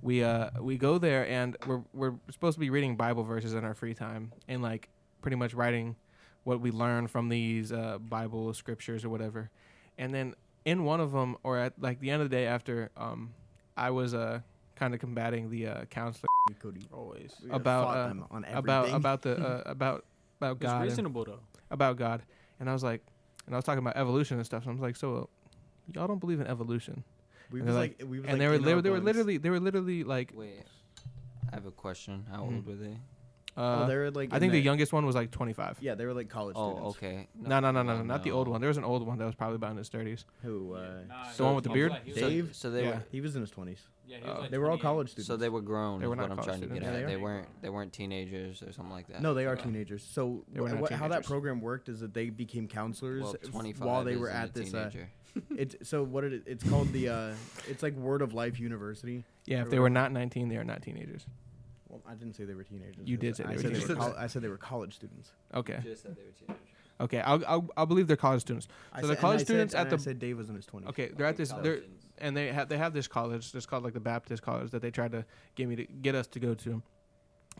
S3: We uh we go there and we're we're supposed to be reading Bible verses in our free time and like pretty much writing what we learn from these uh, Bible scriptures or whatever. And then in one of them, or at like the end of the day after, um, I was uh kind of combating the uh, counselor
S4: Cody.
S5: Always.
S4: We
S3: About,
S4: fought
S3: uh,
S4: them on
S3: about
S4: everything.
S1: (laughs)
S3: about the uh, about about
S5: It's
S3: God. and-
S5: reasonable though.
S3: about God, and I was like, and I was talking about evolution and stuff. And I was like, so y'all don't believe in evolution?
S4: we
S3: and
S4: was
S3: they're
S4: like, we was like
S3: and they were
S4: in
S3: they,
S4: our
S3: were- they were
S4: buns.
S3: literally they were literally like,
S1: Wait, I have a question. How
S3: Mhm.
S1: old were they?
S3: uh,
S4: Oh, they were like.
S3: I
S4: in
S3: think the
S4: their-
S3: youngest one was like 25.
S4: Yeah, they were like college
S1: Oh,
S4: students.
S1: okay.
S3: No, no, no, no,
S1: oh,
S3: no, not the old one. There was an old one that was probably about in his 30s.
S4: Who? Uh,
S5: Nah,
S1: The one with the
S5: he was
S3: beard?
S5: like- he was like-
S4: Dave.
S1: So they
S3: Yeah.
S4: He was in his twenties.
S5: yeah, he was
S3: Uh,
S5: like
S4: They were all
S5: 28.
S4: college
S1: were
S4: students.
S1: so they were grown.
S3: They were
S1: is what
S3: not
S1: I'm
S3: college
S1: trying to get
S3: students.
S4: Yeah,
S1: at.
S4: they
S1: They
S4: are.
S1: weren't. They weren't teenagers or something like that.
S4: No, they are
S5: Yeah.
S4: teenagers. So
S3: They were
S4: wh-
S3: not
S4: what- how that
S3: teenagers.
S4: program worked is that they became counselors
S1: Well,
S4: f-
S1: 25
S4: while they
S1: isn't
S4: were
S1: a
S4: at this. Uh,
S1: teenager.
S4: it's so what it, it's called the. Uh, it's like Word of Life University.
S3: Yeah, if they were not 19, they are not teenagers.
S4: Well, I didn't say they were teenagers.
S3: You
S4: I said-
S3: did say they
S4: I
S3: were
S4: said they were.
S3: teenagers.
S4: col- I said they were college students.
S3: Okay,
S1: Just said they were teenagers.
S3: okay, I'll I'll, I'll believe they're college students.
S4: I
S3: So
S4: said-
S3: the
S4: and
S3: college
S4: I said-
S3: students
S4: and
S3: at
S4: I
S3: the-
S4: said Dave was in his twenties.
S3: Okay, they're at this. They're
S1: College students.
S3: and they have they have this college that's called like the Baptist college that they tried to get me to get us to go to,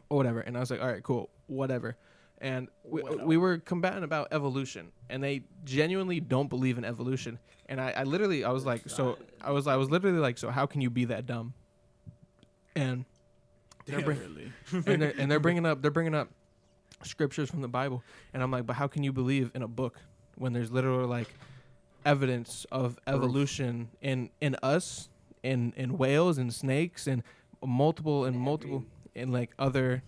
S3: or whatever. And I was like, all right, cool, whatever. And we, we were combating about evolution, and they genuinely don't believe in evolution. And I, I literally I was like, so I was I was literally like, so how can you be that dumb? And they're, bring, (laughs) and, they're, and they're bringing up they're bringing up scriptures from the Bible, and I'm like, but how can you believe in a book when there's literal like evidence of evolution in in us in in whales and snakes and multiple and multiple and like other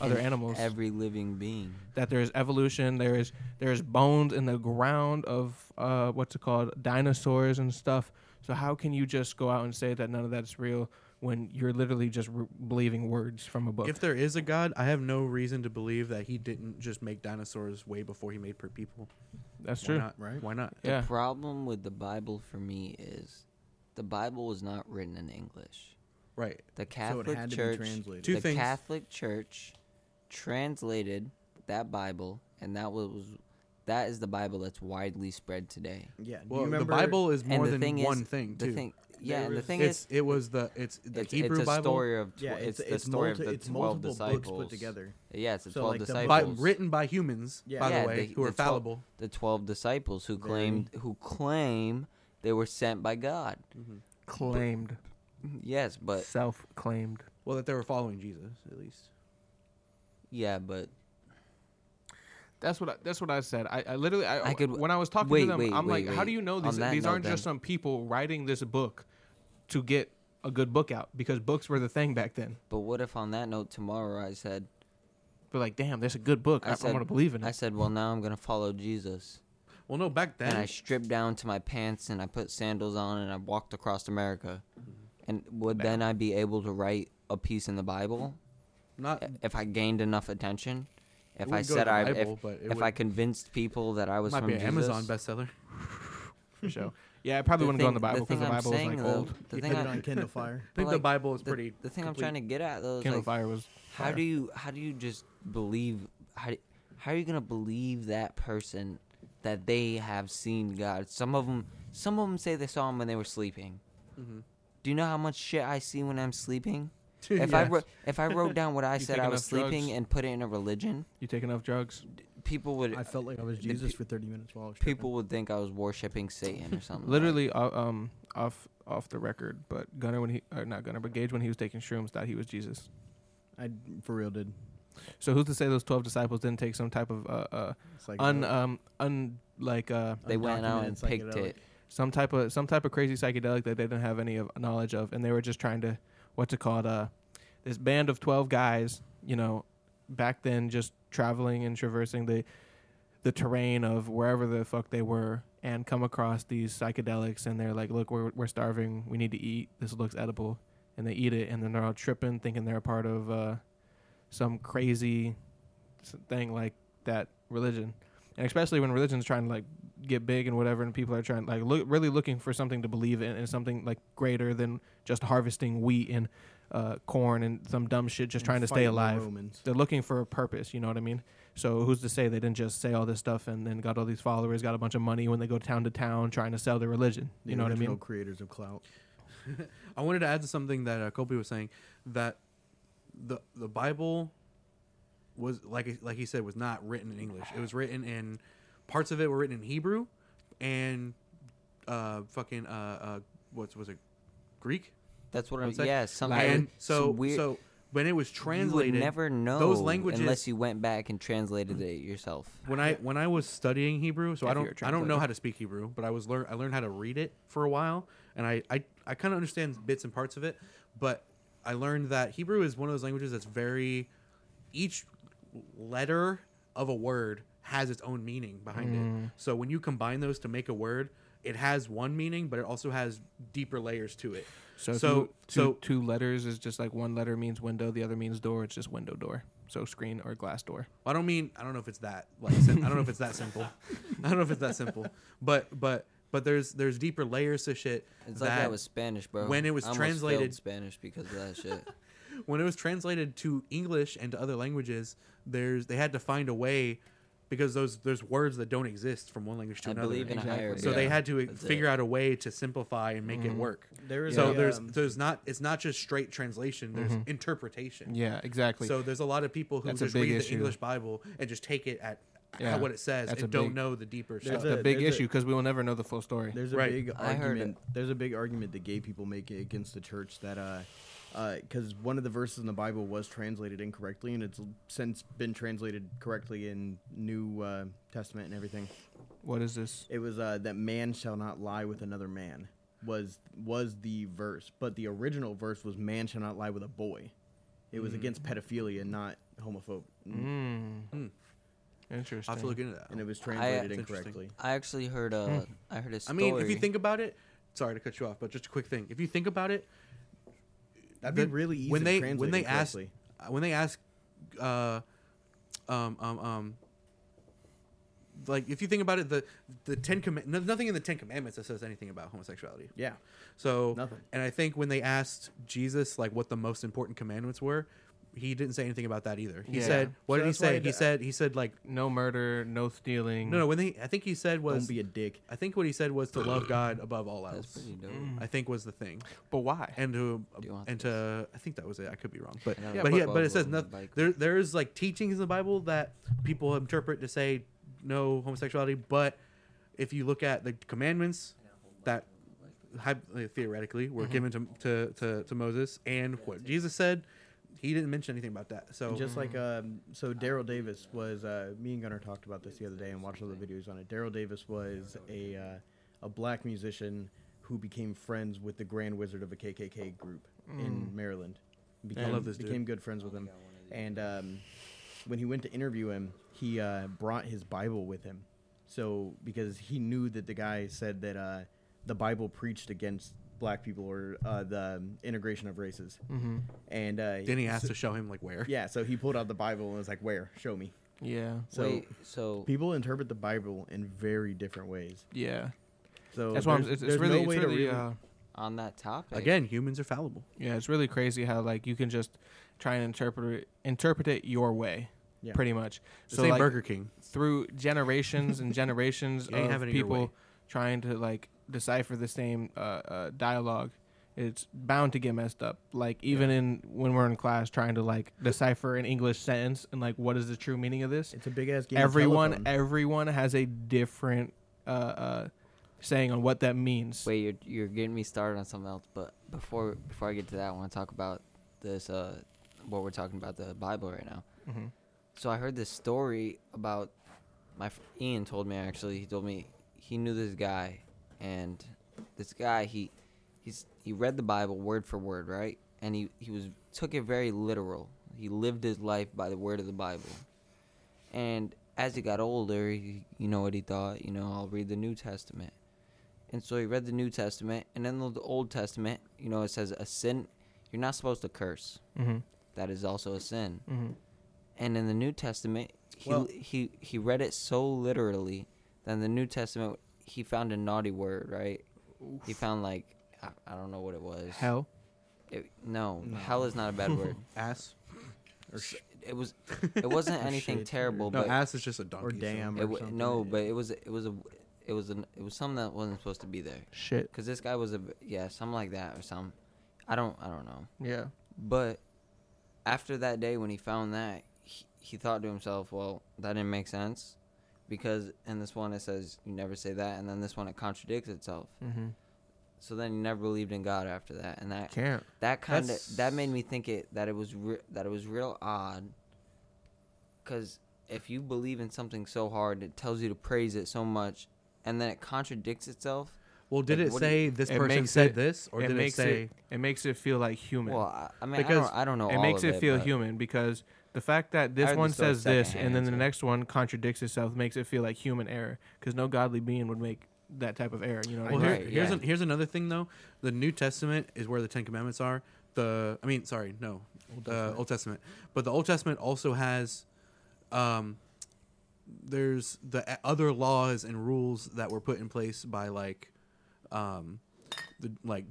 S3: other
S1: In
S3: animals
S1: Every living being.
S3: that there's evolution there is there's bones in the ground of uh what's it called dinosaurs and stuff so how can you just go out and say that none of that's real when you're literally just re- believing words from a book
S2: If there is a god, I have no reason to believe that he didn't just make dinosaurs way before he made per people.
S3: that's
S2: Why
S3: true
S2: not?
S4: Right.
S2: Why not?
S1: The
S3: yeah
S1: problem with the Bible for me is the Bible was not written in English.
S2: Right.
S1: The
S4: So
S1: Catholic
S4: it had to be
S1: Church
S4: translated.
S2: Two
S1: the
S2: things.
S1: Catholic Church translated that Bible and that was that is the Bible that's widely spread today.
S4: Yeah. do
S2: Well,
S4: you remember,
S2: the Bible is more
S1: and the
S2: than
S1: thing
S2: one
S1: is,
S2: thing
S1: the
S2: too.
S1: thing yeah,
S4: There
S1: and the
S4: is-
S1: thing
S2: it's
S1: is
S2: it was the it's the
S1: it's,
S2: Hebrew
S1: it's a
S2: Bible.
S1: story of tw-
S4: Yeah,
S1: it's,
S4: it's
S1: the story
S4: multi-
S1: of the
S4: it's
S1: 12
S4: multiple books put
S1: disciples
S4: together.
S1: Yeah, it's the
S4: So,
S1: 12
S4: like, the
S1: disciples.
S2: by,
S4: Bibles.
S2: written by humans,
S4: Yeah.
S2: by
S1: Yeah,
S2: the way,
S1: the- the
S2: who are
S1: twel-
S2: fallible.
S1: the 12 disciples who
S4: Very.
S1: claimed who claim they were sent by God.
S3: claimed
S2: Mm-hmm.
S1: Yes,
S3: Uh,
S1: but
S3: self claimed
S2: Well, that they were following Jesus at least.
S1: yeah, but
S3: That's what I, that's what I said. I, I literally I,
S1: I could-
S3: when I was talking
S1: wait,
S3: to them,
S1: wait,
S3: I'm
S1: wait,
S3: like, how
S1: wait.
S3: do you know
S1: On
S3: these
S1: that
S3: these
S1: note,
S3: aren't just
S1: then.
S3: some people writing this book to get a good book out because books were the thing back then.
S1: But what if on that note tomorrow I said
S3: But like, damn, that's a good book. I,
S1: I
S3: I
S1: said-
S3: want to believe in
S1: I
S3: it.
S1: said, well now I'm gonna follow Jesus,
S2: Well, no, back then.
S1: and I stripped down to my pants and I put sandals on and I walked across America,
S2: Mm-hmm.
S1: and would then I be able to write a piece in the Bible
S2: not
S1: I- if I gained enough attention? If I
S2: wouldn't go to
S1: said
S2: the
S1: I
S2: Bible,
S1: if,
S2: but it
S1: if I
S2: would-
S1: convinced people that I was
S2: might
S1: from
S2: be an
S1: Jesus,
S2: Amazon bestseller.
S3: for sure.
S4: Mm-hmm.
S3: Yeah, I probably wouldn't go in the Bible because
S1: thing
S3: the
S1: I'm
S3: Bible was
S1: saying,
S3: like
S1: though-
S3: old.
S1: The
S4: you
S1: thing
S4: put it
S1: I-
S4: on Kindle Fire.
S2: I think the
S1: like,
S2: Bible is
S1: the-
S2: pretty.
S1: The thing I'm trying to get at though is
S3: Candle
S1: like,
S3: Fire was.
S1: how do you how do you just believe how do, how are you gonna believe that person that they have seen God? Some of them some of them say they saw him when they were sleeping.
S2: Mm-hmm.
S1: Do you know how much shit I see when I'm
S2: (laughs)
S1: sleeping? If I wrote if I wrote down what I said
S3: take
S1: I was
S3: enough drugs?
S1: sleeping and put it in a religion,
S3: You take enough drugs?
S1: people would
S4: I felt like I was
S1: the
S4: Jesus
S1: pe-
S4: for 30 minutes while I was tripping.
S1: people would think I was worshiping Satan or something.
S3: Literally, uh, um, off off the record. But Gunner when he, or not Gunner, but Gage when he was taking shrooms thought he was Jesus.
S4: I for real did.
S3: So who's to say those twelve disciples didn't take some type of uh, uh
S4: It's like
S3: un
S4: uh,
S3: um un like uh
S1: they went out
S4: undocumented
S1: and picked
S4: psychedelic.
S1: it.
S3: some type of some type of crazy psychedelic that they didn't have any of knowledge of, and they were just trying to what's it called uh this band of twelve guys, you know, back then just traveling and traversing the the terrain of wherever the fuck they were and come across these psychedelics and they're like look we're, we're starving we need to eat this looks edible and they eat it and then they're all tripping thinking they're a part of uh, some crazy s- thing like that religion and especially when religion's trying to like get big and whatever and people are trying like look really looking for something to believe in and something like greater than just harvesting wheat and uh, corn and some dumb shit just
S4: and
S3: trying to
S4: fighting
S3: stay
S4: the
S3: alive
S4: Romans.
S3: they're looking for a purpose you know what i mean so who's to say they didn't just say all this stuff and then got all these followers got a bunch of money when they go town to town trying to sell their religion
S4: The
S3: you know what i
S4: original
S3: mean
S4: Creators of clout.
S2: I wanted to add to something that uh, Kobe was saying that the the Bible was like like he said was not written in English. It was written in parts of it were written in Hebrew and uh fucking uh, uh what was it Greek?
S1: That's what
S2: One
S1: I'm
S2: sec.
S1: saying. Yeah, some
S2: and so
S1: some weird,
S2: so when it was translated,
S1: you would never know
S2: those languages
S1: unless you went back and translated it yourself.
S2: when I when I was studying Hebrew, so
S3: If
S2: I
S3: you're
S2: don't
S3: a
S2: I don't know
S3: translator.
S2: how to speak Hebrew, but I was learn I learned how to read it for a while, and I I, I kind of understand bits and parts of it, but I learned that Hebrew is one of those languages that's very each letter of a word has its own meaning behind
S3: Mm.
S2: it. So when you combine those to make a word, it has one meaning, but it also has deeper layers to it.
S3: so if
S2: so
S3: you- two,
S2: so
S3: two letters is just like one letter means window the other means door it's just window door so screen or glass door
S2: I don't mean I don't know if it's that like sim- I don't know if it's that simple. I don't know if it's that simple. But but but there's there's deeper layers to shit.
S1: It's like that was Spanish, bro.
S2: when it was
S1: I almost failed
S2: translated-
S1: Spanish because of that shit.
S2: when it was translated to English and to other languages, there's they had to find a way because those there's words that don't exist from one language to
S1: I
S2: another.
S1: believe in
S3: Exactly.
S1: higher.
S2: so they
S1: yeah,
S2: had to
S1: that's
S2: figure
S1: it.
S2: out a way to simplify and make it work.
S4: Mm-hmm. There is
S2: so
S4: a,
S2: there's
S4: um, Mm-hmm.
S2: there's not it's not just straight translation. There's interpretation.
S3: yeah exactly
S2: So there's a lot of people who
S3: That's a
S2: just
S3: big
S2: read the
S3: issue.
S2: English Bible and just take it at
S3: Yeah,
S2: what it says
S3: that's
S2: and
S3: a
S2: don't
S3: big-
S2: know the deeper
S4: There's
S2: stuff.
S3: the
S4: a-
S3: big
S4: there's a-
S3: issue because we will never know the full story
S4: There's a
S2: Right.
S4: big
S1: I heard
S4: argument. There's a big argument that gay people make against the church that uh, because one of the verses in the Bible was translated incorrectly, and it's since been translated correctly in New uh, Testament and everything.
S3: what is this
S4: It was uh, that man shall not lie with another man was was the verse, but the original verse was man shall not lie with a boy. It
S2: Mm.
S4: was against pedophilia, not homophobe,
S3: mm.
S2: Hmm.
S3: interesting
S2: I have to look into that.
S3: Mm.
S4: and it was translated
S2: That's interesting.
S4: incorrectly.
S1: I actually heard a. I heard a
S2: Hmm. I
S1: story.
S2: mean, if you think about it, sorry to cut you off, but just a quick thing. If you think about it,
S4: That'd be
S2: the-
S4: really easy
S2: when
S4: to
S2: they
S4: translate
S2: when they ask
S4: incorrectly.
S2: uh, when they ask, uh, um, um, um, like if you think about it, the the Ten Command no, nothing in the Ten Commandments that says anything about homosexuality.
S4: Yeah,
S2: So
S4: Nothing.
S2: And I think when they asked Jesus like what the most important commandments were, he didn't say anything about that either. He
S3: Yeah.
S2: said, "What
S4: So
S2: did he
S4: that's why
S2: say?"
S4: I
S2: He
S4: d-
S2: said, "He said like
S3: no murder no stealing
S2: no, no." When they, I think he said was,
S4: don't be a dick.
S2: I think what he said was to love God above all
S1: that's
S2: else.
S1: pretty dope.
S2: I think was the thing,
S3: but why
S2: and to
S1: Do you want
S2: and to I think that was it. I could be wrong, but
S1: I got
S2: yeah,
S1: a
S2: but yeah, but
S1: bubble
S2: it says
S1: in my
S2: nothing.
S1: bike.
S2: There there is like teachings in the Bible that people interpret to say no homosexuality, but if you look at the commandments that Mm-hmm. hy- theoretically were given to, to to to Moses and what Jesus said, he didn't mention anything about that. So mm.
S4: just like um, so Daryl Davis was uh, me and Gunnar talked about this the other day and watched all the videos on it. Daryl Davis was a uh, a black musician who became friends with the Grand Wizard of a KKK group in Maryland. Became,
S2: Mm. love this dude.
S4: became good friends with him, and um, when he went to interview him, he uh, brought his Bible with him. So because he knew that the guy said that uh, the Bible preached against black people or uh, the um, integration of races, mm-hmm. and uh,
S2: then he asked to show him like where.
S4: yeah, so he pulled out the Bible and was like, "Where? Show me."
S3: Yeah.
S4: So
S1: Wait, so
S4: people interpret the Bible in very different ways.
S3: Yeah.
S4: So
S3: That's why I'm,
S4: there's-
S3: it's, it's
S4: there's
S3: really,
S4: no way
S3: it's
S4: to
S3: really,
S4: really-
S3: uh,
S1: on that topic
S2: Again, humans are fallible.
S3: yeah, it's really crazy how like you can just try and interpret it, interpret it your way,
S4: Yeah.
S3: pretty much.
S2: This
S3: So
S2: ain't
S3: like
S2: Burger King.
S3: through generations and generations
S2: (laughs) You ain't
S3: of
S2: having it your way.
S3: people trying to like decipher the same uh, uh, dialogue, it's bound to get messed up. Like even in when we're in class trying to like decipher an English sentence and like what is the true meaning of this,
S4: it's a big ass game. of
S3: everyone e
S4: telephone.
S3: everyone has a different uh, uh, saying on what that means.
S1: Wait, you're you're getting me started on something else, but before before I get to that, I want to talk about this uh what we're talking about the Bible right now.
S3: Mhm.
S1: So I heard this story about my fr- Ian told me actually. He told me he knew this guy, and this guy he he's he read the Bible word for word, right? And he he was took it very literal. He lived his life by the word of the Bible. And as he got older, he, you know what he thought. You know, I'll read the New Testament. And so he read the New Testament, and then the Old Testament. You know, it says a sin. You're not supposed to curse.
S3: Mhm.
S1: That is also a sin.
S3: Mhm.
S1: And in the New Testament, he
S4: Well-
S1: he he read it so literally that in the New Testament he found a naughty word, right? He found like I, I don't know what it was.
S3: Hell.
S1: It- no, hell is not a bad word.
S2: Ass.
S1: It was it wasn't anything
S4: shit.
S1: terrible,
S2: No,
S1: but
S2: ass is just a donkey.
S4: or
S2: so-
S4: damn
S1: it
S4: or
S1: w-
S4: something.
S1: no, but it was it was a it was an it was something that wasn't supposed to be there.
S3: Shit.
S1: Cause this guy was a yeah, something like that or something. I don't I don't know.
S3: Yeah.
S1: But after that day when he found that, he, he thought to himself, well, that didn't make sense. Because in this one it says you never say that, and then this one it contradicts itself.
S3: Mm-hmm.
S1: So then he never believed in God after that, and that
S3: Can't.
S1: that kind of
S2: That's-
S1: that made me think it that it was re- that it was real odd. Because if you believe in something so hard, it tells you to praise it so much, and then it contradicts itself.
S2: Well, did
S1: Like,
S2: it
S1: what do you-
S2: say this
S3: It
S2: person
S3: makes
S2: said
S3: it-
S2: this, or
S3: it
S2: did it
S3: makes
S2: say?
S3: it it makes it feel like human.
S1: Well, I, I mean,
S2: Because
S1: I, don't, I don't know.
S3: it
S1: all
S3: makes
S1: of
S3: it feel
S1: but-
S3: human because the fact that
S1: I
S3: this
S1: heard
S3: one
S1: this story
S3: says this and then
S1: secondhand,
S3: the
S1: so-
S3: next one contradicts itself makes it feel like human error because no godly being would make that type of error. You know what
S2: Well,
S3: I
S2: here,
S3: mean?
S1: Right,
S2: here's
S1: yeah.
S2: an, here's another thing though. The New Testament is where the Ten Commandments are. The I mean, sorry, no, Old Testament. Uh, Old Testament. But the Old Testament also has, um, there's the a- other laws and rules that were put in place by like, um, the like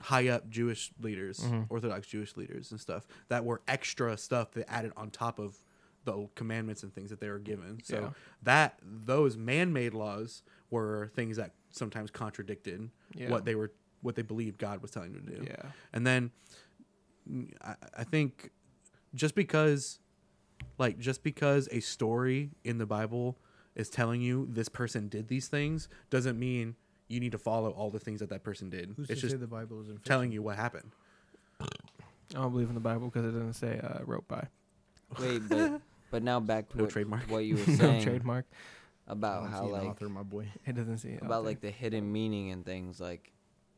S2: high up Jewish leaders,
S3: Mm-hmm.
S2: Orthodox Jewish leaders and stuff that were extra stuff that added on top of the old commandments and things that they were given. So
S3: Yeah.
S2: that those man-made laws were things that sometimes contradicted
S3: Yeah.
S2: what they were what they believed God was telling them to do.
S3: Yeah.
S2: And then mm, I, I think just because like just because a story in the Bible is telling you this person did these things doesn't mean you need to follow all the things that that person did.
S4: who's
S2: it's
S4: to
S2: just
S4: say the Bible isn't
S2: telling you what happened.
S3: I don't believe in the Bible because it doesn't say uh, wrote by
S1: Wait,
S3: (laughs)
S1: but but now back to
S2: No
S1: what,
S2: trademark.
S1: what you were
S3: no (laughs)
S1: saying
S3: trademark.
S1: about how like
S4: author, my boy.
S3: It doesn't say
S1: about like the hidden meaning and things like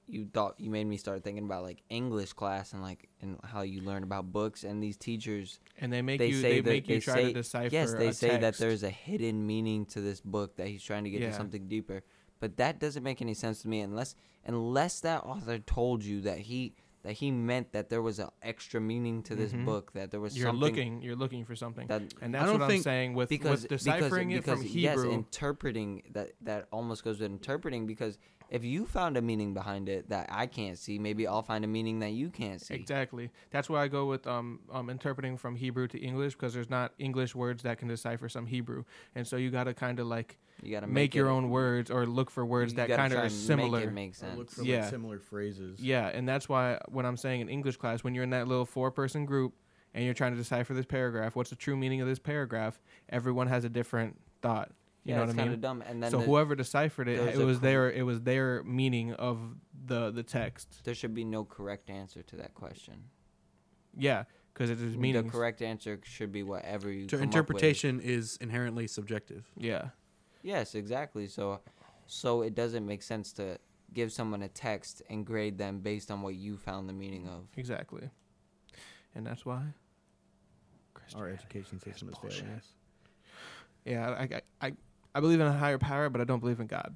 S1: you thought you made me start thinking about like English class and like and how you learn about books and these teachers
S3: and they make
S1: they
S3: you
S1: say
S3: they
S1: that
S3: make
S1: they
S3: you try
S1: say
S3: to decipher.
S1: yes they
S3: a
S1: say that
S3: text.
S1: there's a hidden meaning to this book that he's trying to get
S3: Yeah.
S1: to something deeper but that doesn't make any sense to me unless unless that author told you that he that he meant that there was an extra meaning to this
S3: Mhm.
S1: book that there was
S3: you're
S1: something
S3: looking you're looking for something
S1: that
S3: and
S2: I
S3: that's
S2: don't
S3: what I'm
S2: think-
S3: saying with
S1: because
S3: with deciphering
S1: because,
S3: it from
S1: because,
S3: Hebrew.
S1: Yes, interpreting that that almost goes with interpreting because if you found a meaning behind it that I can't see, maybe I'll find a meaning that you can't see.
S3: Exactly. That's why I go with um, um interpreting from Hebrew to English because there's not English words that can decipher some Hebrew, and so you got to kind of like
S1: You gotta
S3: make,
S1: make,
S3: your
S1: it-
S3: own words or look for words
S1: you
S3: that
S1: gotta
S3: kind of
S1: try
S3: are
S1: and make it
S3: similar.
S1: make
S4: Or
S1: sense.
S4: look for
S3: Yeah.
S4: like similar phrases.
S3: yeah, and that's why when I'm saying in English class, when you're in that little four-person group and you're trying to decipher this paragraph, what's the true meaning of this paragraph? Everyone has a different thought. You
S1: yeah,
S3: know
S1: it's
S3: what I
S1: kind
S3: mean?
S1: of dumb. And then
S3: so
S1: the-
S3: whoever deciphered it,
S1: there's
S3: it
S1: a
S3: was
S1: cor-
S3: their it was their meaning of the the text.
S1: there should be no correct answer to that question.
S3: Yeah, because it is
S1: the
S3: meanings.
S1: correct answer should be whatever you
S2: To
S1: come up with.
S2: interpretation is inherently subjective.
S3: Yeah.
S1: Yes, exactly. So, so it doesn't make sense to give someone a text and grade them based on what you found the meaning of.
S3: Exactly. And that's why.
S4: Our education system is failing us.
S3: Yeah, I, I, I, I believe in a higher power, but I don't believe in God.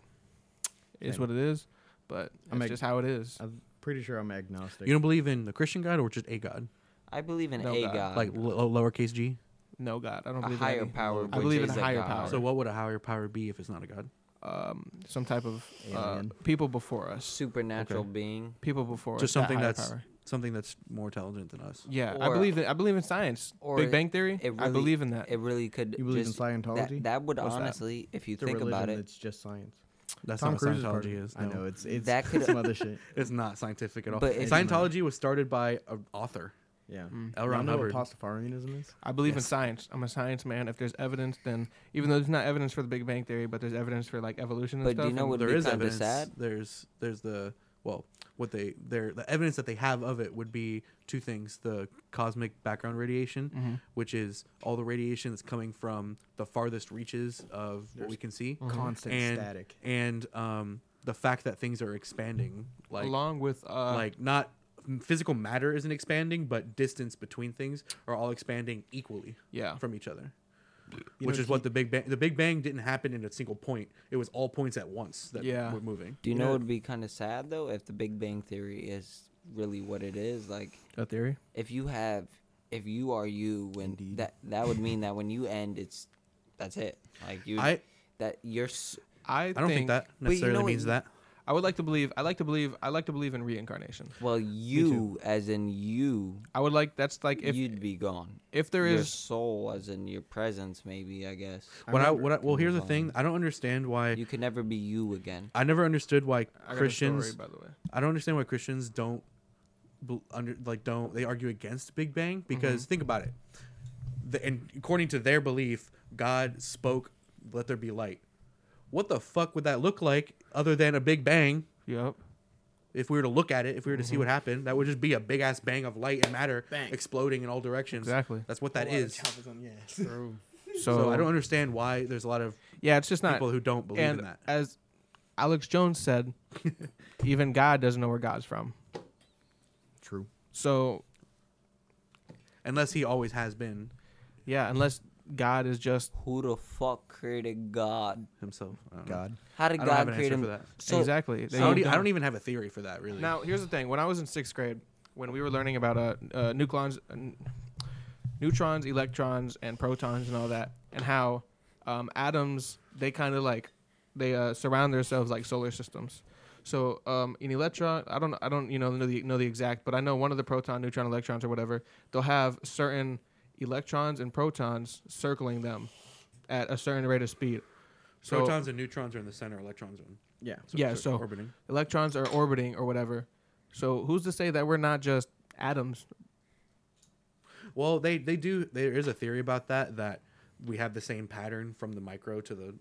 S3: It's
S4: Same.
S3: what it is, but
S4: I'm
S3: that's
S4: ag-
S3: just how it is.
S4: I'm pretty sure I'm agnostic.
S2: You don't believe in the Christian God or just a God,
S1: I believe in
S3: No
S1: a
S3: God.
S1: God,
S2: like lo- lowercase g.
S3: No God, I don't
S1: a
S3: believe in
S1: higher
S3: any-
S1: power.
S3: I
S1: which
S3: believe in
S1: is
S3: a higher
S1: God.
S3: power.
S2: So what would a higher power be if it's not a God?
S3: Um, some type of uh,
S4: Alien.
S3: people before
S1: a
S3: us,
S1: supernatural
S2: Okay.
S1: being.
S3: people before
S2: Just
S3: us. that
S2: something
S3: higher
S2: that's-
S3: power.
S2: Something that's more intelligent than us.
S3: yeah. I
S1: or-
S3: believe in I believe in science.
S1: or
S3: Big Bang Theory.
S1: it
S3: I
S1: really-
S3: believe in that.
S1: It really could.
S4: You believe
S1: just-
S4: in Scientology?
S1: That, that would
S3: What's that?
S1: honestly, if you
S4: It's a
S1: think
S4: religion
S1: about it,
S4: It's just science.
S2: That's
S4: Tom
S2: not
S4: Cruise
S2: what
S4: is part of
S2: Scientology
S4: it.
S2: is.
S4: I
S2: no.
S4: know it's it's (laughs)
S1: That could-
S4: some other shit.
S2: It's not scientific at all.
S1: But it's-
S2: Scientology was started by an author,
S4: Yeah.
S3: Mm.
S2: L.
S4: Y'all
S2: Ron
S4: know
S2: Hubbard.
S4: what Pastafarianism is?
S3: I believe in
S2: Yes.
S3: science. I'm a science man. If there's evidence, then even though there's not evidence for the Big Bang Theory, but there's evidence for like evolution and
S1: But do
S3: stuff.
S1: you know
S3: and-
S1: what- would
S2: there
S1: be
S2: is
S1: kinda
S2: evidence.
S1: sad.
S2: There's there's the well, what they their the evidence that they have of it would be two things: the cosmic background radiation,
S1: Mm-hmm.
S3: Mhm.
S2: which is all the radiation that's coming from the farthest reaches of what
S4: There's-
S2: we can see,
S1: Mm-hmm.
S4: Constant
S2: And-
S4: static.
S2: and um, the fact that things are expanding, like
S3: along with uh,
S2: like not physical matter isn't expanding, but distance between things are all expanding equally
S3: yeah,
S2: from each other.
S4: You
S2: which
S4: know,
S2: is what
S4: Keith-
S2: the Big Bang. The Big Bang didn't happen in a single point. It was all points at once that
S3: Yeah.
S2: were moving.
S1: do you know
S4: Yeah.
S1: it would be kind of sad though if the Big Bang Theory is really what it is? Like,
S3: a theory.
S1: if you have, if you are you, when
S4: Indeed.
S1: that that would mean that when you end, it's that's it. Like you,
S2: I
S1: that you're. s-
S3: I,
S2: I don't think, that
S1: you
S2: necessarily
S1: know what-
S2: means that.
S3: I would like to believe. I like to believe. I like to believe in reincarnation.
S1: Well, you, as in you,
S3: I would like. That's like if
S1: you'd be gone.
S3: if there
S1: your
S3: is
S1: soul, as in your presence, maybe. I guess
S4: I
S2: What I,
S4: remember-
S2: what I, well, here's the
S1: Hold
S2: thing. I don't understand why.
S1: you can never be you again.
S2: I never understood why
S3: I got a
S2: Christians.
S3: story, by the way.
S2: I don't understand why Christians don't bel- under like don't they argue against Big Bang because
S3: Mm-hmm.
S2: think about it. The, and according to their belief, God spoke, "Let there be light." What the fuck would that look like other than a Big Bang?
S3: Yep.
S2: If we were to look at it, if we were to
S3: Mm-hmm.
S2: see what happened, that would just be a big ass bang of light and matter
S4: Bang.
S2: exploding in all directions.
S3: Exactly.
S2: That's what that
S4: Whole lot of
S2: is.
S4: choppers on the ass.
S3: So,
S2: so I don't understand why there's a lot of
S3: Yeah, it's just not.
S2: people who don't believe
S3: and
S2: in that.
S3: as Alex
S2: (laughs)
S3: Jones said, even God doesn't know where God's from.
S4: True.
S3: So
S2: Unless he always has been
S3: yeah, unless God is just
S1: Who the fuck created God?
S2: himself. I don't know.
S4: God.
S1: How did
S2: I don't have
S1: God
S2: an
S1: create
S2: answer
S1: him?
S2: for that.
S1: So,
S3: exactly.
S2: I,
S3: They
S2: don't, e-
S3: don't-
S2: I don't even have a theory for that, really.
S3: Now, here's the thing. When I was in sixth grade, when we were learning about uh, uh, nucleons, uh, n- neutrons, electrons, and protons, and all that, and how um, atoms they kind of like they uh, surround themselves like solar systems. So um, an electron, I don't, I don't, you know, know the know the exact, but I know one of the proton, neutron, electrons, or whatever, they'll have certain electrons and protons circling them at a certain rate of speed. So
S2: Protons and neutrons are in the center, electrons are in,
S4: Yeah.
S2: so
S3: Yeah,
S2: they're
S3: so-
S2: orbiting.
S3: electrons are orbiting or whatever. So who's to say that we're not just atoms?
S2: Well, they they do. There is a theory about that that we have the same pattern from the micro to the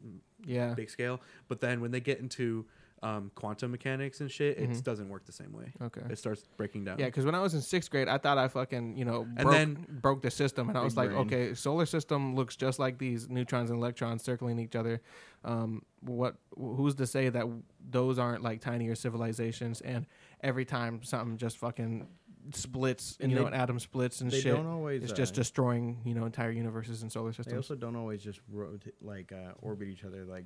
S3: Yeah.
S2: big scale, but then when they get into um, quantum mechanics and shit, it doesn't work the same way.
S3: Mm-hmm. Okay.
S2: It starts breaking down.
S3: Yeah, because when I was in sixth grade, I thought I fucking you know broke,
S2: then-
S3: broke the system, and I
S4: Big
S3: was like,
S4: brain.
S3: okay, solar system looks just like these neutrons and electrons circling each other. Um, what? Who's to say that those aren't like tinier civilizations? And every time something just fucking splits,
S4: And
S3: you know,
S4: they-
S3: an atom splits and
S4: they
S3: shit.
S4: don't always,
S3: it's just
S4: uh,
S3: destroying you know entire universes and solar
S4: They
S3: systems.
S4: also don't always just rotate, like uh, orbit each other like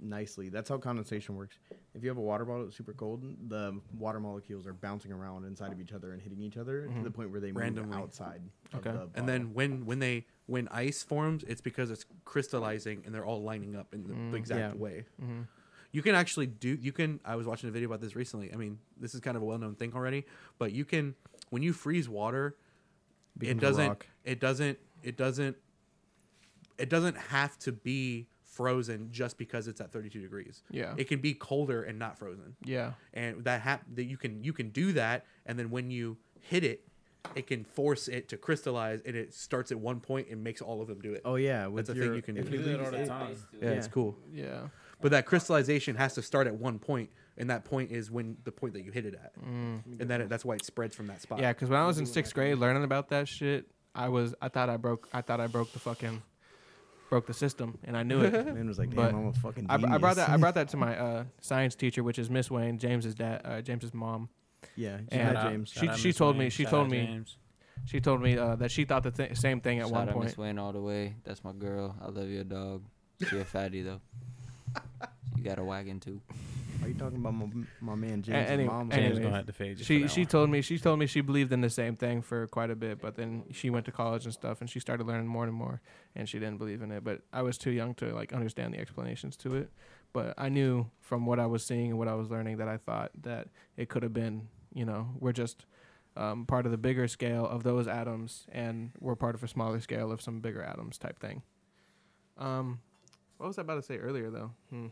S4: nicely. That's how condensation works. If you have a water bottle that's super cold, the water molecules are bouncing around inside of each other and hitting each other to the point where they
S2: Randomly.
S4: move outside.
S3: Okay.
S4: Of the
S2: And
S4: bottle.
S2: then when when they when ice forms, it's because it's crystallizing and they're all lining up in the
S3: Mm,
S2: exact
S4: Yeah.
S2: way. You can actually do. You can. I was watching a video about this recently. I mean, this is kind of a well known thing already, but you can when you freeze water, it
S4: Becomes a
S2: doesn't,
S4: rock.
S2: it doesn't. It doesn't. It doesn't have to be frozen just because it's at 32 degrees.
S3: Yeah.
S2: It can be colder and not frozen
S3: yeah.
S2: and that hap- that you can you can do that and then when you hit it it can force it to crystallize and it starts at one point and makes all of them do it
S4: oh yeah, with
S2: a thing
S4: your,
S2: you can
S4: if
S2: do.
S4: you
S5: We do that
S4: leave
S5: all the
S4: it-
S5: time.
S2: yeah, it's
S4: yeah.
S2: cool
S3: Yeah.
S2: but that crystallization has to start at one point and that point is when the point that you hit it at,
S3: Mm.
S2: and that that's why it spreads from that spot.
S3: Yeah, because when I was in sixth grade learning about that shit, I was I thought I broke I thought I broke the fucking broke the system, and I knew
S1: (laughs)
S4: (laughs)
S3: it.
S4: Man was like, damn,
S3: But
S4: I'm a fucking
S3: I,
S4: genius.
S3: I brought that I brought that to my uh, science teacher, which is Miss Wayne, James's dad, uh, James's mom.
S4: yeah, shout out
S3: And, uh,
S4: James.
S3: she- she told me- she told me- She told me uh, that she thought the th- same thing at
S1: Shout
S3: one
S1: out
S3: point.
S1: Miss Wayne all the way. That's my girl. I love your dog. She
S2: (laughs)
S1: a fatty though. You got a wagon too.
S4: Are you talking about my, my man James'
S3: any-
S4: mom?
S3: any-
S5: James
S3: Anyways,
S5: gonna have to fade you.
S3: she she told me she told me she believed in the same thing for quite a bit, but then she went to college and stuff, and she started learning more and more, and she didn't believe in it. But I was too young to like understand the explanations to it. But I knew from what I was seeing and what I was learning that I thought that it could have been, you know, we're just um, part of the bigger scale of those atoms, and we're part of a smaller scale of some bigger atoms type thing. Um, what was I about to say earlier though? Hmm.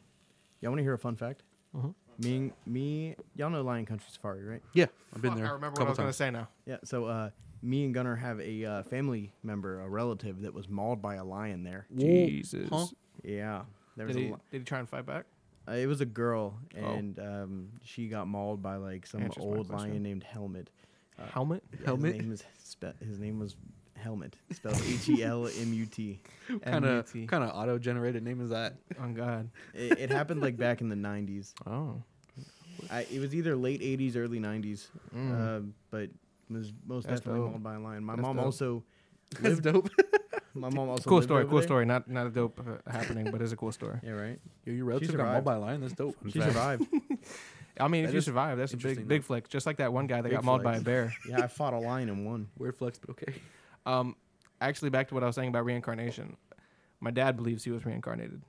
S4: Y'all want to hear a fun fact?
S2: Mm-hmm.
S3: Mhm.
S4: Me, and- me, y'all know Lion Country Safari, right?
S2: yeah, I've been
S3: Fuck,
S2: there.
S3: I
S2: a
S3: remember what
S2: couple
S3: I was gonna
S2: times.
S3: say now.
S4: Yeah. So, uh, me and Gunnar have a uh, family member, a relative that was mauled by a lion there.
S3: Jesus,
S2: Huh?
S4: Yeah. There was
S3: did
S4: a
S3: he,
S4: li-
S3: did he try and fight back?
S4: uh, it was a girl,
S3: Oh.
S4: and um, she got mauled by like some
S3: Answers my
S4: old
S3: question.
S4: lion named Helmet. Uh,
S3: Helmet?
S4: Yeah, His name was spe- his name was Helmet, spelled H E L M U T.
S2: Kind of
S3: MUT.
S2: kind of auto generated name is that?
S3: On God.
S4: It it happened like back in the '90s.
S3: Oh.
S4: I, it was either late '80s, early '90s,
S3: Mm.
S4: uh, but was most
S3: That's
S4: definitely
S3: dope.
S4: mauled by a lion. My
S3: That's
S4: mom
S3: dope. (laughs)
S4: also
S2: That's dope.
S4: my mom also
S3: cool
S4: lived
S3: story.
S4: over
S3: Cool
S4: there.
S3: story. Not not a dope uh, happening, but it's a cool
S4: (laughs)
S3: story.
S4: Yeah, right.
S2: Yo, your relative got mauled
S4: survived.
S2: by a lion. That's dope.
S4: She
S3: (laughs)
S4: survived.
S3: I mean, if
S2: That
S3: you
S2: is
S3: survive, that's a
S2: interesting,
S3: big big flick. Just like that one guy that
S4: Big
S3: got mauled by a
S4: flex.
S3: bear.
S4: yeah, I fought a lion and won.
S2: Weird flex, but okay.
S3: Um, actually, back to what I was saying about reincarnation. My dad believes he was reincarnated.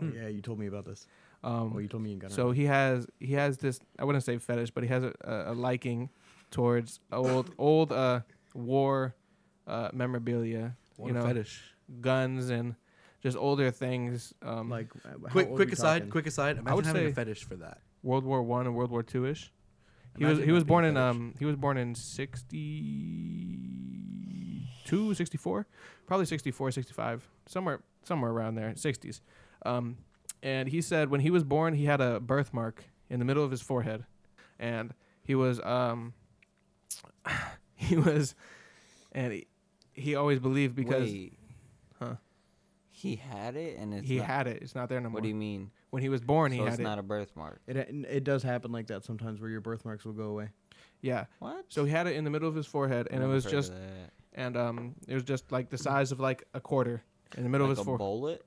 S4: Oh,
S2: Hmm.
S4: yeah, you told me about this.
S3: Um,
S4: Well, you told me you got
S3: so he has he has this. I wouldn't say fetish, but he has a, a, a liking towards old (laughs) old uh war uh memorabilia.
S2: What
S3: you
S2: a
S3: know,
S2: fetish.
S3: guns and just older things. Um,
S4: like uh, how
S2: Quick
S4: old
S2: quick
S4: we
S2: aside.
S4: talking?
S2: Quick aside. Imagine
S3: would
S2: having a
S3: say-
S2: fetish for that.
S3: World War One and World War Two ish. He
S2: Imagine
S3: was
S2: that
S3: he was
S2: being
S3: born in
S2: fetish.
S3: um he was born in 62, 64, probably 64, 65, somewhere somewhere around there, 60s. Um, and he said when he was born, he had a birthmark in the middle of his forehead, and he was um (laughs) he was and he, he always believed because
S1: Wait.
S3: Huh.
S1: He had it and it's
S3: he
S1: not-
S3: had it. It's not there no more.
S1: What do you mean?
S3: when he was born, he
S1: so it's
S3: had it.
S1: not a birthmark.
S4: It it does happen like that sometimes where your birthmarks will go away.
S3: yeah.
S1: What?
S3: So he had it in the middle of his forehead, and it
S1: Never
S3: was
S1: heard of
S3: just
S1: that.
S3: and um, it was just like the size of like a quarter in the middle
S1: Mm-hmm. like
S3: of his
S1: a
S3: forehead.
S1: bullet.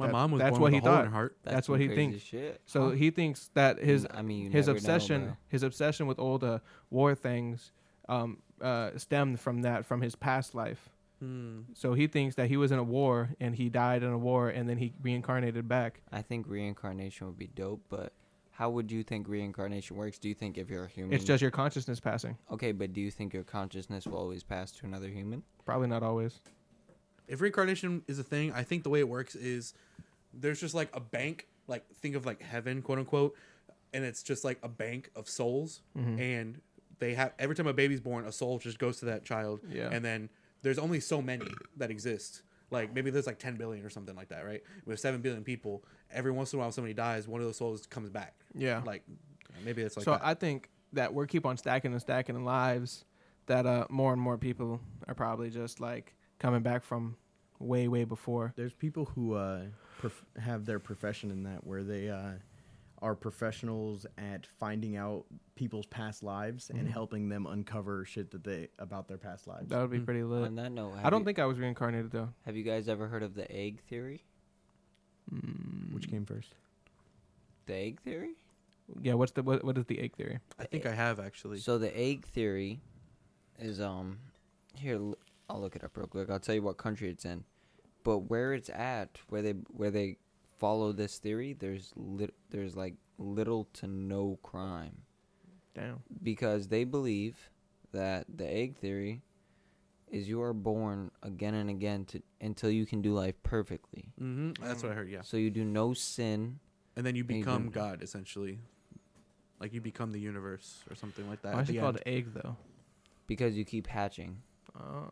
S2: My
S3: That-
S2: mom was
S3: that's
S2: born
S3: what
S2: with
S3: he
S2: a hole in
S3: thought.
S2: her heart.
S3: That's what
S1: some
S3: he
S1: crazy
S3: thinks.
S1: Shit.
S3: So he thinks that his
S1: Mm, I mean, you
S3: his
S1: never know,
S3: obsession
S1: bro.
S3: his obsession with all the war things um, uh, stemmed from that from his past life.
S2: Hmm.
S3: So he thinks that he was in a war and he died in a war and then he reincarnated back.
S1: I think reincarnation would be dope, but how would you think reincarnation works? Do you think if you're a human,
S3: It's just your consciousness passing.
S1: okay? But do you think your consciousness will always pass to another human?
S3: Probably not always.
S2: if reincarnation is a thing, I think the way it works is there's just like a bank, like think of like heaven, quote unquote, and it's just like a bank of souls, and they have every time a baby's born, a soul just goes to that child,
S3: Yeah.
S2: and then there's only so many that exist. Like maybe there's like 10 billion or something like that, right? With 7 billion people, every once in a while somebody dies, one of those souls comes back.
S3: Yeah.
S2: Like maybe it's like
S3: so
S2: that.
S3: I think that we're keep on stacking and stacking lives that uh, more and more people are probably just like coming back from way way before.
S4: There's people who uh, prof- have their profession in that where they uh, are professionals at finding out people's past lives and helping them uncover shit that they about their past lives.
S3: Mm-hmm. That would
S1: Hmm.
S3: be pretty lit.
S1: On that note, have
S3: I don't
S1: you,
S3: think I was reincarnated though.
S1: Have you guys ever heard of the egg theory?
S4: Which came first?
S1: The egg theory.
S3: Yeah, what's the what, what is the egg theory?
S2: I think I have actually.
S1: So the egg theory is um here l- I'll look it up real quick. I'll tell you what country it's in. But where it's at, where they where they follow this theory, there's lit, there's like little to no crime
S3: Damn.
S1: because they believe that the egg theory is you are born again and again to until you can do life perfectly.
S2: hmm That's what I heard, yeah.
S1: So you do no sin.
S2: And then you
S1: Amen.
S2: become God, essentially. Like you become the universe or something like that.
S3: Why
S2: at
S3: is
S2: the
S3: it called
S2: end.
S3: egg though?
S1: because you keep hatching.
S3: Oh.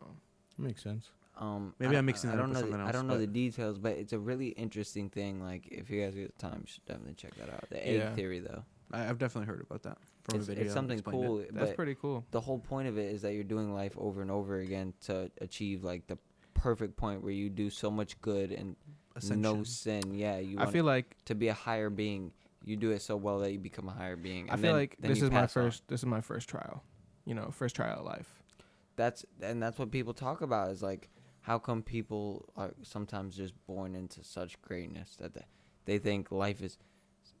S4: Makes sense.
S1: Um,
S2: Maybe
S1: I don't-
S2: I'm mixing
S1: I
S2: that up
S1: don't know
S2: with
S1: the-
S2: something
S1: I don't
S2: else,
S1: know the
S2: but-
S1: details, but it's a really interesting thing. Like, if you guys get the time, you should definitely check that out. The egg
S3: Yeah.
S1: theory, though.
S2: I, I've definitely heard about that from
S1: it's,
S2: a video.
S1: it's something
S2: explained it.
S1: cool,
S3: That's
S1: but
S3: pretty cool.
S1: the whole point of it is that you're doing life over and over again to achieve like the perfect point where you do so much good and no
S2: Ascension.
S1: sin. Yeah, you.
S3: I
S1: Want
S3: feel like
S1: to be a higher being. You do it so well that you become a higher being.
S3: I
S1: and
S3: feel
S1: then-
S3: like
S1: then
S3: this
S1: you
S3: is my
S1: pass on.
S3: first. This is my first trial. You know, first trial of life.
S1: That's and that's what people talk about is like how come people are sometimes just born into such greatness that they, they think life is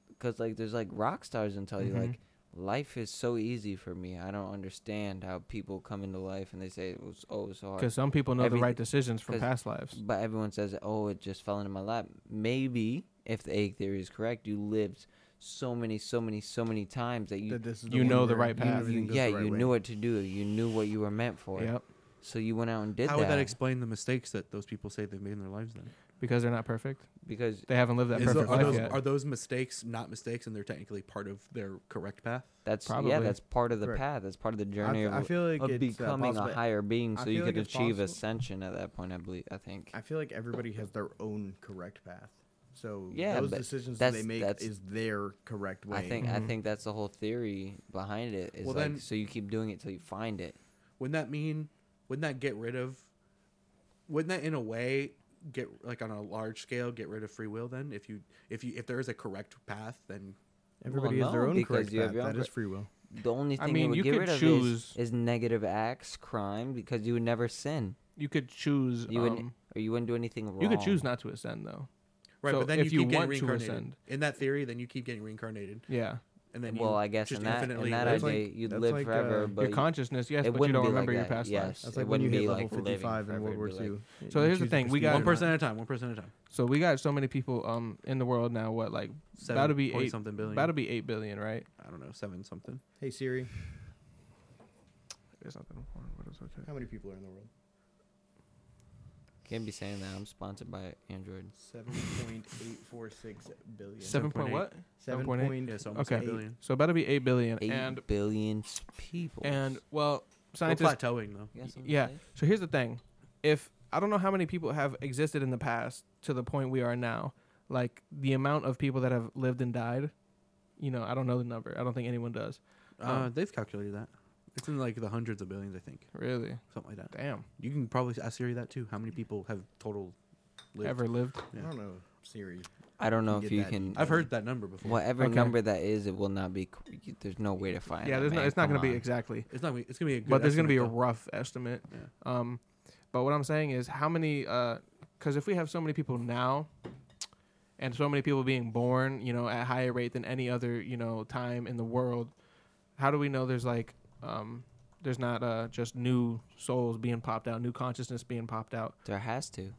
S1: because like there's like rock stars and tell you
S3: Mhm.
S4: Mm-hmm.
S1: like life is so easy for me. I don't understand how people come into life and they say it was oh it was so hard.
S3: Because some people know
S1: Everyth-
S3: the right decisions from
S1: 'cause-
S3: past lives.
S1: But everyone says, oh, it just fell into my lap. Maybe if the egg theory is correct, you lived so many, so many, so many times that you,
S4: that this is
S3: you
S4: one
S3: know the
S4: where
S3: right path.
S4: everything goes
S1: yeah,
S4: the right
S1: you
S4: way.
S1: knew what to do. You knew what you were meant for.
S3: Yep.
S1: So you went out and did
S2: How
S1: that,
S2: would that explain the mistakes that those people say they've made in their lives? Then
S3: Because they're not perfect.
S1: because
S3: They haven't lived that
S2: Is the-
S3: perfect
S2: are,
S3: life
S2: those,
S3: yet.
S2: are those mistakes not mistakes, and they're technically part of their correct path?
S1: that's yeah,
S3: Probably.
S1: that's part of the
S4: Correct.
S1: path. That's part of the journey
S4: I,
S1: of,
S4: I feel like
S1: of
S4: it's uh,
S1: becoming
S4: possible.
S1: a higher being.
S4: I
S1: So you
S4: feel
S1: could
S4: like it's
S1: achieve
S4: possible.
S1: ascension at that point. I believe. I think.
S4: I feel like everybody has their own correct path. So
S1: Yeah,
S4: those
S1: but
S4: decisions that they
S1: that's-
S4: make
S1: that's-
S4: is their correct way.
S1: I think. I
S3: Mhm.
S1: think that's the whole theory behind it. Is
S2: Well,
S1: like
S2: then-
S1: so you keep doing it till you find it.
S2: Wouldn't that mean? Wouldn't that get rid of? Wouldn't that, in a way, get like on a large scale, get rid of free will? Then, if you if you if there is a correct path, then
S4: everybody has their
S1: no,
S4: own
S1: because
S4: correct
S1: you have
S4: path.
S1: your own
S4: That is
S1: cor-
S4: free will.
S1: The only
S3: I
S1: thing
S3: mean,
S1: it would
S3: you
S1: get
S3: could
S1: rid of
S3: choose-
S1: is, is negative acts, crime, because you would never sin.
S3: You could choose.
S1: You wouldn't,
S3: um,
S1: or you wouldn't do anything wrong.
S3: you could choose not to ascend though.
S2: right.
S3: So
S2: but then
S3: if
S2: you
S3: you
S2: keep getting
S3: want to
S2: reincarnated.
S3: ascend-
S2: In that theory, then you keep getting reincarnated,
S3: Yeah.
S2: and then
S1: well,
S2: you
S1: I guess
S2: just
S1: in that in
S2: infinitely
S1: that
S4: live.
S1: idea,
S4: That's like-
S1: you'd
S4: that's
S1: live
S4: like,
S1: forever,
S4: uh,
S1: but
S3: your
S1: you-
S3: consciousness, yes,
S1: it
S3: but you
S1: wouldn't
S3: don't
S1: be
S3: remember
S1: like
S3: your
S1: that,
S3: past
S1: yes.
S3: lives.
S4: That's
S1: It
S4: like when you
S1: wouldn't
S4: hit
S1: be
S4: level
S1: like living
S4: 55 in
S1: forever,
S4: World War
S1: it'd be
S4: II.
S3: So
S4: You
S3: here's the
S4: choose
S3: thing, we
S4: escape
S3: got-
S4: or
S2: one person
S4: not.
S2: at a time. One person at a time.
S3: So we got so many people um in the world now. What like
S2: Seven,
S3: that'll be
S2: point
S3: eight.
S2: something billion.
S3: That'll be eight billion, right?
S2: I don't know, seven something.
S4: Hey Siri,
S3: There's nothing important, but it's okay.
S4: how many people are in the world?
S1: Can't be saying that. I'm sponsored by Android.
S4: Seven point eight four six billion.
S3: Seven point
S2: 7.8.
S3: what?
S4: Seven
S3: 7.8?
S4: point
S2: Yeah, so almost
S3: Okay.
S2: eight billion.
S3: So that'll be eight billion.
S1: Eight
S3: and
S1: billion people.
S3: and well,
S2: We're
S3: scientists
S2: plateauing though.
S1: You got something to
S3: Yeah.
S1: say?
S3: So here's the thing. If I don't know how many people have existed in the past to the point we are now, like the amount of people that have lived and died, you know, I don't know the number. I don't think anyone does.
S2: Uh, they've calculated that. It's in like the hundreds of billions, I think,
S3: Really?
S2: something like that.
S3: Damn.
S2: You can probably ask Siri that too. How many people have total? Lived?
S3: Ever lived?
S4: I don't know Siri.
S1: I don't know
S4: You
S1: if
S4: get
S1: you
S4: that
S1: can.
S2: I've heard that number before.
S1: whatever
S3: Okay.
S1: number that is, it will not be. c- you- There's no way to find.
S3: yeah.
S1: it,
S3: There's no.
S1: man,
S3: It's not
S1: come
S3: going to be
S1: on.
S3: exactly.
S2: It's not. gonna be- It's gonna be a good.
S3: but there's going to be a
S2: estimate,
S3: rough estimate.
S2: though. Yeah.
S3: Um, but what I'm saying is how many? Because if we have so many people now, and so many people being born, you know, at higher rate than any other, you know, time in the world, how do we know there's like, um, there's not uh, just new souls being popped out, new consciousness being popped out?
S1: There has to.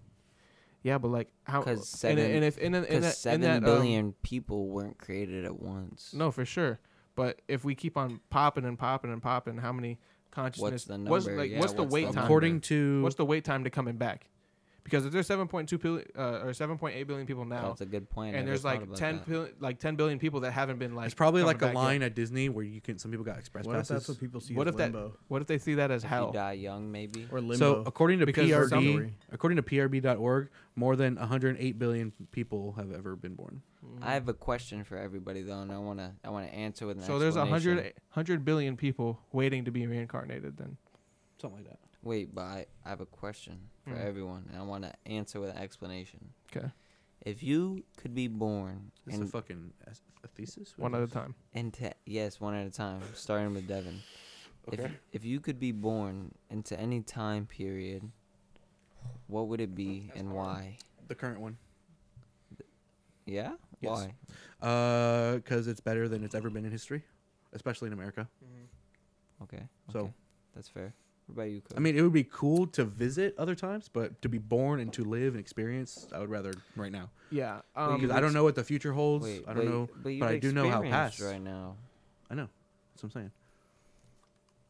S3: Yeah, but like how?
S1: 'Cause
S3: and-
S1: seven-
S3: and, if in, a, in,
S1: Because
S3: that- in
S1: seven billion
S3: that, um,
S1: people weren't created at once.
S3: No, for sure. But if we keep on popping and popping and popping, how many consciousness?
S1: the
S3: What's,
S1: number?
S3: like,
S1: Yeah,
S3: what's the
S1: what's
S3: wait
S1: the
S3: time?
S1: number?
S2: According to
S3: What's the wait time to coming back? Because if there's 7.2 billion uh, or seven point eight billion people now,
S1: that's a good point. I never
S3: and there's
S1: thought
S3: like
S1: about
S3: 10
S1: that.
S3: pil- like 10 billion people that haven't been like
S2: it's probably
S3: coming
S2: like a
S3: back yet.
S2: line at Disney where you can. Some people got express
S4: What if that's
S2: passes.
S4: what people see
S3: What
S4: as
S3: if that-
S4: limbo
S3: What if they see that as
S1: If you
S3: hell?
S1: die young, maybe.
S4: or limbo?
S2: So according to
S3: Because
S2: PRB,
S3: some-
S2: according to PRB.org, more than 108 billion people have ever been born.
S3: Mm.
S1: I have a question for everybody though, and I wanna I wanna answer with an
S3: So there's 100
S1: explanation.
S3: 100 billion people waiting to be reincarnated then.
S2: Something like that.
S1: Wait, but I, I have a question for
S3: Mm.
S1: everyone, and I wanna answer with an explanation.
S3: Okay.
S1: If you could be born
S2: It's a
S1: and
S2: fucking es- a thesis. What
S3: One
S2: is
S3: at a
S2: this?
S3: time.
S1: into yes, one at a time, starting with Devin. If
S2: Okay.
S1: if you could be born into any time period, what would it be and why?
S2: The current one.
S1: Yeah?
S2: Yes.
S1: Why?
S2: because Uh, it's better than it's ever been in history, especially in America.
S1: Okay.
S2: So
S1: okay. that's fair. What about you, Cody?
S2: I mean, it would be cool to visit other times, but to be born and to live and experience, I would rather right now
S3: Yeah.
S1: But
S3: Um,
S2: because I don't know what the future holds.
S1: Wait,
S2: I don't
S1: but-
S2: know.
S1: but,
S2: but I
S1: you've
S2: do know how
S1: experienced
S2: past-
S1: right now.
S2: I know. That's what I'm saying.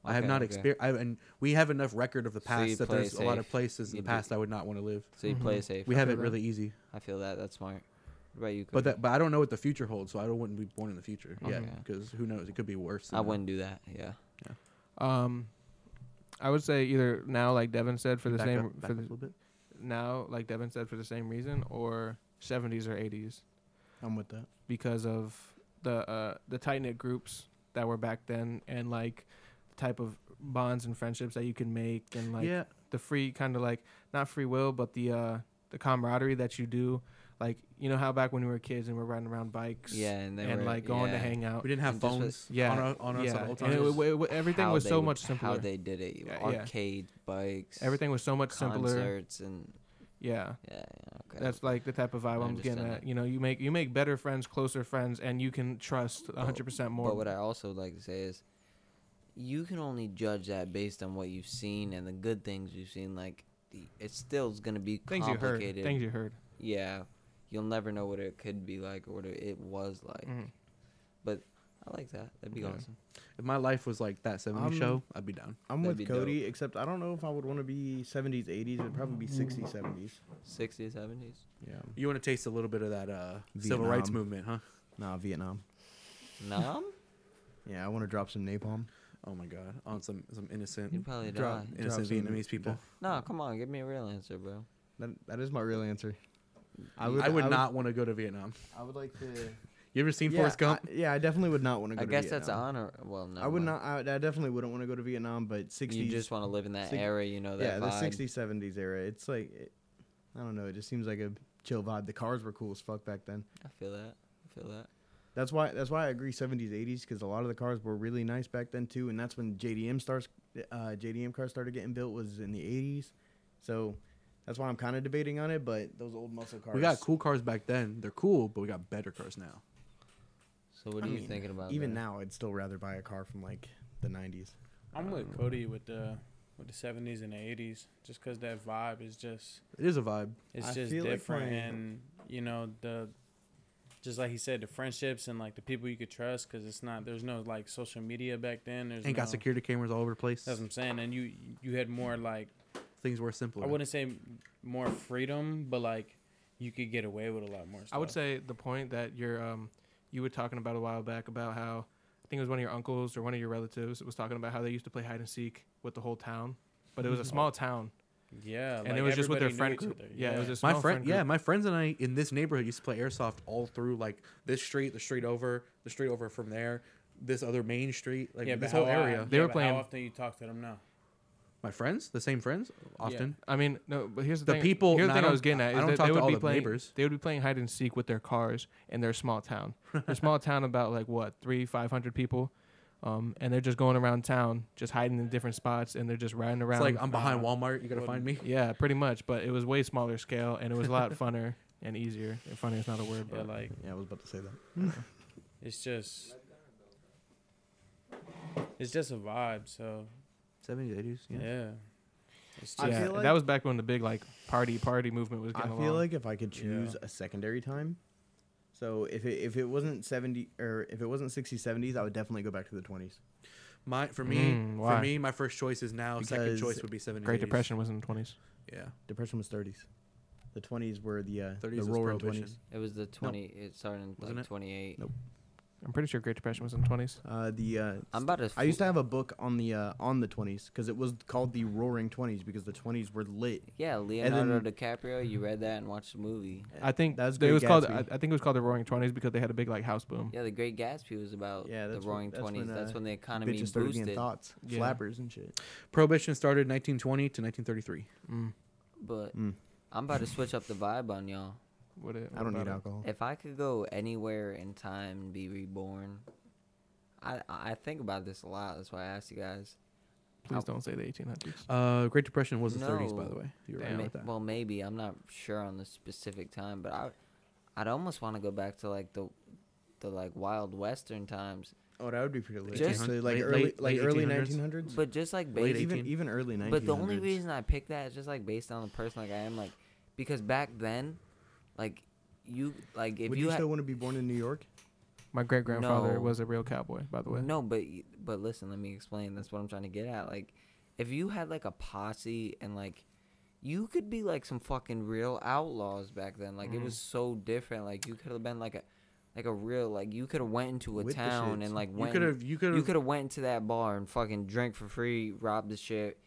S2: I have
S1: Okay,
S2: not
S1: okay.
S2: experienced, and we have enough record of the
S1: So
S2: past
S1: you
S2: that
S1: play
S2: there's a lot
S1: safe.
S2: of places in
S1: You
S2: the
S1: do-
S2: past I would not want to live.
S1: So you play
S3: Mhm.
S1: safe.
S2: Mm-hmm. We
S3: I
S2: have
S3: feel
S2: it
S3: that.
S2: really easy,
S1: I feel that. That's smart. What about uh, you?
S2: but
S1: Cody?
S2: that, but I don't know what the future holds, so I don't, wouldn't be born in the future Yeah,
S1: Okay.
S2: because who knows? It could be worse.
S1: I
S2: than-
S1: wouldn't do that. Yeah.
S3: um I would say either now like Devin said for the
S2: Back
S3: same
S2: up- back
S3: for
S2: up a
S3: the,
S2: little bit.
S3: now like Devin said for the same reason or 70s or 80s
S4: I'm with that.
S3: because of the uh, the tight knit groups that were back then, and like the type of bonds and friendships that you can make, and like
S2: yeah,
S3: the free kind of like not free will, but the uh, the camaraderie that you do. Like you know how back when we were kids and we are riding around bikes,
S1: Yeah, and they
S3: and
S1: were,
S3: like going
S1: yeah.
S3: to hang out.
S2: we didn't have
S1: And just
S2: phones.
S3: Yeah,
S2: on our, on us
S3: yeah.
S2: at all
S3: and
S2: times.
S3: it wa- it wa- everything
S1: how
S3: was
S1: they
S3: so
S1: would-
S3: much simpler.
S1: How they did it,
S3: Yeah, yeah.
S1: arcade bikes,
S3: everything was so much simpler.
S1: concerts and
S3: Yeah,
S1: yeah, yeah, okay.
S3: that's like the type of vibe
S1: I
S3: I'm getting
S1: understand
S3: at.
S1: that.
S3: You know, you make you make better friends, closer friends, and you can trust 100 percent more.
S1: But what I also like to say is, you can only judge that based on what you've seen and the good things you've seen. Like, the- it still is going to be
S3: things you heard,
S1: complicated.
S3: things you heard.
S1: yeah, you'll never know what it could be like or what it it was like.
S2: Mm-hmm.
S3: Mhm.
S1: I like that. That'd be
S3: Yeah.
S1: awesome.
S2: if my life was like that 70s
S4: I'm-
S2: show, I'd be down.
S4: I'm
S1: That'd
S4: with
S1: be dope.
S4: Cody, except I don't know if I would want to be 70s, 80s. It'd probably be 60s,
S1: Mm.
S4: 70s.
S1: Sixties,
S3: (laughs)
S1: seventies.
S4: Yeah.
S2: You want to taste a little bit of that uh, civil rights
S4: Vietnam.
S2: movement, huh?
S4: Nah, Vietnam.
S1: Nom?
S4: Yeah, I want to drop some napalm.
S2: Oh my god, on some some
S1: You'd
S2: innocent
S1: probably
S4: Drop.
S1: die.
S2: innocent
S4: Drop some-
S2: Vietnamese people.
S1: No, come on, give me a real answer, bro.
S4: That, that is my real answer. Mm, I
S2: I would not want to go to Vietnam.
S4: I would like to.
S2: You ever seen
S4: yeah,
S2: Forrest Gump?
S4: I, yeah, I definitely would not want to go
S1: I
S4: to
S1: guess
S4: Vietnam.
S1: that's an honor. Well, no.
S4: I would not. I, I definitely wouldn't want to go to Vietnam, but 60s.
S1: You just want to live in that
S4: six-
S1: era, you know that
S4: yeah, the
S1: vibe.
S4: 60s, 70s era. It's like, it, I don't know. It just seems like a chill vibe. The cars were cool as fuck back then.
S1: I feel that. I feel that.
S4: That's why. That's why I agree. 70s, 80s, because a lot of the cars were really nice back then too. And that's when JDM starts. Uh, JDM cars started getting built was in the 80s. So that's why I'm kind of debating on it. But those old muscle cars.
S2: We got cool cars back then. They're cool, but we got better cars now.
S1: So what are
S4: I
S1: you
S4: mean,
S1: thinking about?
S4: Even
S1: that?
S4: now, I'd still rather buy a car from like the 90s.
S5: I'm with Cody with the with the 70s and the 80s, just 'cause that vibe is just
S2: It is a vibe.
S5: it's
S4: I
S5: just
S4: feel like
S5: different,
S4: my-
S5: and you know the just like he said, the friendships and like the people you could trust, 'cause it's not there's no like social media back then. There's
S2: Ain't
S5: no,
S2: got security cameras all over the place.
S5: That's what I'm saying, and you you had more like
S2: Things were simpler.
S5: I wouldn't say m- more freedom, but like you could get away with a lot more. Stuff.
S3: I would say the point that you're um you were talking about a while back about how I think it was one of your uncles or one of your relatives that was talking about how they used to play hide and seek with the whole town, but it
S2: Mm-hmm.
S3: was a small town
S5: yeah,
S3: and it was just with their friend
S5: Uh, everybody knew
S3: group.
S5: each other,
S3: Yeah, it was a small
S2: my friend, yeah,
S3: group.
S2: my friends and I in this neighborhood used to play airsoft all through like this street, the street over, the street over from there, this other main street, like
S5: yeah,
S2: this
S5: but
S2: whole
S5: how I-
S2: area.
S5: yeah,
S3: They were
S5: but
S3: playing-
S5: How often you talk to them now?
S2: my friends, the same friends, often.
S3: I mean, no, but here's the,
S2: The
S3: thing.
S2: people-
S3: Here's
S2: no,
S3: the
S2: I
S3: thing I,
S2: don't-
S3: was getting
S2: I
S3: at. Is
S2: don't
S3: that
S2: talk
S3: they
S2: to
S3: would
S2: all
S3: be
S2: the
S3: playing,
S2: neighbors.
S3: They would be playing hide and seek with their cars in their small town.
S2: (laughs)
S3: Their small town about like what three, five hundred people, um, and they're just going around town, just hiding in different spots, and they're just riding
S2: It's
S3: around.
S2: like I'm behind Walmart. You gotta
S1: (laughs)
S2: find me.
S3: yeah, pretty much. But it was way smaller scale, and it was
S4: (laughs)
S3: a lot funner and easier. And funny is not a word, but
S5: Yeah, like
S4: Yeah, I was about to say that.
S5: it's just it's just a vibe. So
S2: 70s, 80s.
S5: yeah, it's
S4: I
S3: yeah,
S4: feel like-
S3: that was back when the big like party party movement was
S4: I
S3: getting
S4: feel
S3: along.
S4: like if I could choose
S5: Yeah.
S4: a secondary time, so if it if it wasn't 70 or if it wasn't 60s, 70s, I would definitely go back to the 20s.
S2: My for me,
S3: Mm,
S2: for
S3: why?
S2: me, my first choice is now. second
S4: Because
S2: choice would be 70s.
S3: Great
S2: 80s.
S3: Depression was in the twenties.
S2: Yeah,
S4: Depression was 30s. The 20s were the uh,
S2: 30s
S4: the
S2: was
S4: roaring
S2: prohibition.
S4: 20s.
S1: It was the twenty. It started in
S2: Wasn't
S1: like
S2: it?
S1: twenty eight.
S4: Nope.
S3: I'm pretty sure Great Depression was in the twenties.
S4: Uh, the uh,
S1: I'm about to.
S4: I used to have a book on the uh, on the 20s because it was called the roaring 20s because the 20s were lit.
S1: Yeah, Leonardo
S4: then-
S1: DiCaprio. You read that and watched the movie.
S3: I think
S4: That was
S3: they- it
S4: Great
S3: was called. I,
S4: Gatsby.
S3: I think it was called the Roaring Twenties because they had a big like house boom.
S1: Yeah, The Great Gatsby was about
S4: Yeah,
S1: the
S4: that's when-
S1: Roaring
S4: that's when,
S1: Twenties. That's,
S4: uh,
S1: when the economy
S4: Bitches started getting
S1: boosted.
S4: thoughts,
S3: Yeah.
S4: flappers and shit.
S2: Prohibition started 1920 to 1933.
S3: Mm.
S1: But
S4: Mm.
S1: I'm about to switch
S4: (laughs)
S1: up the vibe on y'all.
S3: What it, what
S4: I don't
S3: about
S4: need
S3: it?
S4: alcohol.
S1: If I could go anywhere in time and be reborn, I I think about this a lot. That's why I asked you guys.
S3: Please
S1: Out.
S3: don't say the 1800s.
S2: Uh, Great Depression was the 30s, by
S1: No.
S2: the way. You were
S1: Ma-
S2: right about that.
S1: Well, maybe I'm not sure on the specific time, but I I'd almost want to go back to like the the like Wild Western times,
S4: Oh, that would be pretty lit.
S1: Just-
S4: So, like
S2: Late-
S4: early
S2: late-
S4: like
S2: late
S4: early
S2: 1800s?
S4: 1900s.
S1: but just like
S2: Late
S1: based
S4: even
S2: 18.
S4: even early 1900s.
S1: But the only reason I picked that is just like based on the person like I am, like because back then, like you like if
S4: would
S1: you,
S4: you
S1: had,
S4: still want to be born in New York?
S3: My great grandfather
S1: No.
S3: was a real cowboy, by the way.
S1: no, but y- but listen, let me explain. That's what I'm trying to get at. Like if you had like a posse and like you could be like some fucking real outlaws back then. Like
S4: Mm-hmm.
S1: it was so different. Like you could have been like a like a real like you could have went into a
S4: With the
S1: town
S4: shits.
S1: and like
S2: You
S1: went
S2: could have. You could
S1: you
S2: have.
S1: could have went to that bar and fucking drank for free, robbed the shit,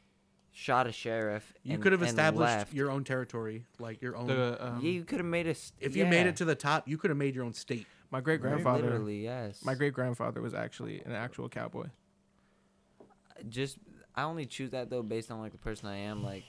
S1: shot a sheriff.
S2: You
S1: and-
S2: could have
S1: and
S2: established
S1: left.
S2: your own territory, like your own.
S3: The, um,
S1: yeah, you could have made us.
S2: if you made it to the top, you could have made your own state.
S3: my great grandfather,
S1: literally yes.
S3: my great grandfather was actually an actual cowboy.
S1: just I only choose that though based on like the person I am, like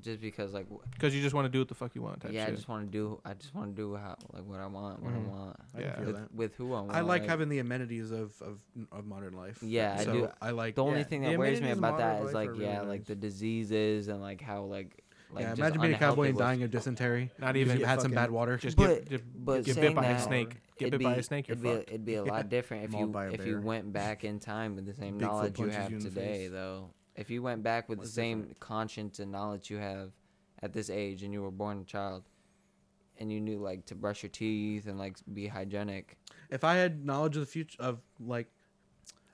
S1: just because like w-
S3: Because you just want to do what the fuck you want. Type
S1: yeah, I
S3: shit.
S1: just want to do I just want to do how like what I want, what
S3: Mhm.
S2: Mm-hmm.
S1: I want
S4: I
S3: Yeah.
S4: can feel
S1: with,
S4: that.
S1: with who I want.
S2: I like having the amenities of of, of modern life.
S1: Yeah, I
S2: so
S1: do.
S2: I like.
S1: the only
S4: yeah,
S1: thing
S4: the
S1: that worries me
S4: amenities of
S1: about that
S4: modern
S1: is
S4: life
S1: like
S4: are really
S1: yeah, like
S4: nice.
S1: the diseases and like how like like
S2: yeah,
S1: just
S2: imagine being a cowboy
S1: unhealthy
S2: and
S1: was-
S2: dying of dysentery. Even
S3: Not even
S2: you
S4: get
S2: had some
S4: fucking-
S2: bad water.
S3: just
S1: But
S3: get, just
S1: but
S3: get
S1: saying
S3: bit by a
S1: that,
S3: snake. Get
S1: it'd
S3: bit by
S1: be-
S3: a snake. You're
S1: it'd be a,
S3: fucked.
S1: it'd be a
S3: (laughs)
S1: lot different if
S4: Mauled
S1: you
S4: by a
S1: if you
S4: bear.
S1: went back in time with the same
S4: Bigfoot
S1: knowledge you
S4: punches
S1: have
S4: you in the
S1: today,
S4: face.
S1: though. If you went back with
S4: What's
S1: the same
S4: different?
S1: conscience and knowledge you have at this age, and you were born a child, and you knew like to brush your teeth and like be hygienic
S2: If I had knowledge of the future of like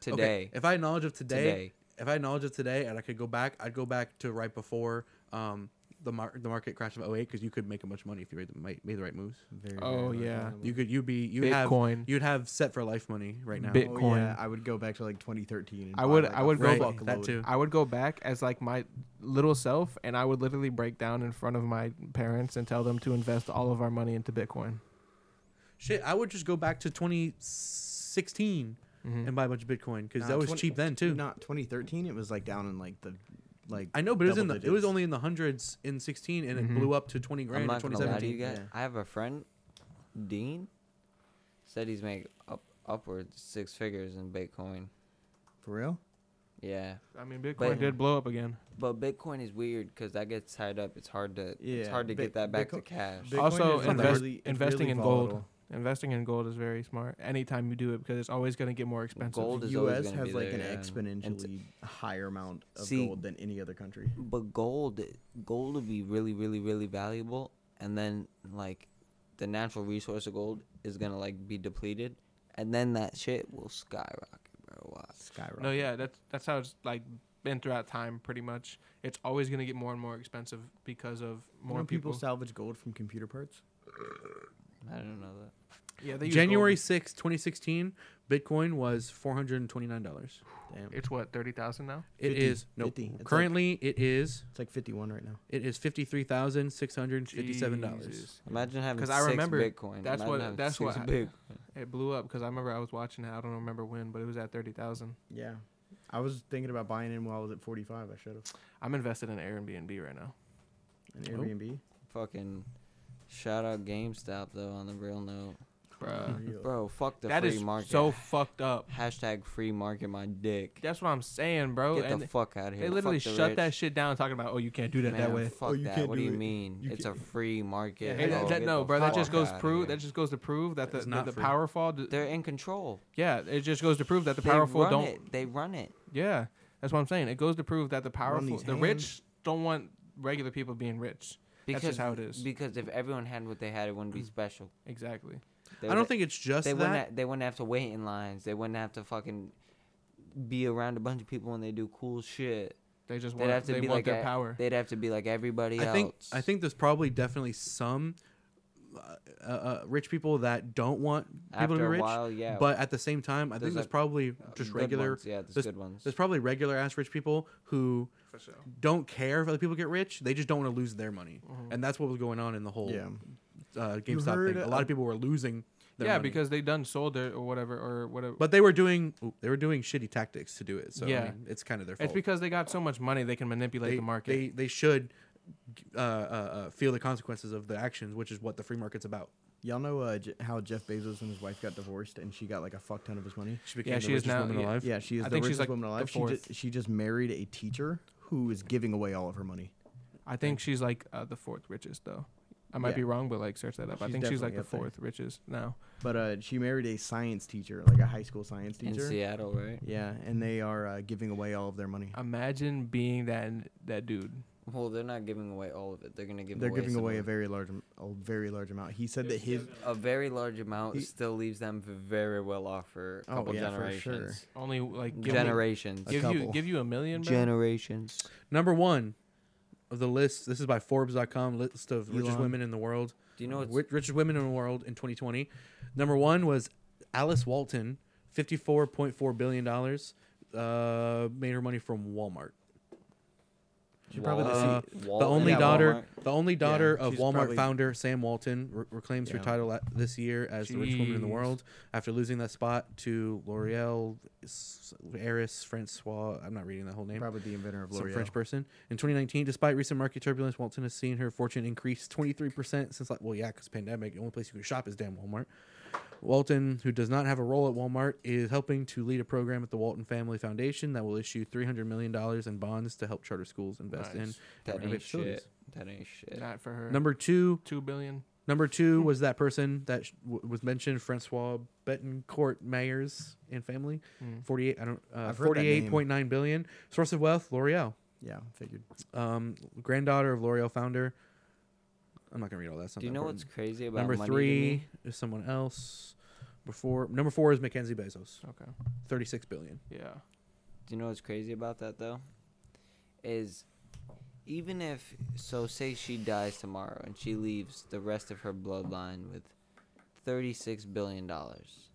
S2: okay,
S1: today,
S2: if I had knowledge of today,
S1: Today.
S2: if I had knowledge of today, and I could go back, I'd go back to right before um the mar- the market crash of 08 because you could make a bunch of money if you made the, made, made the right moves.
S4: Very,
S3: Oh,
S4: very
S3: yeah.
S4: reasonable.
S2: You could you be you
S3: Bitcoin.
S2: have you'd have set for life money right now.
S3: Bit-
S4: Oh, yeah,
S3: Bitcoin.
S4: I would go back to like 2013. And
S3: I
S4: buy,
S3: would-
S4: like,
S3: I
S4: a
S3: would go
S2: right,
S4: fuck
S2: that
S4: load.
S2: too.
S3: I would go back as like my little self, and I would literally break down in front of my parents and tell them to invest all of our money into Bitcoin.
S2: Shit, I would just go back to 2016
S3: Mhm.
S2: and buy a bunch of Bitcoin because
S4: Mm-hmm. Nah,
S2: that was
S4: 20
S2: cheap then too.
S4: Not 2013. It was like down in like the like.
S2: I know, but it was
S4: double
S2: in the, it
S4: digits. Mm-hmm.
S2: was only in the hundreds in 16, and
S3: Mhm.
S2: it blew up to 20 grand
S1: I'm
S2: in
S1: not gonna lie to
S2: 2017.
S1: you guys.
S4: yeah.
S1: I have a friend, Dean, said he's made up upwards six figures in Bitcoin.
S4: for real.
S1: Yeah,
S3: I mean, Bitcoin
S1: But-
S3: did blow up again.
S1: but Bitcoin is weird because that gets tied up. It's hard to it's
S4: Yeah,
S1: hard to
S4: Bit-
S1: get that back to
S4: Bitcoin-
S1: cash.
S4: Bitcoin is,
S3: Also,
S4: like,
S3: invest-
S4: really- it's
S3: investing
S4: really
S3: in gold.
S4: volatile.
S3: Investing in gold is very smart. Anytime you do it, because it's always going to get more expensive.
S1: Gold
S4: The
S1: is always
S4: U.S.
S1: gonna
S4: has
S1: be
S4: like
S1: there,
S4: an
S1: yeah. And t-
S4: exponentially higher amount of
S1: See-
S4: gold than any other country.
S1: But gold, gold would be really, really, really valuable, and then like the natural resource of gold is gonna like be depleted, and then that shit will skyrocket, bro. Watch.
S4: Skyrocket.
S3: No, yeah, that's that's how it's like been throughout time, pretty much. It's always going to get more and more expensive because of
S4: You
S3: more
S4: know
S3: people.
S4: salvage gold from computer parts.
S1: I don't know that.
S3: Yeah, they use
S2: January
S3: gold.
S2: 6, 2016, Bitcoin was $429.
S4: Damn,
S3: It's what thirty thousand now.
S2: It is
S4: 50,
S2: no.
S4: 50. It's like-
S2: Currently, it is
S4: it's like 51 right now.
S2: it is fifty three thousand six hundred fifty seven dollars.
S3: Jesus.
S1: Imagine having
S3: 'Cause
S1: six
S3: I remember
S1: Bitcoin.
S3: that's
S1: Imagine
S3: what-
S1: having
S3: that's
S1: six
S3: what I-
S1: Bitcoin.
S3: It blew up because I remember I was watching it. I don't remember when, but it was at thirty thousand.
S4: Yeah, I was thinking about buying in while I was at 45. I should have
S3: I'm invested in Airbnb right now.
S4: an
S2: Oh.
S4: Airbnb.
S1: Fucking shout out GameStop though. On the real note, Uh,
S3: Bruh.
S4: Real.
S1: bro, fuck (laughs) the
S3: that
S1: free
S3: is
S1: market.
S3: so fucked up.
S1: hashtag free market my dick.
S3: That's what I'm saying, bro.
S1: Get
S3: and
S1: the fuck out of here.
S3: they literally
S1: fuck the
S3: shut
S1: rich.
S3: that shit down, talking about, oh, you can't do that that
S1: Man,
S3: way.
S1: Fuck
S4: Oh, you
S1: that.
S4: can't
S1: what
S4: do
S1: do you
S4: it.
S1: mean?
S4: You
S1: it's
S4: can't-
S1: a free market.
S2: Yeah,
S3: And
S2: Hey,
S1: bro.
S3: that-
S1: Get
S3: that- no,
S1: the
S3: bro. That
S1: fuck
S3: just goes
S1: outta
S3: prove.
S1: here.
S3: That just goes to prove that the,
S2: It's
S3: the,
S2: not
S3: the
S2: free.
S3: powerful. d-
S1: They're in control.
S3: yeah, it just goes to prove that the
S1: They
S3: powerful
S1: run
S3: don't.
S1: It. They run it.
S3: Yeah, that's what I'm saying. It goes to prove that the
S4: Run
S3: powerful,
S4: these
S3: the rich, don't want regular people being rich.
S1: Because
S3: That's just how it is. Mm.
S1: Because if everyone had what they had, it wouldn't be special.
S3: Exactly.
S1: They
S2: I don't
S1: would-
S2: think it's just
S1: they
S2: that.
S1: wouldn't. ha- they wouldn't have to wait in lines. They wouldn't have to fucking be around a bunch of people when they do cool shit.
S3: They just
S1: They'd
S3: want.
S1: have to
S3: they
S1: be
S3: want
S1: like
S3: their
S1: a-
S3: power.
S1: They'd have to be like everybody
S2: I
S1: else.
S2: think I think there's probably definitely some uh, uh, uh, rich people that don't want people
S1: after
S2: to be
S1: a
S2: rich.
S1: while, yeah.
S2: But at the same time, I
S1: There's
S2: think there's
S1: like,
S2: probably just
S1: good
S2: regular.
S1: ones. Yeah, there's
S2: there's-
S1: good ones.
S2: There's probably regular ass rich people who
S3: For sure.
S2: don't care if other people get rich. They just don't want to lose their money, and that's what was going on in the whole
S4: Yeah.
S2: uh, GameStop
S4: heard
S2: thing. A lot of
S4: of-
S2: people were losing. Their
S3: yeah,
S2: money.
S3: because they done sold it or whatever or whatever.
S2: but they were doing ooh, they were doing shitty tactics to do it. So I
S3: Yeah.
S2: mean, it's kind of their fault.
S3: it's because they got so much money they can manipulate
S2: they,
S3: the market.
S2: They they should uh, uh, uh, feel the consequences of the actions, which is what the free market's about.
S4: Y'all know uh, J- how Jeff Bezos and his wife got divorced, and she got like a fuck ton of his money.
S2: She became the
S3: she is
S2: richest
S3: now-
S2: woman
S3: yeah.
S2: alive.
S4: Yeah, she is
S3: I
S4: the
S3: think she's,
S4: richest
S3: like,
S4: woman
S3: the
S4: alive. She
S3: fourth.
S4: just, she just married a teacher who is giving away all of her money.
S3: I think she's like uh, the fourth richest though. I might
S4: Yeah.
S3: be wrong, but like search that up. I
S4: She's
S3: think she's like
S4: definitely
S3: the
S4: up there.
S3: fourth richest now.
S4: But uh, she married a science teacher, like a high school science
S1: in
S4: teacher.
S1: Seattle, right?
S4: yeah, and they are uh, giving away all of their money.
S3: Imagine being that that dude.
S1: Well, they're not giving away all of it. They're gonna give.
S4: They're
S1: away
S4: giving
S1: some
S4: away
S1: of
S4: a
S1: it.
S4: very large, am- a very large amount. He said that his
S1: a very large amount
S4: He-
S1: still leves them v- very well off for a
S4: Oh,
S1: couple
S4: yeah, for sure.
S1: generations.
S3: Only like give,
S1: Generations.
S4: A
S3: you, give you
S4: couple.
S3: give you a million. Bro?
S1: Generations.
S2: Number one of the list. This is by Forbes.com list of richest
S4: Elon.
S2: women in the world.
S1: Do you know what's
S2: Wi- richest women in the world in 2020. Number one was Alice Walton, 54.4 billion dollars. Uh, made her money from Walmart.
S4: Should probably
S1: Wal-
S2: Uh,
S1: Wal-
S2: the only
S1: yeah,
S2: daughter,
S1: Walmart.
S2: the only daughter
S4: Yeah,
S2: of
S4: she's
S2: Walmart
S4: probably-
S2: founder Sam Walton re- reclaims her
S4: Yeah.
S2: title at, this year as the richest woman in the
S3: Jeez.
S2: world after losing that spot to L'Oreal S- heiress Francois. I'm not reading that whole name.
S4: Probably the inventor of
S2: Some
S4: L'Oreal.
S2: French person. In 2019, despite recent market turbulence, Walton has seen her fortune increase 23% since like well, yeah, because pandemic. The only place you could shop is damn Walmart. Walton, who does not have a role at Walmart, is helping to lead a program at the Walton Family Foundation that will issue 300 million dollars in bonds to help charter schools invest in
S3: Nice.
S1: That
S2: renovate
S1: ain't
S2: facilities.
S1: shit. That ain't shit.
S3: Not for her.
S2: Number two,
S3: two billion.
S2: number two was that person that sh- w- was mentioned, Francois Betancourt Mayers and family.
S3: Mm.
S2: 48, I don't, uh,
S4: I've heard that name.
S2: 48.9 billion. Source of wealth, L'Oreal.
S4: Yeah, figured.
S2: Um, granddaughter of L'Oreal founder. I'm not gonna read all that.
S1: Do you know what's crazy about
S2: number
S1: money To
S2: three
S1: me?
S2: is someone else. Before number four is Mackenzie Bezos,
S3: Okay.
S2: 36 billion.
S3: Yeah.
S1: Do you know what's crazy about that though? Is even if so, say she dies tomorrow and she leaves the rest of her bloodline with thirty-six billion dollars.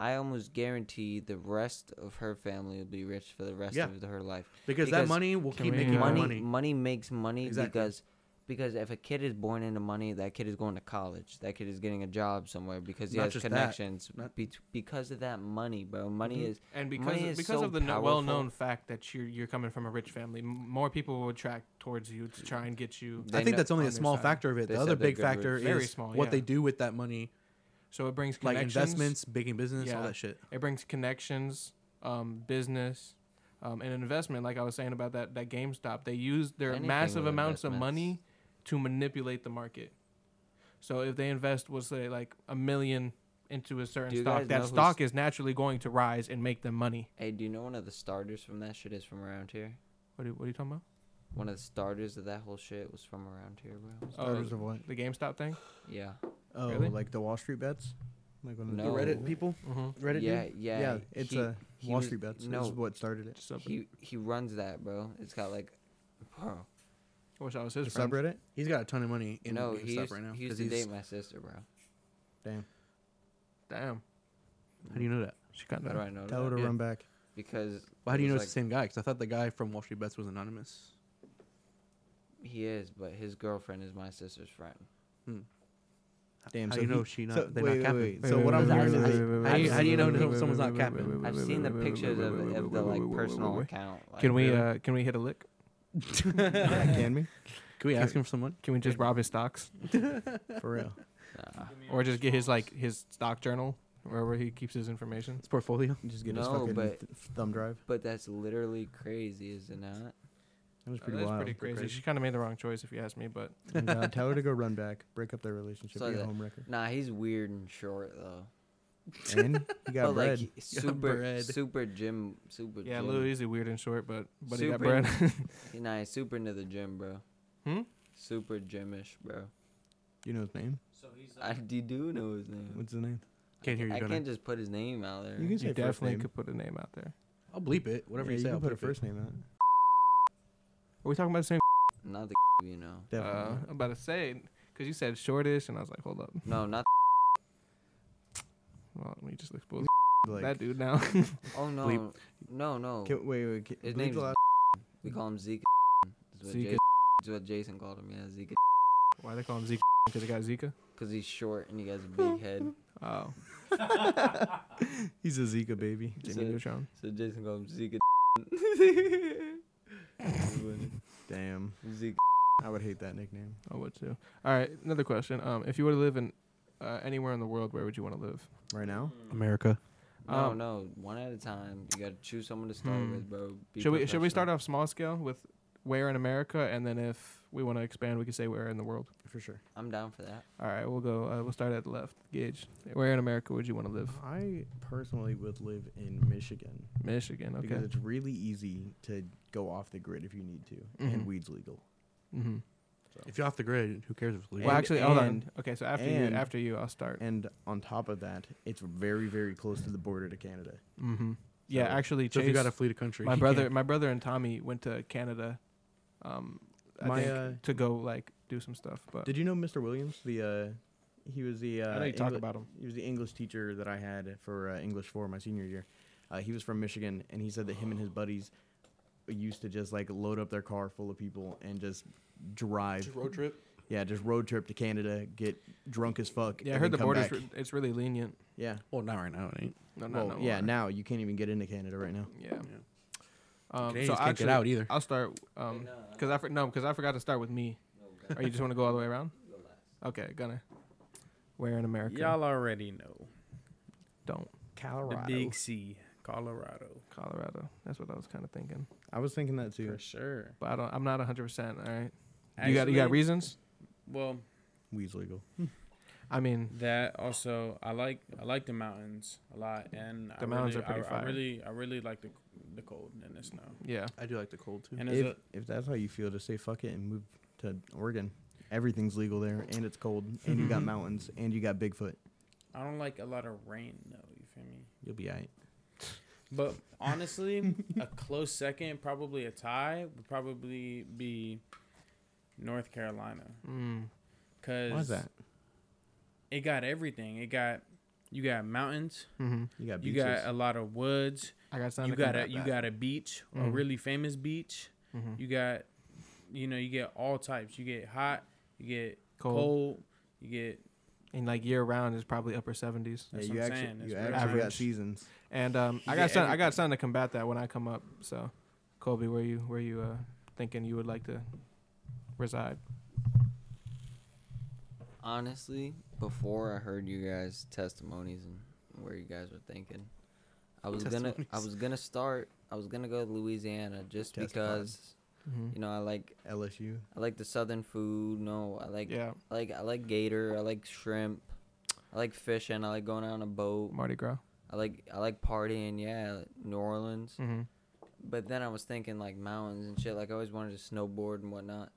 S1: I almost guarantee the rest of her family will be rich for the rest
S2: Yeah.
S1: of her life.
S2: Because, that
S1: Because
S2: money will
S3: can
S2: keep
S3: we,
S2: making
S3: uh,
S2: more
S1: money,
S2: money.
S1: money makes money
S2: Exactly.
S1: because because if a kid is born into money, that kid is going to college. That kid is getting a job somewhere because he
S2: Not
S1: has
S2: just that.
S1: connections.
S2: Not-
S1: Be- because of that money, bro. Money
S2: Mhm.
S1: is
S3: And because
S1: Money is
S3: because
S1: so
S3: of the no, well-known
S1: powerful.
S3: fact that you're you're coming from a rich family, m- more people will attract towards you to try and get you.
S1: They
S2: I think
S1: know-
S2: that's only
S3: on
S2: a
S3: their
S2: small
S3: side.
S2: factor of it.
S1: They
S2: The
S1: said
S2: other
S1: they're
S2: big
S1: good
S2: factor
S1: roots.
S3: Very
S2: is
S3: small,
S2: what
S3: yeah.
S2: they do with that money,
S3: So it brings
S2: like
S3: connections,
S2: investments, big in business, all
S3: Yeah.
S2: that shit.
S3: It brings connections, um, business, um, and investment. Like I was saying about that that GameStop, they use their
S1: Anything
S3: massive
S1: with
S3: amounts of
S1: investments.
S3: money to manipulate the market. So if they invest, we'll say like a million into a certain
S1: Do you
S3: stock,
S1: guys know
S3: that
S1: who's-
S3: stock is naturally going to rise and make them money.
S1: Hey, do you know one of the starters from that shit is from around here?
S3: What are, what are you talking about?
S1: One of the starters of that whole shit was from around here, bro.
S2: Uh,
S4: Starters
S3: Oh,
S4: of what?
S3: the GameStop thing.
S1: Yeah.
S4: Uh, Oh,
S3: Really?
S4: like the Wall Street bets? Like one of
S1: No.
S2: The Reddit people,
S3: Mm-hmm.
S2: Reddit.
S1: yeah,
S2: dude?
S1: yeah.
S4: Yeah, it's
S1: he-
S4: a
S1: he
S4: Wall
S1: was-
S4: Street bets. No, is
S1: No,
S4: what started it.
S1: he he runs that, bro. It's got like, bro.
S3: I wish I was his
S4: The
S3: friend.
S4: subreddit.
S2: he's got a ton of money in
S1: no, he
S2: GameStop
S1: used,
S2: right now.
S1: he used
S2: 'cause
S1: to
S2: he's-
S1: date my sister, bro.
S3: Damn,
S2: How do you know that?
S3: she got
S1: How
S3: that.
S1: do I know
S4: Tell her
S1: that?
S4: to
S2: Yeah.
S4: run back.
S1: Because
S2: Well, how do
S1: it
S2: you know
S1: was
S2: it's the same guy? Because I thought the guy from Wall Street Bets was anonymous.
S1: like, he is, but his girlfriend is my sister's friend.
S4: Damn,
S2: How
S4: so
S2: do you
S4: (laughs)
S2: know
S4: he-
S2: she not?
S4: so-
S2: they're
S4: wait,
S2: not
S4: wait,
S2: capping.
S4: wait, So what I'm
S1: wait,
S4: hearing
S1: wait,
S4: is,
S1: wait, wait,
S4: I-
S1: wait,
S4: how do you know
S2: wait,
S4: that
S2: wait,
S4: someone's
S2: wait,
S4: not
S2: wait, wait,
S4: capping?
S2: wait,
S1: I've seen the pictures of, of the like personal account. Like,
S3: Can we
S1: really-
S3: uh, can we hit a lick?
S4: Yeah, Can we?
S2: Can we ask him for someone?
S4: (laughs)
S3: Can we just rob his stocks,
S1: (laughs)
S4: For real.
S1: Nah.
S3: or just get his like his stock journal wherever he keeps his information?
S2: His portfolio.
S4: Just get his
S1: No,
S4: fucking
S1: but-
S4: th- thumb drive.
S1: But that's literally crazy, is it not?
S4: That was
S3: That's
S4: pretty wild.
S3: pretty crazy. She kind of made the wrong choice, if you ask me. But
S4: And, uh, tell her to go run back, break up their relationship,
S1: So
S4: be a
S1: that-
S4: home wrecker.
S1: Nah, he's weird and short though.
S4: And (laughs) you got
S1: but
S4: bread.
S1: like super
S2: bread.
S1: super gym super
S3: yeah,
S1: gym.
S3: Lil Uzi weird and short, but but he got
S1: super
S3: bread.
S4: (laughs)
S1: in- (laughs) nah, he's super into the gym, bro.
S3: (laughs) Hmm?
S1: Super gymish, bro.
S4: you know his name?
S5: So he's
S1: I d- do know his name.
S4: What's his name?
S2: Can't hear you.
S1: I
S2: can
S1: can't just put his name out there.
S4: You can say
S3: you
S4: first
S3: definitely
S4: name.
S3: could put a name out there.
S2: I'll bleep it. Whatever
S4: yeah,
S2: you say.
S4: can
S2: I'll
S4: put a
S2: bleep it.
S4: first name out.
S3: Are we talking about the same?
S1: Not the (laughs) you know.
S4: Definitely.
S3: Uh, I'm about to say because you said shortish, and I was like, hold up,
S1: No, not.
S3: well, we just exposed
S4: (laughs) like,
S3: that
S4: (laughs)
S3: dude now.
S1: oh no,
S2: Bleep.
S1: no, no.
S4: can, wait, wait. Can,
S1: His
S4: bleep
S1: name's
S4: the last-
S1: we call him Zeke. That's what,
S3: Zeke.
S1: Jason, that's what Jason called him. Yeah, Zeke.
S3: Why they call him Zika? Because he got Zika.
S1: Cause he's short and he has a big
S3: (laughs)
S1: head.
S3: Oh,
S4: He's a Zika baby. (laughs)
S3: Jimmy
S1: So-
S3: Neutron.
S1: So Jason called him
S3: (laughs)
S1: Zeke. (laughs)
S4: Damn.
S1: Zeke.
S4: I would hate that nickname.
S3: I would too. Oh, All right, another question. Um, if you were to live in uh, anywhere in the world, where would you want to live?
S4: Right now?
S2: America.
S1: No,
S3: Um,
S1: no, one at a time. You gotta choose someone to start
S3: Hmm.
S1: with, bro. Be
S3: should we should we
S1: professional.
S3: start off small scale with where in America, and then if we want to expand, we could say where in the world.
S4: For sure.
S1: I'm down for that.
S3: All right, we'll go. Uh, we'll start at the left. Gage, where in America would you want to live?
S4: I personally would live in Michigan
S3: Michigan.
S4: because
S3: Okay.
S4: it's really easy to go off the grid if you need to,
S3: Mhm.
S4: and weed's legal.
S3: hmm
S2: If you're off the grid, who cares if it's legal?
S3: Well,
S4: And-
S3: actually, hold on.
S4: and-
S3: Okay, so after
S4: and-
S3: you, after you, I'll start.
S4: And on top of that, it's very, very close to the border to Canada.
S3: hmm Yeah,
S4: So-
S3: actually,
S2: So if
S3: Chase,
S2: you got to flee the country,
S3: my
S2: you
S3: brother,
S2: can't.
S3: my brother and Tommy went to Canada. Um, I
S4: My,
S3: think,
S4: uh,
S3: to go like do some stuff, but
S4: Did you know Mr. Williams? The uh, he was the uh,
S3: I know you talk
S4: Engli-
S3: about him.
S4: he was the English teacher that I had for uh, English four my senior year. Uh, he was from Michigan, and he said that him and his buddies used to just like load up their car full of people and just drive.
S2: Just road trip.
S4: Yeah, just road trip to Canada, get drunk as fuck.
S3: Yeah, I
S4: and
S3: heard
S4: then
S3: the
S4: come
S3: border's
S4: back.
S3: re- it's really lenient.
S4: yeah.
S2: Well, not right now. It ain't.
S3: No, no,
S4: Well,
S3: no.
S4: yeah.
S3: uh,
S4: Now you can't even get into Canada right now.
S3: Yeah.
S2: Yeah.
S3: Um, so
S2: Canadians can't get
S3: actually,
S2: out either.
S3: I'll start um, cause I for, no, cause I forgot to start with me. Or you just want to go all the way around? Okay, gonna. Where in America?
S5: Y'all already know
S3: don't
S5: the Big C, Colorado,
S3: Colorado. That's what I was kind of thinking,
S4: I was thinking that too.
S5: for sure.
S3: but I don't. I'm not 100. percent All right. you got you got
S5: Actually,
S3: reasons?
S5: Well,
S4: Weed's legal.
S3: I mean,
S5: that also I like I like the mountains a lot, and I
S3: The mountains
S5: really,
S3: are pretty
S5: I, I
S3: fire.
S5: really I really like the the cold and the snow.
S3: yeah.
S2: I do like the cold too.
S5: And as
S4: If,
S5: a,
S4: if that's how you feel, just say fuck it and move to Oregon. Everything's legal there, and it's cold, and you got mountains, and you got Bigfoot.
S5: I don't like a lot of rain though. You feel me?
S4: You'll be alright.
S5: But honestly,
S3: (laughs)
S5: a close second, probably a tie, would probably be North Carolina.
S3: Mm.
S5: Cause
S4: Why's that?
S5: it got everything. It got you got mountains,
S3: Mm-hmm.
S4: You got
S5: you
S4: beaches.
S5: got a lot of woods,
S3: I got something.
S5: you got a you got a beach, a
S4: Mm-hmm.
S3: Mhm.
S5: really famous beach.
S3: hmm
S5: You got you know, you get all types. You get hot, you get
S3: cold.
S5: cold, you get
S3: and like year round is probably upper 70s.
S4: yeah,
S5: that's
S4: you
S5: what I'm
S4: actually,
S5: saying, it's
S4: you
S5: very
S4: actually got
S3: average.
S4: seasons.
S3: And um, I got
S5: You get
S3: something, I
S5: everything.
S3: got something to combat that when I come up. So, Colby, where you where you uh, thinking you would like to reside?
S1: Honestly, before I heard you guys' testimonies and where you guys were thinking, I was gonna I was gonna start I was gonna go to Louisiana just
S4: Testified.
S1: because
S5: Mm-hmm.
S1: you know I like
S4: LSU.
S1: I like the southern food. No, I like
S3: Yeah,
S1: I like I like gator. I like shrimp. I like fishing. I like going out on a boat.
S3: Mardi Gras.
S1: I like I like partying. Yeah, New Orleans.
S3: Mm-hmm.
S1: But then I was thinking like mountains and shit. Like I always wanted to snowboard and whatnot.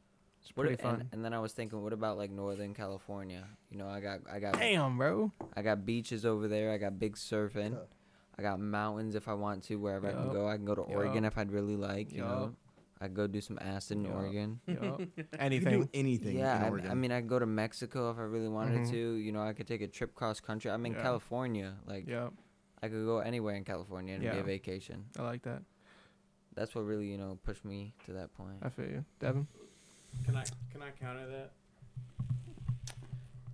S3: It's
S1: What
S3: pretty
S1: if-
S3: fun.
S1: And, and then I was thinking, what about like Northern California? You know, I got I got
S3: Damn, bro.
S1: I got beaches over there. I got big surfing.
S4: Tough.
S1: I got mountains if I want to, wherever I can
S3: Yup.
S1: go. I can go to Oregon
S3: Yup.
S1: if I'd really like. You
S3: Yup.
S1: know, I could go do some acid in
S3: Yup.
S1: Oregon.
S3: (laughs)
S4: You
S3: Yup.
S4: can do
S3: Anything.
S4: anything. in
S1: Yeah, I-
S4: Oregon.
S1: I, mean, I could go to Mexico if I really wanted
S2: Mm-hmm.
S3: Mhm.
S1: to. You know, I could take a trip cross country. I'm in
S3: Yeah.
S1: California. Like,
S3: Yeah,
S1: I could go anywhere in California and it'd be
S3: Yeah.
S1: a vacation.
S3: I like that.
S1: That's what really, you know, pushed me to that point.
S3: I feel you, Devin.
S5: Can I can I counter that?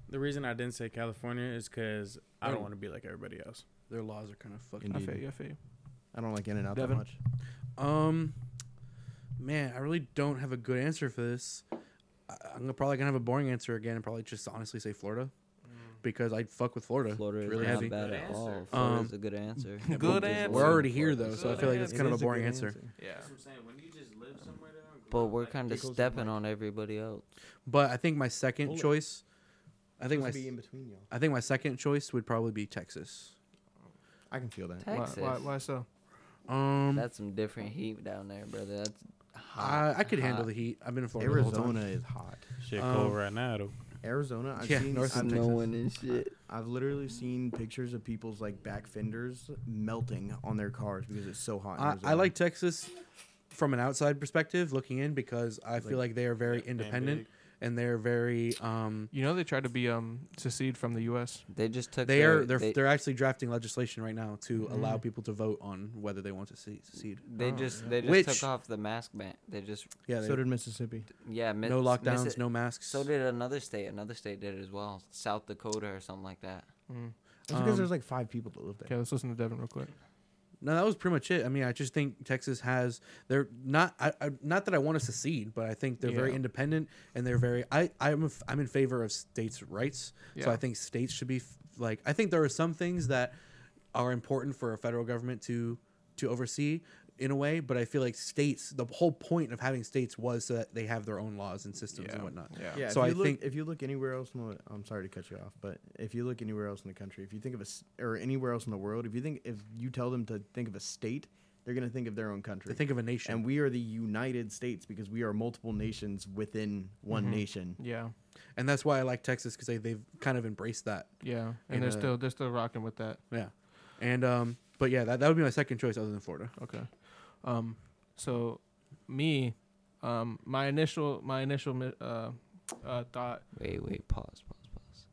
S5: The reason I didn't say California is because I
S2: Oh.
S5: don't want to be like everybody else.
S2: Their laws are kind of fucking.
S3: I
S4: Indeed.
S3: feel you. I feel you.
S4: I don't like In and Out that
S3: Devin?
S4: much.
S2: Um, man, I really don't have a good answer for this. I, I'm gonna probably gonna have a boring answer again, and probably just honestly say Florida, because I fuck with Florida.
S1: Florida is
S2: really
S1: not
S2: heavy.
S1: bad
S5: Good
S1: at
S5: answer.
S1: all. Florida's
S2: Um,
S1: a good
S2: (laughs)
S1: answer.
S3: Good Good answer.
S2: We're already here though, so I
S5: Good
S2: feel like that's
S5: answer.
S2: kind of
S4: It
S2: a
S4: is good
S2: boring answer.
S3: Yeah.
S5: what I'm saying. When you just live somewhere down,
S1: But we're kind of
S4: Pickles and
S1: stepping
S4: Mike.
S1: on everybody else.
S2: But I think my second
S4: Bullet.
S2: choice, I think my,
S4: Supposed
S2: s-
S4: to be in between y'all.
S2: I think my second choice would probably be Texas.
S4: I can feel that.
S1: Tex-
S3: Why,
S1: Texas.
S3: why, why so?
S2: Um,
S1: That's some different heat down there, brother. That's hot.
S2: I, I could handle
S1: hot.
S2: the heat. I've been in Florida the whole time.
S4: Arizona is hot.
S5: shit
S2: Um, cold
S5: right now though.
S4: Arizona. I've
S2: Yeah,
S4: seen.
S2: north
S4: I've,
S2: of
S1: snowing and shit.
S4: I've literally seen pictures of people's like back fenders melting on their cars because it's so hot. In
S2: I, I
S4: Arizona.
S2: like Texas from an outside perspective, looking in, because I feel like they are very
S5: and
S2: independent and they're very um.
S3: You know they tried to be um secede from the U.S.
S1: They just took.
S2: They
S1: their-
S2: are they're
S1: they,
S2: they're actually drafting legislation right now to allow people to vote on whether they want to se- secede.
S1: they
S3: Oh,
S1: just
S3: yeah.
S1: they just
S2: Which-
S1: took off the mask ban. They just
S2: Yeah, they,
S4: so did Mississippi.
S1: yeah. Miss,
S2: no
S1: miss
S2: lockdowns,
S1: it-
S2: no masks.
S1: So did another state. Another state did it as well. South Dakota or something like that.
S3: Mm.
S4: That's because
S2: Um,
S4: there's like five people that live
S3: Okay,
S4: there.
S3: let's listen to Devin real quick.
S2: No, that was pretty much it. I mean, I just think Texas has they're not I, I not that I want to secede, but I think they're very
S3: Yeah.
S2: independent and they're very I I'm a f- I'm in favor of states' rights. So
S3: Yeah.
S2: I think states should be f- like I think there are some things that are important for a federal government to to oversee in a way, but I feel like states the whole point of having states was so that they have their own laws and systems and
S3: Yeah.
S2: whatnot.
S3: Yeah.
S4: Yeah.
S2: So
S4: if
S2: I
S4: you look,
S2: think-
S4: if you look anywhere else, in the, I'm sorry to cut you off, but if you look anywhere else in the country, if you think of a s- or anywhere else in the world, if you think if you tell them to think of a state, they're gonna think of their own country.
S2: They think of a nation.
S4: and we are the United States because we are multiple nations within one nation.
S3: Yeah.
S2: and that's why I like Texas because they they've kind of embraced that.
S3: Yeah.
S2: And,
S3: And they're
S2: uh,
S3: still they're still rocking with that.
S2: Yeah, and um, but yeah, that, that would be my second choice other than Florida.
S3: Okay. Um, so me, um, my initial my initial mi- uh, uh, thought.
S1: Wait, wait, pause, pause, pause.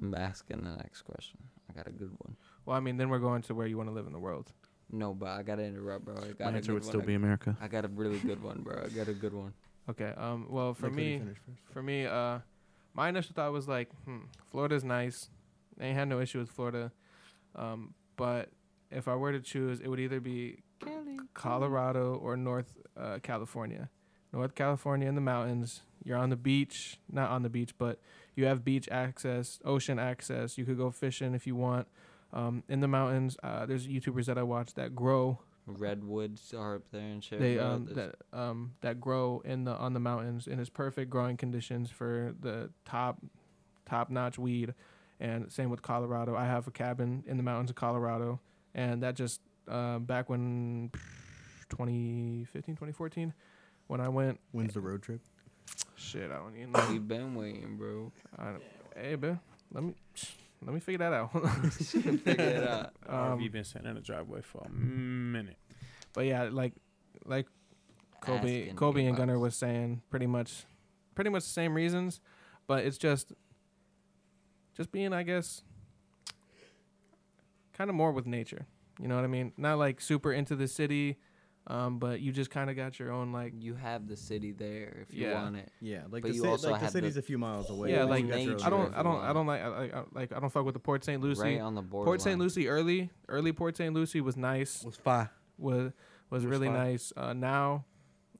S1: I'm asking the next question. I got a good one.
S3: Well, I mean, then we're going to where you want to live in the world.
S1: No, but I gotta interrupt, bro. I got
S2: My
S1: a
S2: answer
S1: good
S2: would
S1: one.
S2: still
S1: I-
S2: be America.
S1: (laughs) I got a really good one, bro. I got a good one.
S3: Okay. Um. Well, for
S4: Let Cody
S3: me,
S4: finish first.
S3: for me, uh, my initial thought was like, hmm, Florida's nice. I ain't had no issue with Florida, um, but if I were to choose, it would either be Colorado or North uh, California. North California in the mountains. You're on the beach, not on the beach, but you have beach access, ocean access. You could go fishing if you want. Um, in the mountains, uh, there's YouTubers that I watch that grow
S1: Redwoods are up there and shit.
S3: they
S1: bro.
S3: um
S1: There's-
S3: that um that grow in the on the mountains and it's perfect growing conditions for the top top notch weed and same with Colorado I have a cabin in the mountains of Colorado and that just uh, back when (sniffs) 2015 2014 when I went
S4: When's the road trip?
S3: shit I don't even know
S1: We've been waiting, bro.
S3: I don't, hey man let me (sniffs) let me figure that out
S1: (laughs) Figure it out.
S5: Have
S3: (laughs)
S5: you
S3: um,
S5: been sitting in the driveway for a minute?
S3: but yeah like like Kobe,
S1: Asking
S3: Kobe and
S1: about
S3: Gunner
S1: it.
S3: was saying pretty much, pretty much the same reasons, but it's just, just being, I guess, kind of more with nature. You know what I mean? Not like super into the city, um, but you just kind of got your own like.
S1: You have the city there if you
S3: Yeah.
S1: want it.
S4: Yeah, like
S1: But
S4: the,
S1: you
S4: ci-
S1: also
S4: like the
S1: have the
S4: city's a few miles away.
S3: yeah,
S4: but
S3: like
S4: you got your
S1: nature.
S4: own
S3: I
S4: road
S3: don't,
S4: trip.
S3: I don't,
S1: everyone.
S3: I don't like, I, I, like, I don't fuck with the Port St. Lucie.
S1: Right on the border.
S3: Port St. Lucie early, early Port St. Lucie was nice.
S2: Was fine.
S3: was was
S2: It was
S3: really
S2: fun.
S3: nice. Uh, now,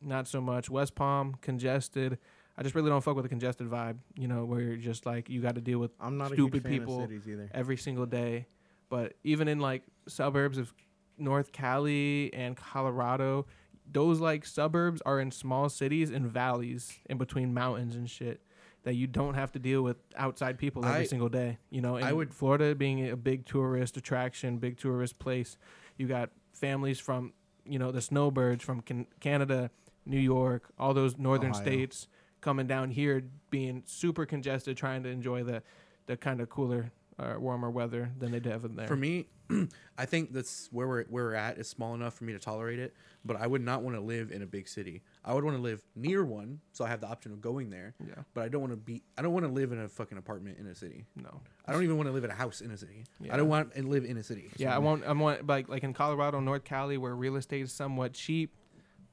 S3: not so much. West Palm congested. I just really don't fuck with the congested vibe. You know, where you're just like you got to deal with
S4: I'm not
S3: stupid
S4: a huge fan
S3: people.
S4: Of cities either.
S3: every single day. But even in like suburbs of North Cali and Colorado, those like suburbs are in small cities and valleys in between mountains and shit that you don't have to deal with outside people every
S2: I-
S3: single day. You know, and
S2: I would-
S3: Florida being a big tourist attraction, big tourist place. You got families from you know the snowbirds from can- Canada, New York, all those northern
S4: Ohio.
S3: states coming down here being super congested, trying to enjoy the the kind of cooler or warmer weather than they do have in there.
S2: For me, (clears throat) I think that's where we're where we're at is small enough for me to tolerate it. But I would not want to live in a big city. I would want to live near one, so I have the option of going there.
S3: Yeah.
S2: But I don't want to be. I don't want to live in a fucking apartment in a city.
S3: no.
S2: I don't even want to live in a house in a city.
S3: Yeah.
S2: I don't want to live in a city.
S3: Yeah, I want I want like like in Colorado, North Cali, where real estate is somewhat cheap.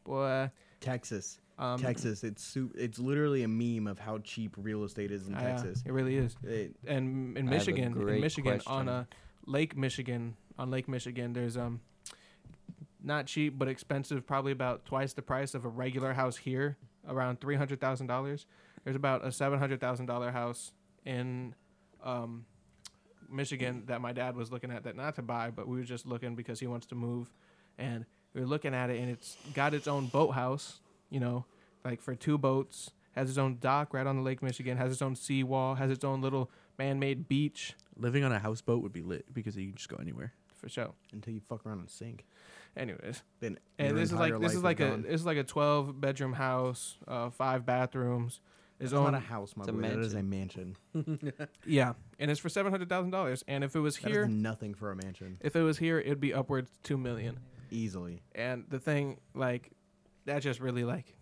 S3: Boy,
S4: Texas,
S3: um,
S4: Texas. It's su- It's literally a meme of how cheap real estate is in
S3: yeah,
S4: Texas.
S3: it really is.
S4: It-
S3: and in
S1: I have a
S3: Michigan, in
S1: great
S3: Michigan on
S1: question.
S3: a Lake Michigan, on Lake Michigan, there's um not cheap but expensive, probably about twice the price of a regular house here, around three hundred thousand dollars. There's about a seven hundred thousand dollar house in um Michigan that my dad was looking at that not to buy, but we were just looking because he wants to move and we were looking at it and it's got its own boathouse, you know, like for two boats, has its own dock right on the Lake Michigan, has its own seawall, has its own little man made beach
S2: Living on a houseboat would be lit because you can just go anywhere.
S3: for show.
S4: until you fuck around and sink.
S3: Anyways.
S4: Then
S3: And
S4: your
S3: this is like
S4: entire
S3: this
S4: life
S3: is like a
S4: gone.
S3: this is like a twelve bedroom house, uh five bathrooms. Its
S4: It's
S3: own
S4: not a house, my
S1: It's a
S4: boy. That is a mansion.
S3: Yeah. And it's for seven hundred thousand dollars. And if it was
S4: That is
S3: here
S4: nothing for a mansion.
S3: if it was here it'd be upwards to two million.
S4: Easily.
S3: And the thing, like, that just really like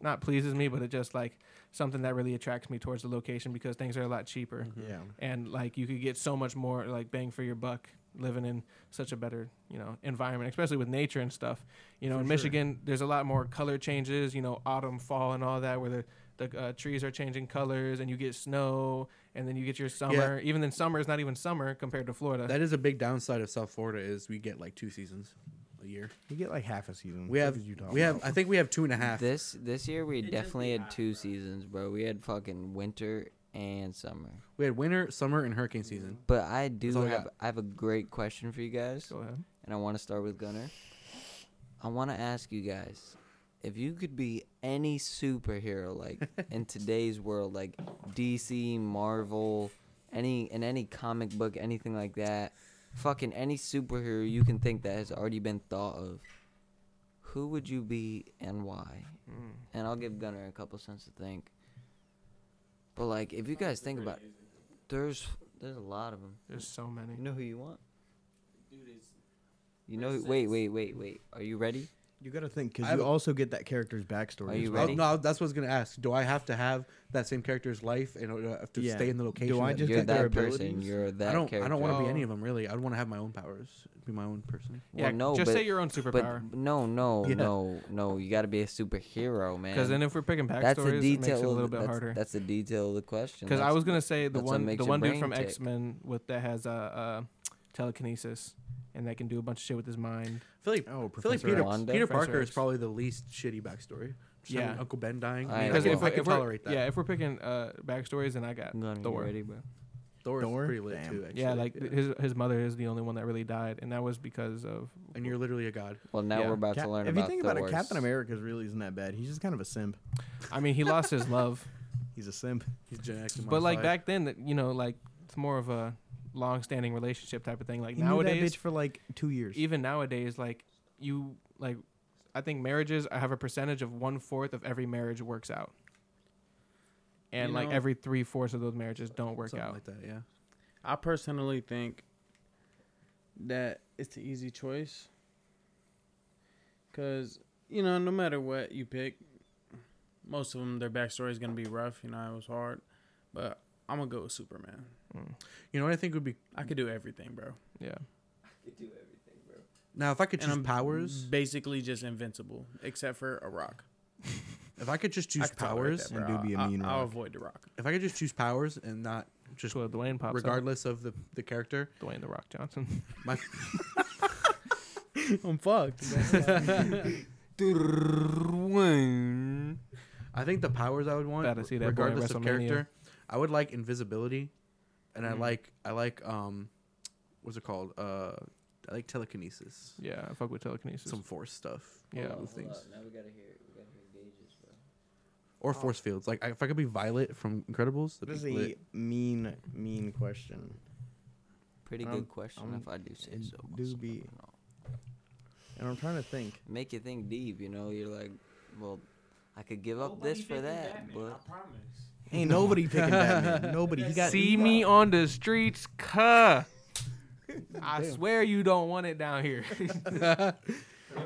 S3: not pleases me, but it just like something that really attracts me towards the location because things are a lot cheaper.
S4: Yeah.
S3: And like you could get so much more like bang for your buck living in such a better, you know, environment, especially with nature and stuff. You know,
S4: For
S3: in
S4: sure.
S3: Michigan there's a lot more color changes, you know, autumn, fall and all that where the the uh, trees are changing colors and you get snow and then you get your summer. Even then summer is not even summer compared to
S2: (laughs)
S3: Florida.
S2: That is a big downside of South Florida is we get like two seasons a year.
S4: You get like half a season.
S2: We
S4: What
S2: have
S4: did you
S3: Oh,
S4: talk
S2: we have
S4: about?
S2: I think we have two and a half.
S1: This this year we
S5: It just
S1: definitely
S5: be
S1: had
S5: hot,
S1: two
S5: bro.
S1: seasons, bro. We had fucking winter and summer.
S2: We had winter, summer, and hurricane season.
S1: But I do
S2: That's all I
S1: have I have a great question for you guys,
S3: Go ahead.
S1: and I want to start with Gunner. I want to ask you guys if you could be any superhero
S2: (laughs)
S1: like in today's world, like DC, Marvel, any in any comic book, anything like that, fucking any superhero you can think that has already been thought of. Who would you be and why?
S2: Hmm.
S3: Mm.
S1: And I'll give Gunner a couple cents to think. But like, if you guys think about, it, there's there's a lot of them.
S3: There's so many.
S1: You know who you want.
S5: Dude, it's
S1: You know.
S5: Makes
S1: Wait,
S5: sense.
S1: wait, wait, wait. Are you ready?
S4: You got to think
S2: I
S4: because
S2: have
S4: you
S2: a-
S4: also get that character's backstory.
S1: Are
S4: as
S1: you
S4: well.
S2: Oh,
S1: ready?
S2: no, that's what I was gonna ask. Do I have to have that same character's life in order to- to
S4: Yeah.
S2: stay in the
S4: Do
S2: location?
S4: I
S2: that-
S4: just
S1: you're
S4: think their
S1: that person.
S4: abilities-
S1: You're that
S2: I don't.
S1: character.
S2: I don't want to be
S3: Oh.
S2: any of them really. I'd want to have my own powers. Be my own person.
S1: Well,
S3: yeah,
S1: no,
S3: just
S1: but,
S3: say your own superpower.
S1: But no, no,
S2: Yeah.
S1: no, no. You got to be a superhero, man.
S3: Because then if we're picking
S1: that's
S3: backstories,
S1: a
S3: it
S1: detail.
S3: makes it a
S1: of-
S3: little bit
S1: that's,
S3: harder.
S1: That's the detail of the question.
S3: Because I
S1: That's-
S3: was gonna say the
S1: that's what
S3: one,
S1: makes
S3: the
S1: your
S3: one dude
S1: brain
S3: from
S1: tick.
S3: X Men with that has a uh, uh, telekinesis and that can do a bunch of shit with his mind.
S2: I feel like,
S4: Oh,
S2: I feel like
S4: Professor
S2: Peter,
S1: Wanda?
S2: Peter
S3: Professor
S2: Parker is
S3: X.
S2: probably the least shitty backstory. Just
S3: Yeah.
S2: having Uncle Ben dying.
S1: I
S2: I, mean,
S1: know.
S2: I,
S3: Because
S2: can,
S3: if,
S2: I
S3: I
S2: can
S3: if we're,
S2: tolerate that.
S3: yeah, if we're picking uh, backstories, then I got
S1: I'm gonna get
S3: Thor.
S1: ready, bro.
S2: Thor is
S4: Thor?
S2: pretty lit
S4: Damn.
S2: too. Actually.
S3: yeah, like
S2: Yeah.
S3: his his mother is the only one that really died, and that was because of
S2: and you're literally a god.
S1: Well, now
S3: Yeah.
S1: we're about
S4: Cap-
S1: to learn
S4: if
S1: about
S4: you think about
S1: Thor's-
S4: it, Captain America's really isn't that bad. He's just kind of a simp.
S3: I
S1: (laughs)
S3: mean, he lost his love,
S4: He's a simp.
S2: He's genetically
S3: but like
S2: modified.
S3: back then, that you know, like it's more of a long-standing relationship type of thing. Like
S4: He knew that
S3: nowadays,
S4: bitch for like two years.
S3: even nowadays, like you like, I think marriages I have a percentage of one fourth of every marriage works out, and
S5: You
S3: like
S5: know-
S3: every three fourths of those marriges don't work
S2: something
S3: out.
S2: like that. Yeah.
S5: I personally think that it's the easy choice. Because, you know, no matter what you pick, most of them, their backstory is going to be rough. You know, it was hard. But I'm going to go with Superman.
S2: You know what I think would be
S5: I could do everything, bro.
S3: yeah,
S2: now if I could
S5: And
S2: choose
S5: I'm
S2: powers.
S5: Basically just invincible, except for a rock.
S2: If I could just
S5: I
S2: choose
S5: could tolerate
S2: powers.
S5: that, bro.
S4: And do be a
S5: I'll-
S4: mean
S5: I'll, I'll
S4: rock.
S5: avoid
S2: (laughs)
S5: the rock.
S2: If I could just choose powers and not
S3: just where Dwayne pops
S2: regardless
S3: regardless.
S2: of the the
S4: (laughs)
S2: character.
S3: up. Dwayne the Rock Johnson. (laughs)
S2: My
S5: I'm fucked.
S2: I think the powers I would want,
S3: Glad to see that boy at
S2: regardless of
S3: WrestleMania.
S2: character, I would like invisibility, and I
S3: Mm.
S2: like I like um, what's it called? Uh, I like telekinesis,
S3: yeah, I fuck with telekinesis.
S2: some force stuff,
S3: Yeah.
S2: all
S3: Hold
S2: those things,
S1: Now we gotta hear. We gotta hear gauges, bro.
S2: or force fields. Like I, if I could be Violet from Incredibles,
S4: this
S2: that'd
S4: is
S2: be
S4: a
S2: lit.
S4: mean, mean question.
S1: Pretty
S4: Um,
S1: good question,
S4: um,
S1: if I do say
S4: it
S1: so.
S4: do
S1: myself,
S4: be-
S1: you know.
S4: And I'm trying to think.
S1: Make you think deep, you know. You're like, well, I could give up this for that, but
S4: Ain't nobody picking Batman. Nobody. He got
S3: See me on the streets, cuh. (laughs) I swear you don't want it down here. (laughs)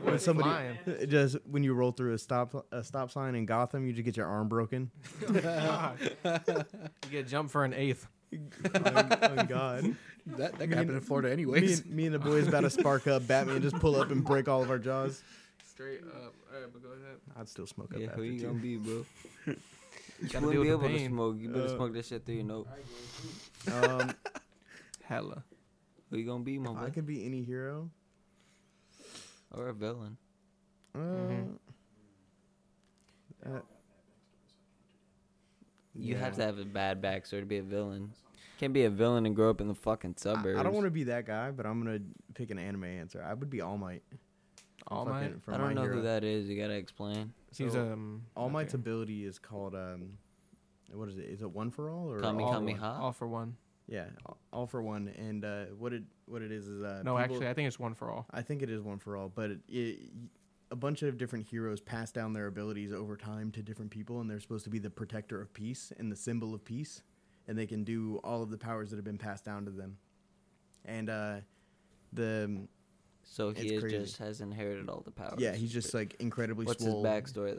S4: when somebody
S3: flying.
S4: (laughs) just when you roll through a stop a stop sign in Gotham, you just get your
S1: (laughs)
S4: arm broken.
S3: you get jumped for an eighth.
S4: oh, oh, God!
S2: that. That
S4: Me
S2: could happen
S4: and-
S2: in Florida
S4: Me
S2: anyways.
S4: and, (laughs) me and the boys about to spark up. Batman just pull up and break all of our jaws.
S3: Straight up. All right, but go ahead.
S4: I'd still smoke up
S1: yeah,
S4: after
S1: who you gonna
S4: too.
S1: be, (laughs) bro? you
S3: Gotta
S1: wouldn't
S3: deal
S1: be
S3: with the
S1: able to
S3: pain.
S1: smoke. You better
S4: Uh,
S1: smoke that shit through your nose. (laughs)
S4: Um,
S3: Hella.
S1: Who you gonna be, my
S4: if I
S1: boy?
S4: could be any hero.
S1: Or a villain?
S4: Uh,
S3: Mhm.
S4: uh,
S1: You have
S4: yeah.
S1: to have a bad backstory to be a villain. Can't be a villain and grow up in the fucking
S4: I,
S1: suburbs.
S4: I don't want to be that guy, but I'm gonna pick an anime answer. I would be All Might.
S3: All
S4: Fucking-
S3: Might.
S4: from
S1: I don't
S4: My
S1: know
S4: Hero.
S1: who that is. You gotta explain.
S3: He's
S4: So,
S3: um.
S4: All
S3: okay.
S4: Might's ability is called um, what is it? Is it one for all or
S1: Kami
S4: all for
S1: Kami
S4: one?
S1: Ha.
S3: All for one.
S4: Yeah, all- all for one. And uh, what it what it is is uh,
S3: No,
S4: people-
S3: actually, I think it's one for all.
S4: I think it is one for all. But it, it, a bunch of different heroes pass down their abilities over time to different people, and they're supposed to be the protector of peace and the symbol of peace, and they can do all of the powers that have been passed down to them. And uh, the
S1: So he
S4: It's
S1: is
S4: crazy.
S1: just has inherited all the powers.
S4: yeah, he's just like incredibly.
S1: What's
S4: swole.
S1: his backstory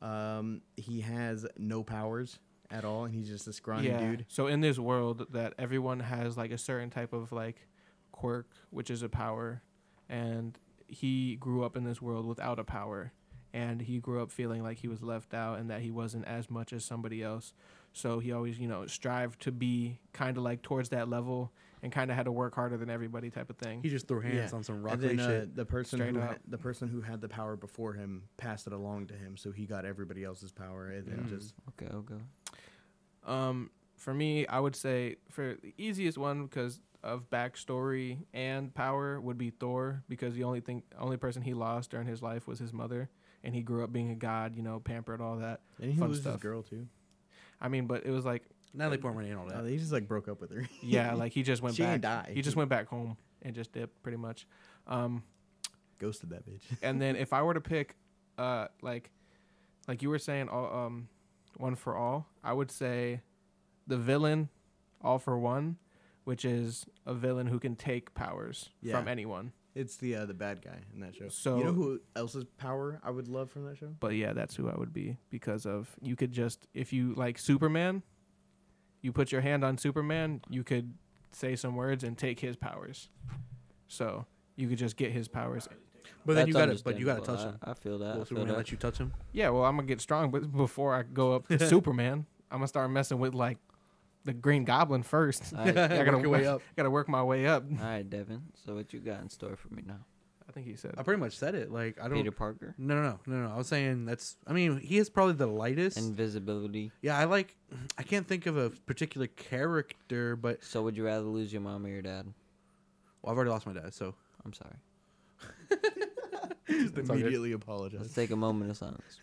S1: though?
S4: Um, he has no powers at all, and he's just a scrawny
S3: yeah.
S4: dude.
S3: So in this world, that everyone has like a certain type of like quirk, which is a power, and he grew up in this world without a power, and he grew up feeling like he was left out and that he wasn't as much as somebody else. So he always, you know, strived to be kind of like towards that level and kind of had to work harder than everybody type of thing.
S2: He just threw hands
S4: Yeah.
S2: on some
S4: And
S2: rock
S4: then uh,
S2: shit.
S4: the person
S3: Straight
S4: who
S3: up.
S4: had, the person who had the power before him passed it along to him, so he got everybody else's power, and then
S3: Mm.
S4: just
S1: Okay, okay.
S3: Um, for me, I would say for the easiest one because of backstory and power would be Thor because the only thing, only person he lost during his life was his mother, and he grew up being a god, you know, pampered all that.
S4: and he
S3: Fun
S4: was his
S3: stuff.
S4: girl too.
S3: I mean, but it was like,
S2: Natalie Portman and all
S4: Uh,
S2: that.
S4: he just like broke up with her. (laughs)
S3: yeah, like he just went
S4: she
S3: back.
S4: ain't die.
S3: He just went back home and just dipped pretty much. Um,
S4: ghosted that bitch. (laughs)
S3: and then if I were to pick, uh, like, like you were saying, all um, one for all, I would say, the villain, all for one, which is a villain who can take powers
S4: Yeah.
S3: from anyone.
S4: It's the uh, the bad guy in that show.
S3: So-
S4: you know who else's power I would love from that show?
S3: But yeah, that's who I would be because of you could just if you like Superman, you put your hand on Superman, you could say some words and take his powers. So you could just get his powers.
S2: But then you
S1: That's
S2: got to, but you got to touch
S1: understandable.
S2: him.
S1: I, I feel that.
S2: Will
S1: I feel
S2: Superman
S1: that.
S2: let you touch him?
S3: Yeah, well, I'm gonna get strong, but (laughs) before I go up to Superman, I'm gonna start messing with like the Green Goblin first.
S1: All
S4: (laughs)
S1: right,
S3: (laughs) I gotta
S2: Work your way
S3: work-
S2: up.
S3: Gotta work my way up.
S1: all right, Devin. So what you got in store for me now?
S3: I think he said.
S2: I pretty much said it. Like I don't.
S1: Peter Parker,
S2: No, no, no, no, no. I was saying that's. I mean, he is probably the lightest.
S1: invisibility.
S2: yeah, I like. I can't think of a particular character, but
S1: So would you rather lose your mom or your dad?
S2: well, I've already lost my dad, so
S1: I'm sorry.
S4: Just
S2: all good.
S4: immediately
S1: Let's
S4: apologize.
S1: take a moment of silence.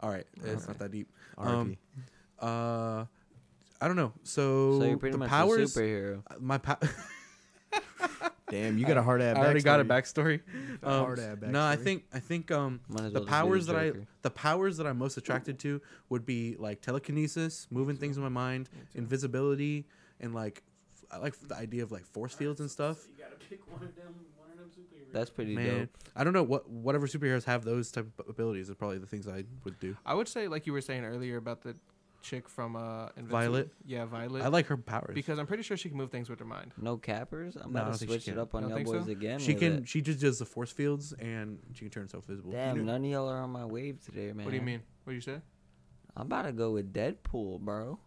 S2: all right, it's
S1: All right.
S2: not that deep.
S3: Um,
S4: R.I.P.
S2: Uh, I don't know. So,
S1: so you're pretty
S2: the
S1: much
S2: powers.
S1: a superhero.
S2: my pa-
S4: Damn,
S3: (laughs)
S4: you got a hard
S2: I
S4: ass.
S2: already got a backstory.
S4: (laughs) The
S2: Um,
S4: hard ad
S2: no, I
S4: backstory.
S2: think I think um
S1: Might as well just be
S2: the
S1: the
S2: powers that I
S1: Joker.
S2: the powers that I'm most attracted to would be like telekinesis, moving things in my mind, invisibility, and like f- I like the idea of like force fields and stuff.
S5: You gotta pick one of them. One of them superheroes.
S1: That's pretty
S2: Man,
S1: dope.
S2: I don't know what whatever superheroes have those type of abilities are probably the things I would do.
S3: I would say like you were saying earlier about the chick from uh Invincible.
S2: Violet?
S3: Yeah, Violet.
S2: I like her powers
S3: because I'm pretty sure she can move things with her mind.
S1: No cappers. I'm
S2: No, I
S1: about
S2: don't
S1: to
S2: think she
S1: switch it
S2: can.
S1: up on
S3: Don't
S1: no
S3: think
S1: boys
S3: so?
S1: again.
S2: she
S1: with
S2: can
S1: it.
S2: she just does the force fields and she can turn herself visible.
S1: Damn,
S2: You know-
S1: none of y'all are on my wave today, man.
S3: What do you mean? What do you say?
S1: I'm about to go with Deadpool, bro.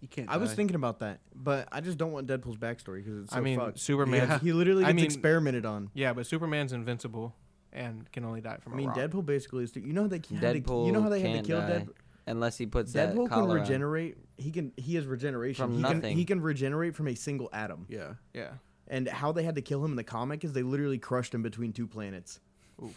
S2: you can't.
S4: I was
S2: die.
S4: thinking about that, but I just don't want Deadpool's backstory because it's so
S3: I mean,
S4: fucked.
S3: Superman.
S4: He literally
S3: I
S4: gets
S3: mean-
S4: experimented on.
S3: (laughs) Yeah, but Superman's invincible and can only die from
S4: I
S3: a
S4: mean,
S3: rock.
S4: Deadpool basically is. The, you know how they had
S1: Deadpool
S4: to, You know how they had to
S1: can't
S4: kill
S1: die
S4: Deadpool.
S1: unless he puts
S4: Deadpool
S1: that
S4: can
S1: collar on.
S4: regenerate. He can. He has regeneration
S1: From
S4: he
S1: nothing.
S4: Can, he can regenerate from a single atom.
S2: Yeah.
S3: Yeah.
S4: And how they had to kill him in the comic is they literally crushed him between two planets.
S3: Oof.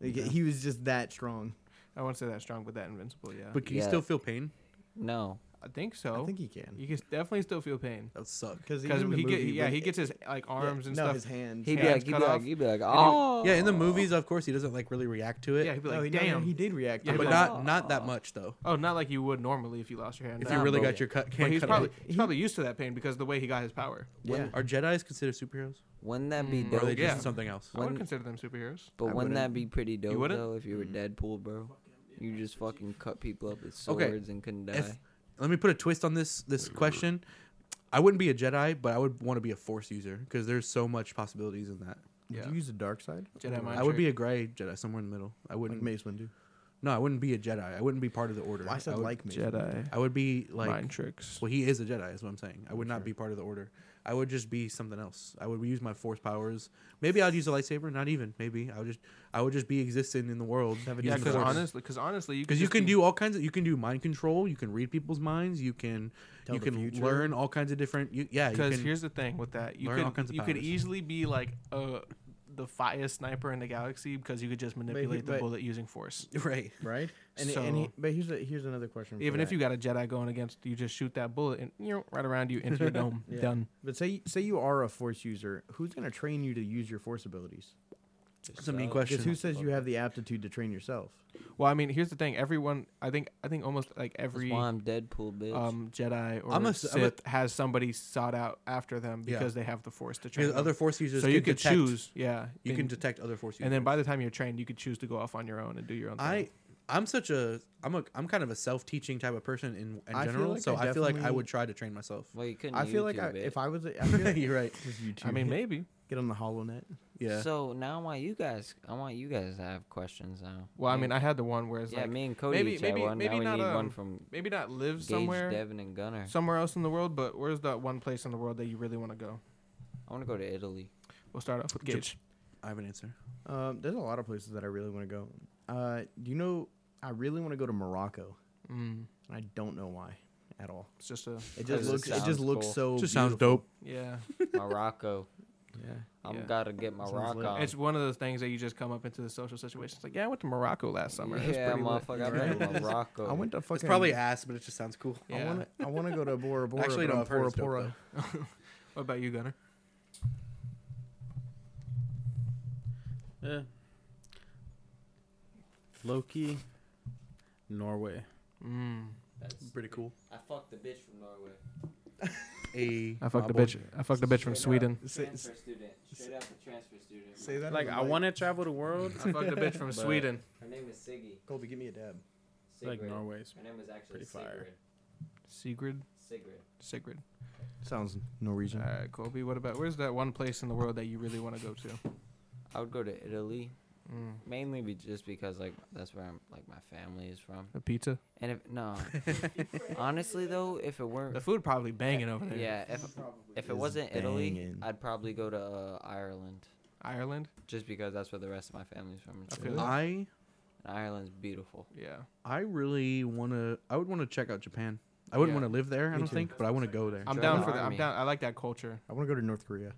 S4: Like,
S2: Yeah.
S4: He was just that strong.
S3: I won't say that strong, but that invincible. Yeah.
S2: But can you
S1: Uh, Yeah.
S2: still feel pain?
S1: No,
S3: I think so.
S4: I think he can.
S3: you can definitely still feel pain
S2: That would suck.
S3: because
S4: even in
S3: Oh. he
S4: the
S3: get
S4: movie,
S3: yeah
S4: when-
S3: he gets his like
S4: yeah,
S3: arms and
S4: no,
S3: stuff.
S4: his hands.
S1: he'd be
S3: Hands
S1: like, he'd be
S3: cut
S1: like,
S3: off.
S1: he'd be like,
S3: he-
S1: oh,
S2: Yeah, in the movies, of course, he doesn't like really react to it.
S3: yeah, he'd be
S4: No,
S3: like,
S4: he, no,
S3: damn.
S4: he did react.
S3: Yeah,
S4: to
S2: but
S4: it.
S3: but-
S2: not not that much though.
S3: oh, not like you would normally if you lost your hand.
S2: If
S3: Nah,
S2: you really
S3: but-
S2: got your cut,
S3: But
S2: can
S3: he's
S2: cut
S3: probably
S2: off.
S3: he's probably used to that pain because the way he got his power.
S4: Yeah.
S2: Are Jedi's considered superheroes,
S1: wouldn't that be
S3: Mm.
S2: or are
S1: dope?
S2: they just
S3: Yeah.
S2: something else?
S3: I would
S1: When-
S3: consider them superheroes.
S1: But
S4: I
S1: wouldn't that
S4: wouldn't.
S1: be pretty dope
S3: wouldn't?
S1: though if you were Deadpool, bro? You just fucking cut people up with swords and couldn't die.
S2: If- Let me put a twist on this this question. I wouldn't be a Jedi, but I would want to be a Force user because there's so much possibilities in that.
S4: Would
S3: Yeah.
S4: you use the dark side?
S3: Jedi mind
S2: I would
S3: trick.
S2: be a gray Jedi, somewhere in the middle. I
S4: Like
S2: wouldn't.
S4: Mace Windu.
S2: no, I wouldn't be a Jedi. I wouldn't be part of the Order.
S4: Well, I said
S2: would,
S4: like Mace. Windu.
S3: Jedi
S2: I would be like.
S3: mind tricks.
S2: Well, he is a Jedi, is what I'm saying. I would not
S4: Sure.
S2: be part of the Order. I would just be something else. I would use my Force powers. Maybe I'd use a lightsaber. Not even. Maybe I would just. I would just be existing in the world.
S4: Have a
S3: Yeah,
S2: using the
S4: Force.
S3: because
S2: Force.
S3: honestly, because honestly,
S2: because you can do all kinds of you can do mind control you can read people's minds you can
S4: Tell
S2: you
S4: the
S2: can
S4: future.
S2: learn all kinds of different you, yeah you
S3: Because
S2: can-
S3: here's the thing with that, you
S2: learn all
S3: could
S2: kinds of
S3: you could
S2: powers.
S3: easily be like a the fire sniper in the galaxy because you could just manipulate the
S4: but-
S3: bullet using force.
S2: (laughs) right
S4: Right. And, and
S3: So-
S4: he, but here's a, here's another question. for
S3: Even if
S4: that.
S3: you got a Jedi going against you, just shoot that bullet and you know, right around you
S2: (laughs)
S3: into your dome.
S4: Yeah.
S3: Done.
S4: But say say you are a force user, who's gonna train you to use your force abilities?
S2: that's a mean
S1: Yourself.
S2: question
S4: Because who says you have the aptitude to train yourself?
S3: Well, I mean, here's the thing. Everyone, I think, I think almost like
S1: That's
S3: every
S1: why I'm Deadpool, bitch.
S3: um, Jedi or
S2: I'm a s- I'm a-
S3: Sith has somebody sought out after them
S2: Yeah.
S3: because they have the force to train.
S2: because
S3: them.
S2: other force users
S3: so you
S2: can
S3: could
S2: detect-
S3: choose, yeah.
S2: you can
S3: and-
S2: detect other force users
S3: and then by the time you're trained, you could choose to go off on your own and do your own thing.
S2: i i'm such a i'm a i'm kind of a self-teaching type of person in, in
S4: I feel
S2: general
S4: like
S2: so
S4: I
S2: i feel like i
S4: definitely-
S2: would try to train myself
S1: well, you couldn't.
S4: I feel like I,
S1: YouTube it.
S4: if I was a, I feel like
S2: you're right
S4: just YouTube.
S3: I mean, (laughs)
S2: (laughs)
S4: it.
S3: maybe.
S4: get on the hollow net.
S2: yeah
S1: So now I want you guys. I want you guys to have questions now.
S3: Well, I
S1: Me
S3: mean, I had the one where
S1: and-
S3: it's
S1: yeah,
S3: like
S1: me and Cody
S3: maybe-
S1: each had
S3: maybe-
S1: one.
S3: maybe
S1: now
S3: not,
S1: we need one
S3: um,
S1: from
S3: maybe not live
S1: Gage,
S3: somewhere
S1: Devin, and Gunner.
S3: somewhere else in the world, but where's that one place in the world that you really want to go?
S1: I want to go to Italy.
S3: We'll start off with
S2: Jap-
S3: Gage.
S2: i have an answer
S4: Um, there's a lot of places that I really want to go. Uh, do you know? I really want to go to Morocco,
S3: Mm,
S4: and I don't know why at all.
S3: it's just a
S4: It
S1: Because
S4: just
S1: it
S4: looks. It,
S1: sounds
S4: just looks
S1: cool.
S4: so.
S2: just sounds
S4: beautiful.
S2: dope
S3: yeah.
S1: Morocco.
S4: Yeah.
S1: I'm
S3: Yeah.
S1: gotta get my
S4: Sounds
S1: rock
S4: lit.
S2: Uh,
S1: on.
S3: It's one of those things that you just come up into the social situation. It's like, yeah, I went to Morocco last summer. It was
S1: yeah,
S3: pretty lit.
S1: motherfucker. I'm
S4: Right.
S1: going to Morocco.
S4: I went to fucking.
S2: it's probably ass but it just sounds cool
S4: I
S3: Yeah.
S4: want to. I want to go to Bora Bora.
S2: Actually,
S4: but
S2: no,
S4: I'm
S2: I've heard
S4: Pora
S2: it's dope,
S4: Pora.
S2: though.
S3: What about you, Gunner?
S5: Yeah. Loki, Norway.
S3: Mm.
S1: That's-
S2: pretty cool
S5: (laughs)
S1: I fucked the bitch from Norway.
S2: a
S3: I fucked a
S2: bubble-
S3: bitch. I fucked a bitch from Sweden.
S4: Say,
S1: transfer student. Straight up a transfer student.
S4: say that.
S5: Like I want to travel the world.
S3: I fucked a bitch from Sweden.
S1: Her name is Siggy.
S4: Colby, give me a dab.
S5: like
S1: Sigrid.
S5: Norway's.
S1: Her name was actually
S5: Pretty fire.
S1: Sigrid.
S3: Sigrid.
S1: Sigrid.
S3: Sigrid.
S4: Sounds Norwegian.
S3: All right, Colby. What about where's that one place in the world that you really want to go to?
S1: I would go to Italy
S3: Mm.
S1: mainly be just because like that's where I'm like my family is from.
S3: A pizza.
S1: And if
S4: (laughs)
S1: no, honestly though, if it weren't
S3: The food probably banging over there.
S1: yeah, if if it
S4: is
S1: wasn't Italy,
S4: banging.
S1: I'd probably go to uh, Ireland
S3: Ireland.
S1: just because that's where the rest of my family's from.
S3: I
S1: It's-
S3: feel that.
S2: I
S1: And Ireland's beautiful.
S3: Yeah.
S2: I really want to. I would want to check out Japan. I wouldn't
S3: Yeah.
S2: want to live there. I
S4: Me
S2: don't
S4: too.
S2: think, but I want to go there.
S3: I'm
S1: Join
S3: down
S1: the
S3: for that. I'm
S1: army.
S3: down. I like that culture.
S4: I want to go to North Korea.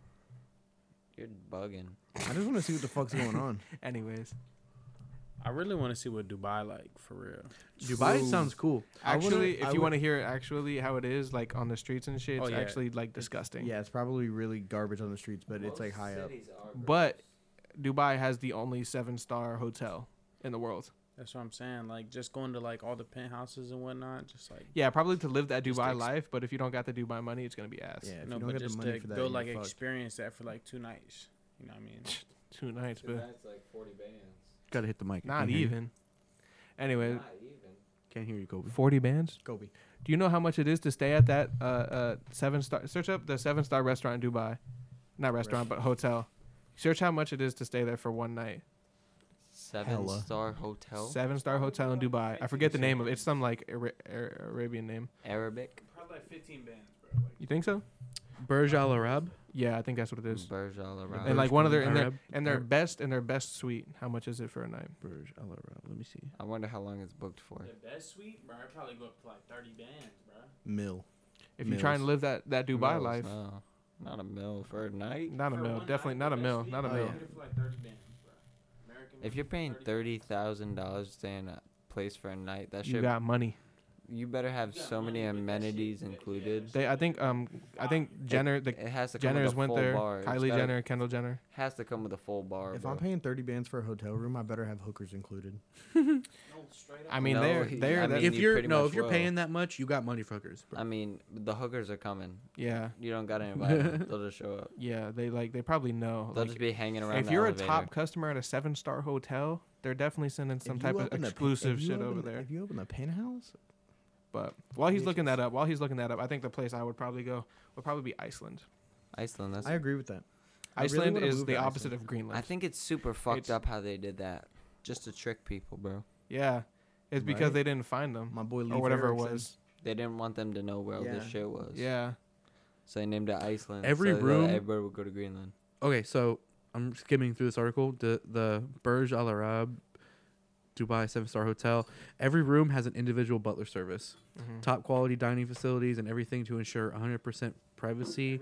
S1: You're bugging.
S4: I just want to see what the fuck's going (laughs) on.
S3: Anyways,
S5: I really want to see what Dubai like for real.
S2: Dubai
S4: True.
S2: sounds cool.
S4: I wouldn't-
S3: actually,
S4: I
S3: if you
S4: would-
S3: want to hear actually how it is like on the streets and shit,
S5: Oh,
S3: it's
S5: yeah.
S3: actually like disgusting.
S4: yeah, it's probably really garbage on the streets, but it's like high up.
S3: But Dubai has the only seven star hotel in the world.
S5: That's what I'm saying. Like just going to like all the penthouses and whatnot. Just like
S3: Yeah, probably to live that
S5: Just
S3: Dubai
S5: ex-
S3: life, but if you don't got the Dubai money, it's gonna be ass.
S4: Yeah, if
S5: no,
S4: you don't
S5: but
S4: get the
S5: just
S4: money
S5: to
S4: for that,
S5: go
S4: you're
S5: like
S4: fucked.
S5: experience that for like two nights. You know what I mean?
S3: Two nights, but
S1: like 40 bands.
S2: Gotta hit the mic. I
S3: not
S2: can't hear you.
S3: even. Anyway,
S1: even.
S2: Can't hear you, Kobe.
S3: forty bands.
S4: Kobe.
S3: Do you know how much it is to stay at that uh, uh, seven star? Search up the seven star restaurant in Dubai, not restaurant, but hotel. Search how much it is to stay there for one night.
S1: Seven
S4: Hella.
S1: star hotel.
S3: Seven star hotel in Dubai. I forget the name of it. It's some like Ara- Ara- Arabian name.
S1: Arabic.
S5: Probably like 15 bands, bro.
S3: You think so?
S2: Burj Al Arab.
S3: Yeah, I think that's what it is.
S1: Burj Al Arab.
S3: And like one of their and their
S2: Arab-
S3: and their
S2: Arab-
S3: best and their best suite. How much is it for a night?
S2: Burj Al Arab. Let me see.
S1: I wonder how long it's booked for.
S5: The best suite, bro. I'd probably go up to like 30 bands, bro.
S4: Mill.
S3: If you try and
S4: Meals.
S3: live that that Dubai
S1: Mills,
S3: life,
S1: No. Not a mill for a night.
S3: not a
S5: For
S3: mill,
S5: one
S3: definitely
S5: night,
S3: not
S5: the
S3: a
S5: best
S3: mill,
S5: suite,
S3: not a
S5: you
S4: Oh,
S3: mill.
S5: can get it for, like, 30 bands, bro. American
S1: If you're
S5: money,
S1: paying
S5: 30
S1: thirty thousand dollars to stay in a place for a night, that
S3: You
S1: should
S3: got money.
S1: you better have
S5: You got
S1: so many
S5: money, but that shit
S1: amenities
S5: is good.
S1: included.
S3: They, I think, um, I think Jenner, the
S1: It has to come
S3: Jenners
S1: with a
S3: went
S1: full
S3: there.
S1: bar. It's
S3: Kylie
S1: gotta-
S3: Jenner, Kendall Jenner.
S1: has to come with a full bar.
S4: If
S1: bro.
S4: I'm paying 30 bands for a hotel room, I better have hookers included.
S5: No, straight up.
S3: I mean,
S1: No,
S3: they're
S1: he-
S3: they're
S1: I
S3: that's,
S1: mean,
S2: if
S1: you
S2: you're
S1: pretty
S2: no,
S1: much
S2: if you're
S1: will.
S2: paying that much, you got money for hookers. Bro.
S1: I mean, the hookers are coming.
S3: yeah,
S1: You don't gotta
S3: (laughs)
S1: invite them. They'll just show up.
S3: yeah. They like they probably know.
S1: They'll
S3: like,
S1: just be hanging around.
S3: if
S1: the
S3: you're
S1: elevator.
S3: a top customer at a seven star hotel, they're definitely sending some type of exclusive shit over there.
S4: If you open the penthouse,
S3: But while he's looking
S4: Bitches.
S3: that up, while he's looking that up, I think the place I would probably go would probably be Iceland.
S1: Iceland, that's.
S4: I
S1: I,
S4: agree with that. I really
S3: Iceland
S4: wanna
S3: is
S4: move
S3: the
S4: to
S3: opposite
S4: Iceland.
S3: of Greenland.
S1: think it's super fucked
S3: It's-
S1: up how they did that, just to trick people, bro.
S3: yeah, it's because
S4: Right.
S3: they didn't find them
S4: My boy Lee
S3: Mm-hmm. or whatever it
S4: Erickson.
S3: was.
S1: They didn't want them to know where all this
S4: Yeah.
S1: shit was.
S3: Yeah,
S1: So they named it Iceland.
S2: Every
S1: so that
S2: room-
S1: Everybody would go to Greenland.
S2: Okay, so I'm skimming through this article. The the Burj Al Arab, Dubai seven star hotel. Every room has an individual butler service.
S3: Mhm.
S2: Top quality dining facilities and everything to ensure 100% privacy.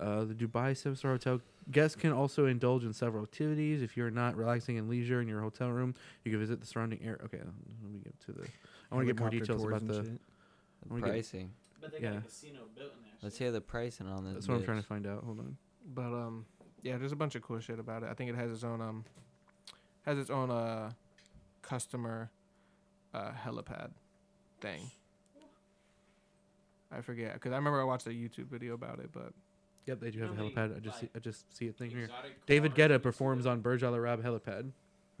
S2: Uh, the Dubai seven star hotel guests can also indulge in several activities. If you're not relaxing in leisure in your hotel room, you can visit the surrounding area. Okay, um, let me get to the. I want to get more
S4: Helicopter
S2: details
S4: tours
S2: about
S4: and
S2: the.
S4: shit.
S2: I wanna get-
S1: Pricing.
S5: But they
S2: yeah.
S5: got a casino built in there.
S1: Let's
S5: shit.
S1: hear the pricing on this.
S2: That's what I'm trying
S1: bitch.
S2: to find out. Hold on.
S3: but um, yeah, there's a bunch of cool shit about it. I think it has its own um, has its own uh, customer, uh, helipad, thing. I forget because I remember I watched a YouTube video about it, but
S2: Yep, they do
S5: You
S2: have a
S5: know how
S2: helipad.
S5: many,
S2: I just see,
S5: like,
S2: I just see a thing here.
S5: Exotic
S2: David
S5: cars
S2: Guetta
S5: you see
S2: performs
S5: there.
S2: on Burj Al Arab helipad.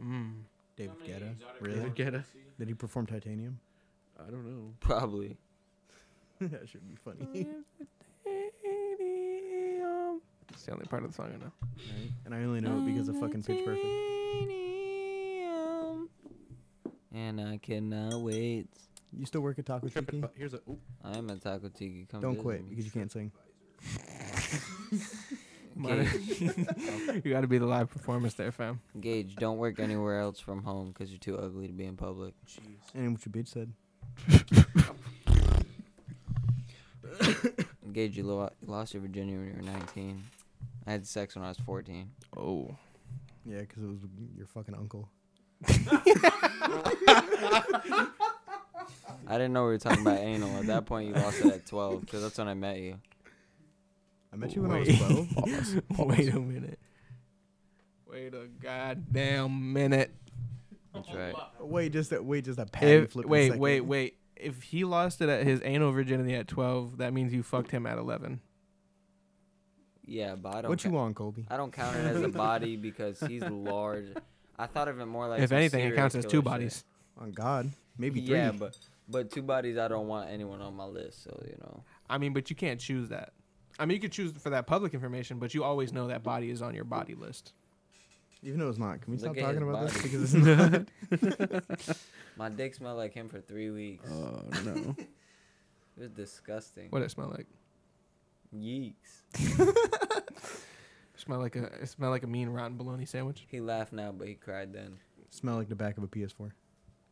S3: mm,
S5: You know
S4: David
S5: how many
S4: Guetta.
S5: exotic
S4: Really?
S5: cars
S2: David Guetta.
S5: you see?
S4: Did he perform Titanium? (laughs)
S2: I don't know.
S1: Probably.
S4: that should be funny.
S3: It's the only part of the song I know.
S4: (laughs) right? And I only know it because of fucking Pitch Perfect.
S1: And I cannot wait.
S4: You still work at Taco Tiki?
S2: TripAdvi- Here's a. oop.
S1: I'm a taco tiki. Come
S4: Don't
S1: visit
S4: quit
S1: me.
S4: because you can't sing.
S1: Gage,
S3: (laughs) you got to be the live performance there, fam.
S1: Gage, don't work anywhere else from home because you're too ugly to be in public.
S4: And what your bitch said.
S1: Gage, you lo- lost your virginity when you were 19. I had sex when I was 14.
S3: Oh,
S4: Yeah, because it was your fucking uncle.
S1: I didn't know we were talking
S4: (laughs)
S1: about anal. At that point, you lost it at 12 because that's when I met you.
S4: I met you when I was
S3: (laughs)
S4: 12.
S3: wait a minute. Wait a goddamn minute.
S1: That's right.
S3: Oh,
S4: wait, just that. Wait, just that.
S3: If,
S4: flip.
S3: wait, wait, wait. if he lost it at his anal virginity at 12, that means you fucked him at 11.
S1: Yeah, but I don't.
S4: What you
S1: ca-
S4: want, Colby?
S1: I don't count it as a body because he's large. I thought of it more like.
S3: if
S1: some
S3: anything, it
S1: serial
S3: counts as
S1: killer
S3: two
S1: shit.
S3: bodies.
S4: On Oh, God, maybe three.
S1: Yeah, but but two bodies. I don't want anyone on my list. So you know.
S3: I mean, but you can't choose that. I mean, you could choose for that public information, but you always know that body is on your body list.
S4: even though it's not. Can we
S1: Look
S4: stop
S1: at
S4: talking
S1: his
S4: about this
S1: body.
S4: because it's not?
S1: (laughs) My dick smelled like him for three weeks.
S4: Uh.
S2: Oh (laughs) no.
S1: It was disgusting.
S3: What it smell like?
S1: Yeeks.
S3: Smell like a it smell like a mean rotten bologna sandwich.
S1: He laughed now, but he cried then.
S4: Smell like the back of a PS4.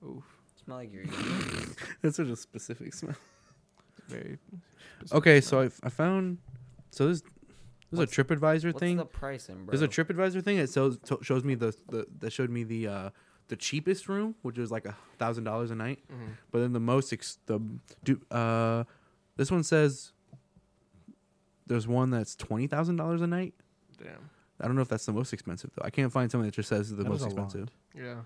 S3: Oof,
S1: Smell like your yeeks.
S2: That's such a specific smell.
S3: very. specific
S2: Okay,
S3: smell.
S2: so I, I found so this there's a
S1: What's-
S2: TripAdvisor
S1: What's
S2: thing.
S1: the pricing, bro?
S2: There's a TripAdvisor thing that shows to- shows me the, the that showed me the uh the cheapest room, which was like a thousand dollars a night.
S3: Mhm.
S2: But then the most ex- the do uh this one says there's one that's twenty thousand dollars a night.
S3: Damn.
S2: I don't know if that's the most expensive though. I can't find something that just says the
S4: That is
S2: most
S4: a lot.
S2: expensive.
S3: Yeah.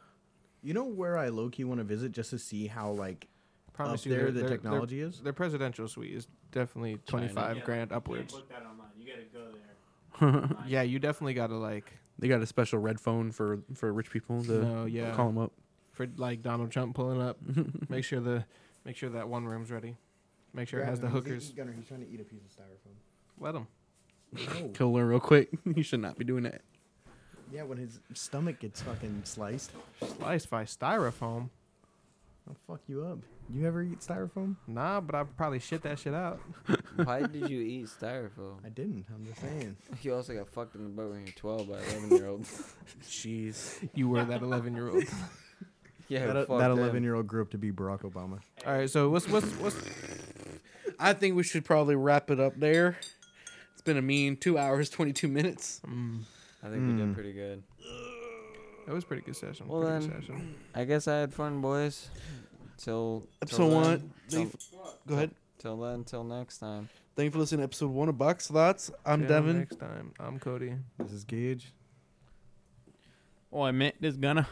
S4: You know where I low key want to visit just to see how like
S3: Promise
S4: up
S3: you,
S4: there
S3: their-
S4: the
S3: their- their-
S4: technology is.
S3: Their presidential suite is definitely twenty five
S5: Yeah,
S3: grand
S5: You
S3: upwards.
S5: can't book that online. You gotta go there. Online.
S3: Yeah, you definitely gotta like
S2: They got a special red phone for for rich people to
S1: Oh,
S3: no, yeah,
S2: call them up.
S3: for like Donald Trump pulling (laughs) up. make sure the make sure that one room's ready. Make sure it has the hookers.
S4: Gunner, he's trying to eat a piece of
S3: Let them.
S4: styrofoam.
S2: (laughs)
S4: No.
S2: Kill her real quick. you should not be doing that.
S4: Yeah, when his stomach gets fucking sliced,
S3: Sliced by styrofoam.
S4: I'll fuck you up. You ever eat styrofoam?
S3: Nah, but I probably shit that shit out.
S1: (laughs) Why did you eat styrofoam? (laughs)
S4: I (laughs) didn't. I'm just saying.
S1: You also got fucked in the butt when you're 12 by 11 year old.
S2: Jeez.
S3: You were that eleven year
S2: (laughs)
S3: old.
S1: (laughs) yeah,
S4: that uh,
S1: fuck
S4: that
S1: them.
S4: 11 year old grew up to be Barack Obama.
S3: All right, so what's what's what's
S2: I think we should probably wrap it up there. It's been a mean two hours, twenty two minutes.
S1: I think we did pretty good.
S3: mm, that was a pretty good session.
S1: Well
S3: pretty
S1: then.
S3: good session.
S1: I guess I had fun, boys. Till
S2: Episode
S1: till then.
S2: one. Thank Go ahead.
S1: Till then, till next time.
S2: Thank you for listening to episode one of Box Thoughts. I'm
S3: Till
S2: Devin.
S3: Next time, I'm Cody.
S4: This is Gage.
S5: Oh, I meant this gonna.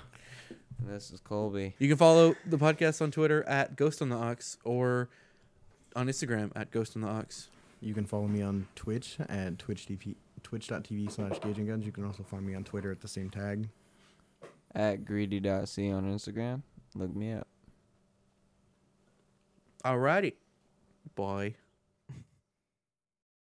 S1: And this is Colby.
S2: You can follow the podcast on Twitter at Ghost on the Ox or on Instagram at Ghost on the Ox.
S4: You can follow me on Twitch at twitch.tv twitch.tv slash Gage and Guns. You can also find me on Twitter at the same tag.
S1: At greedy.c on Instagram. Look me up.
S2: Alrighty. Bye.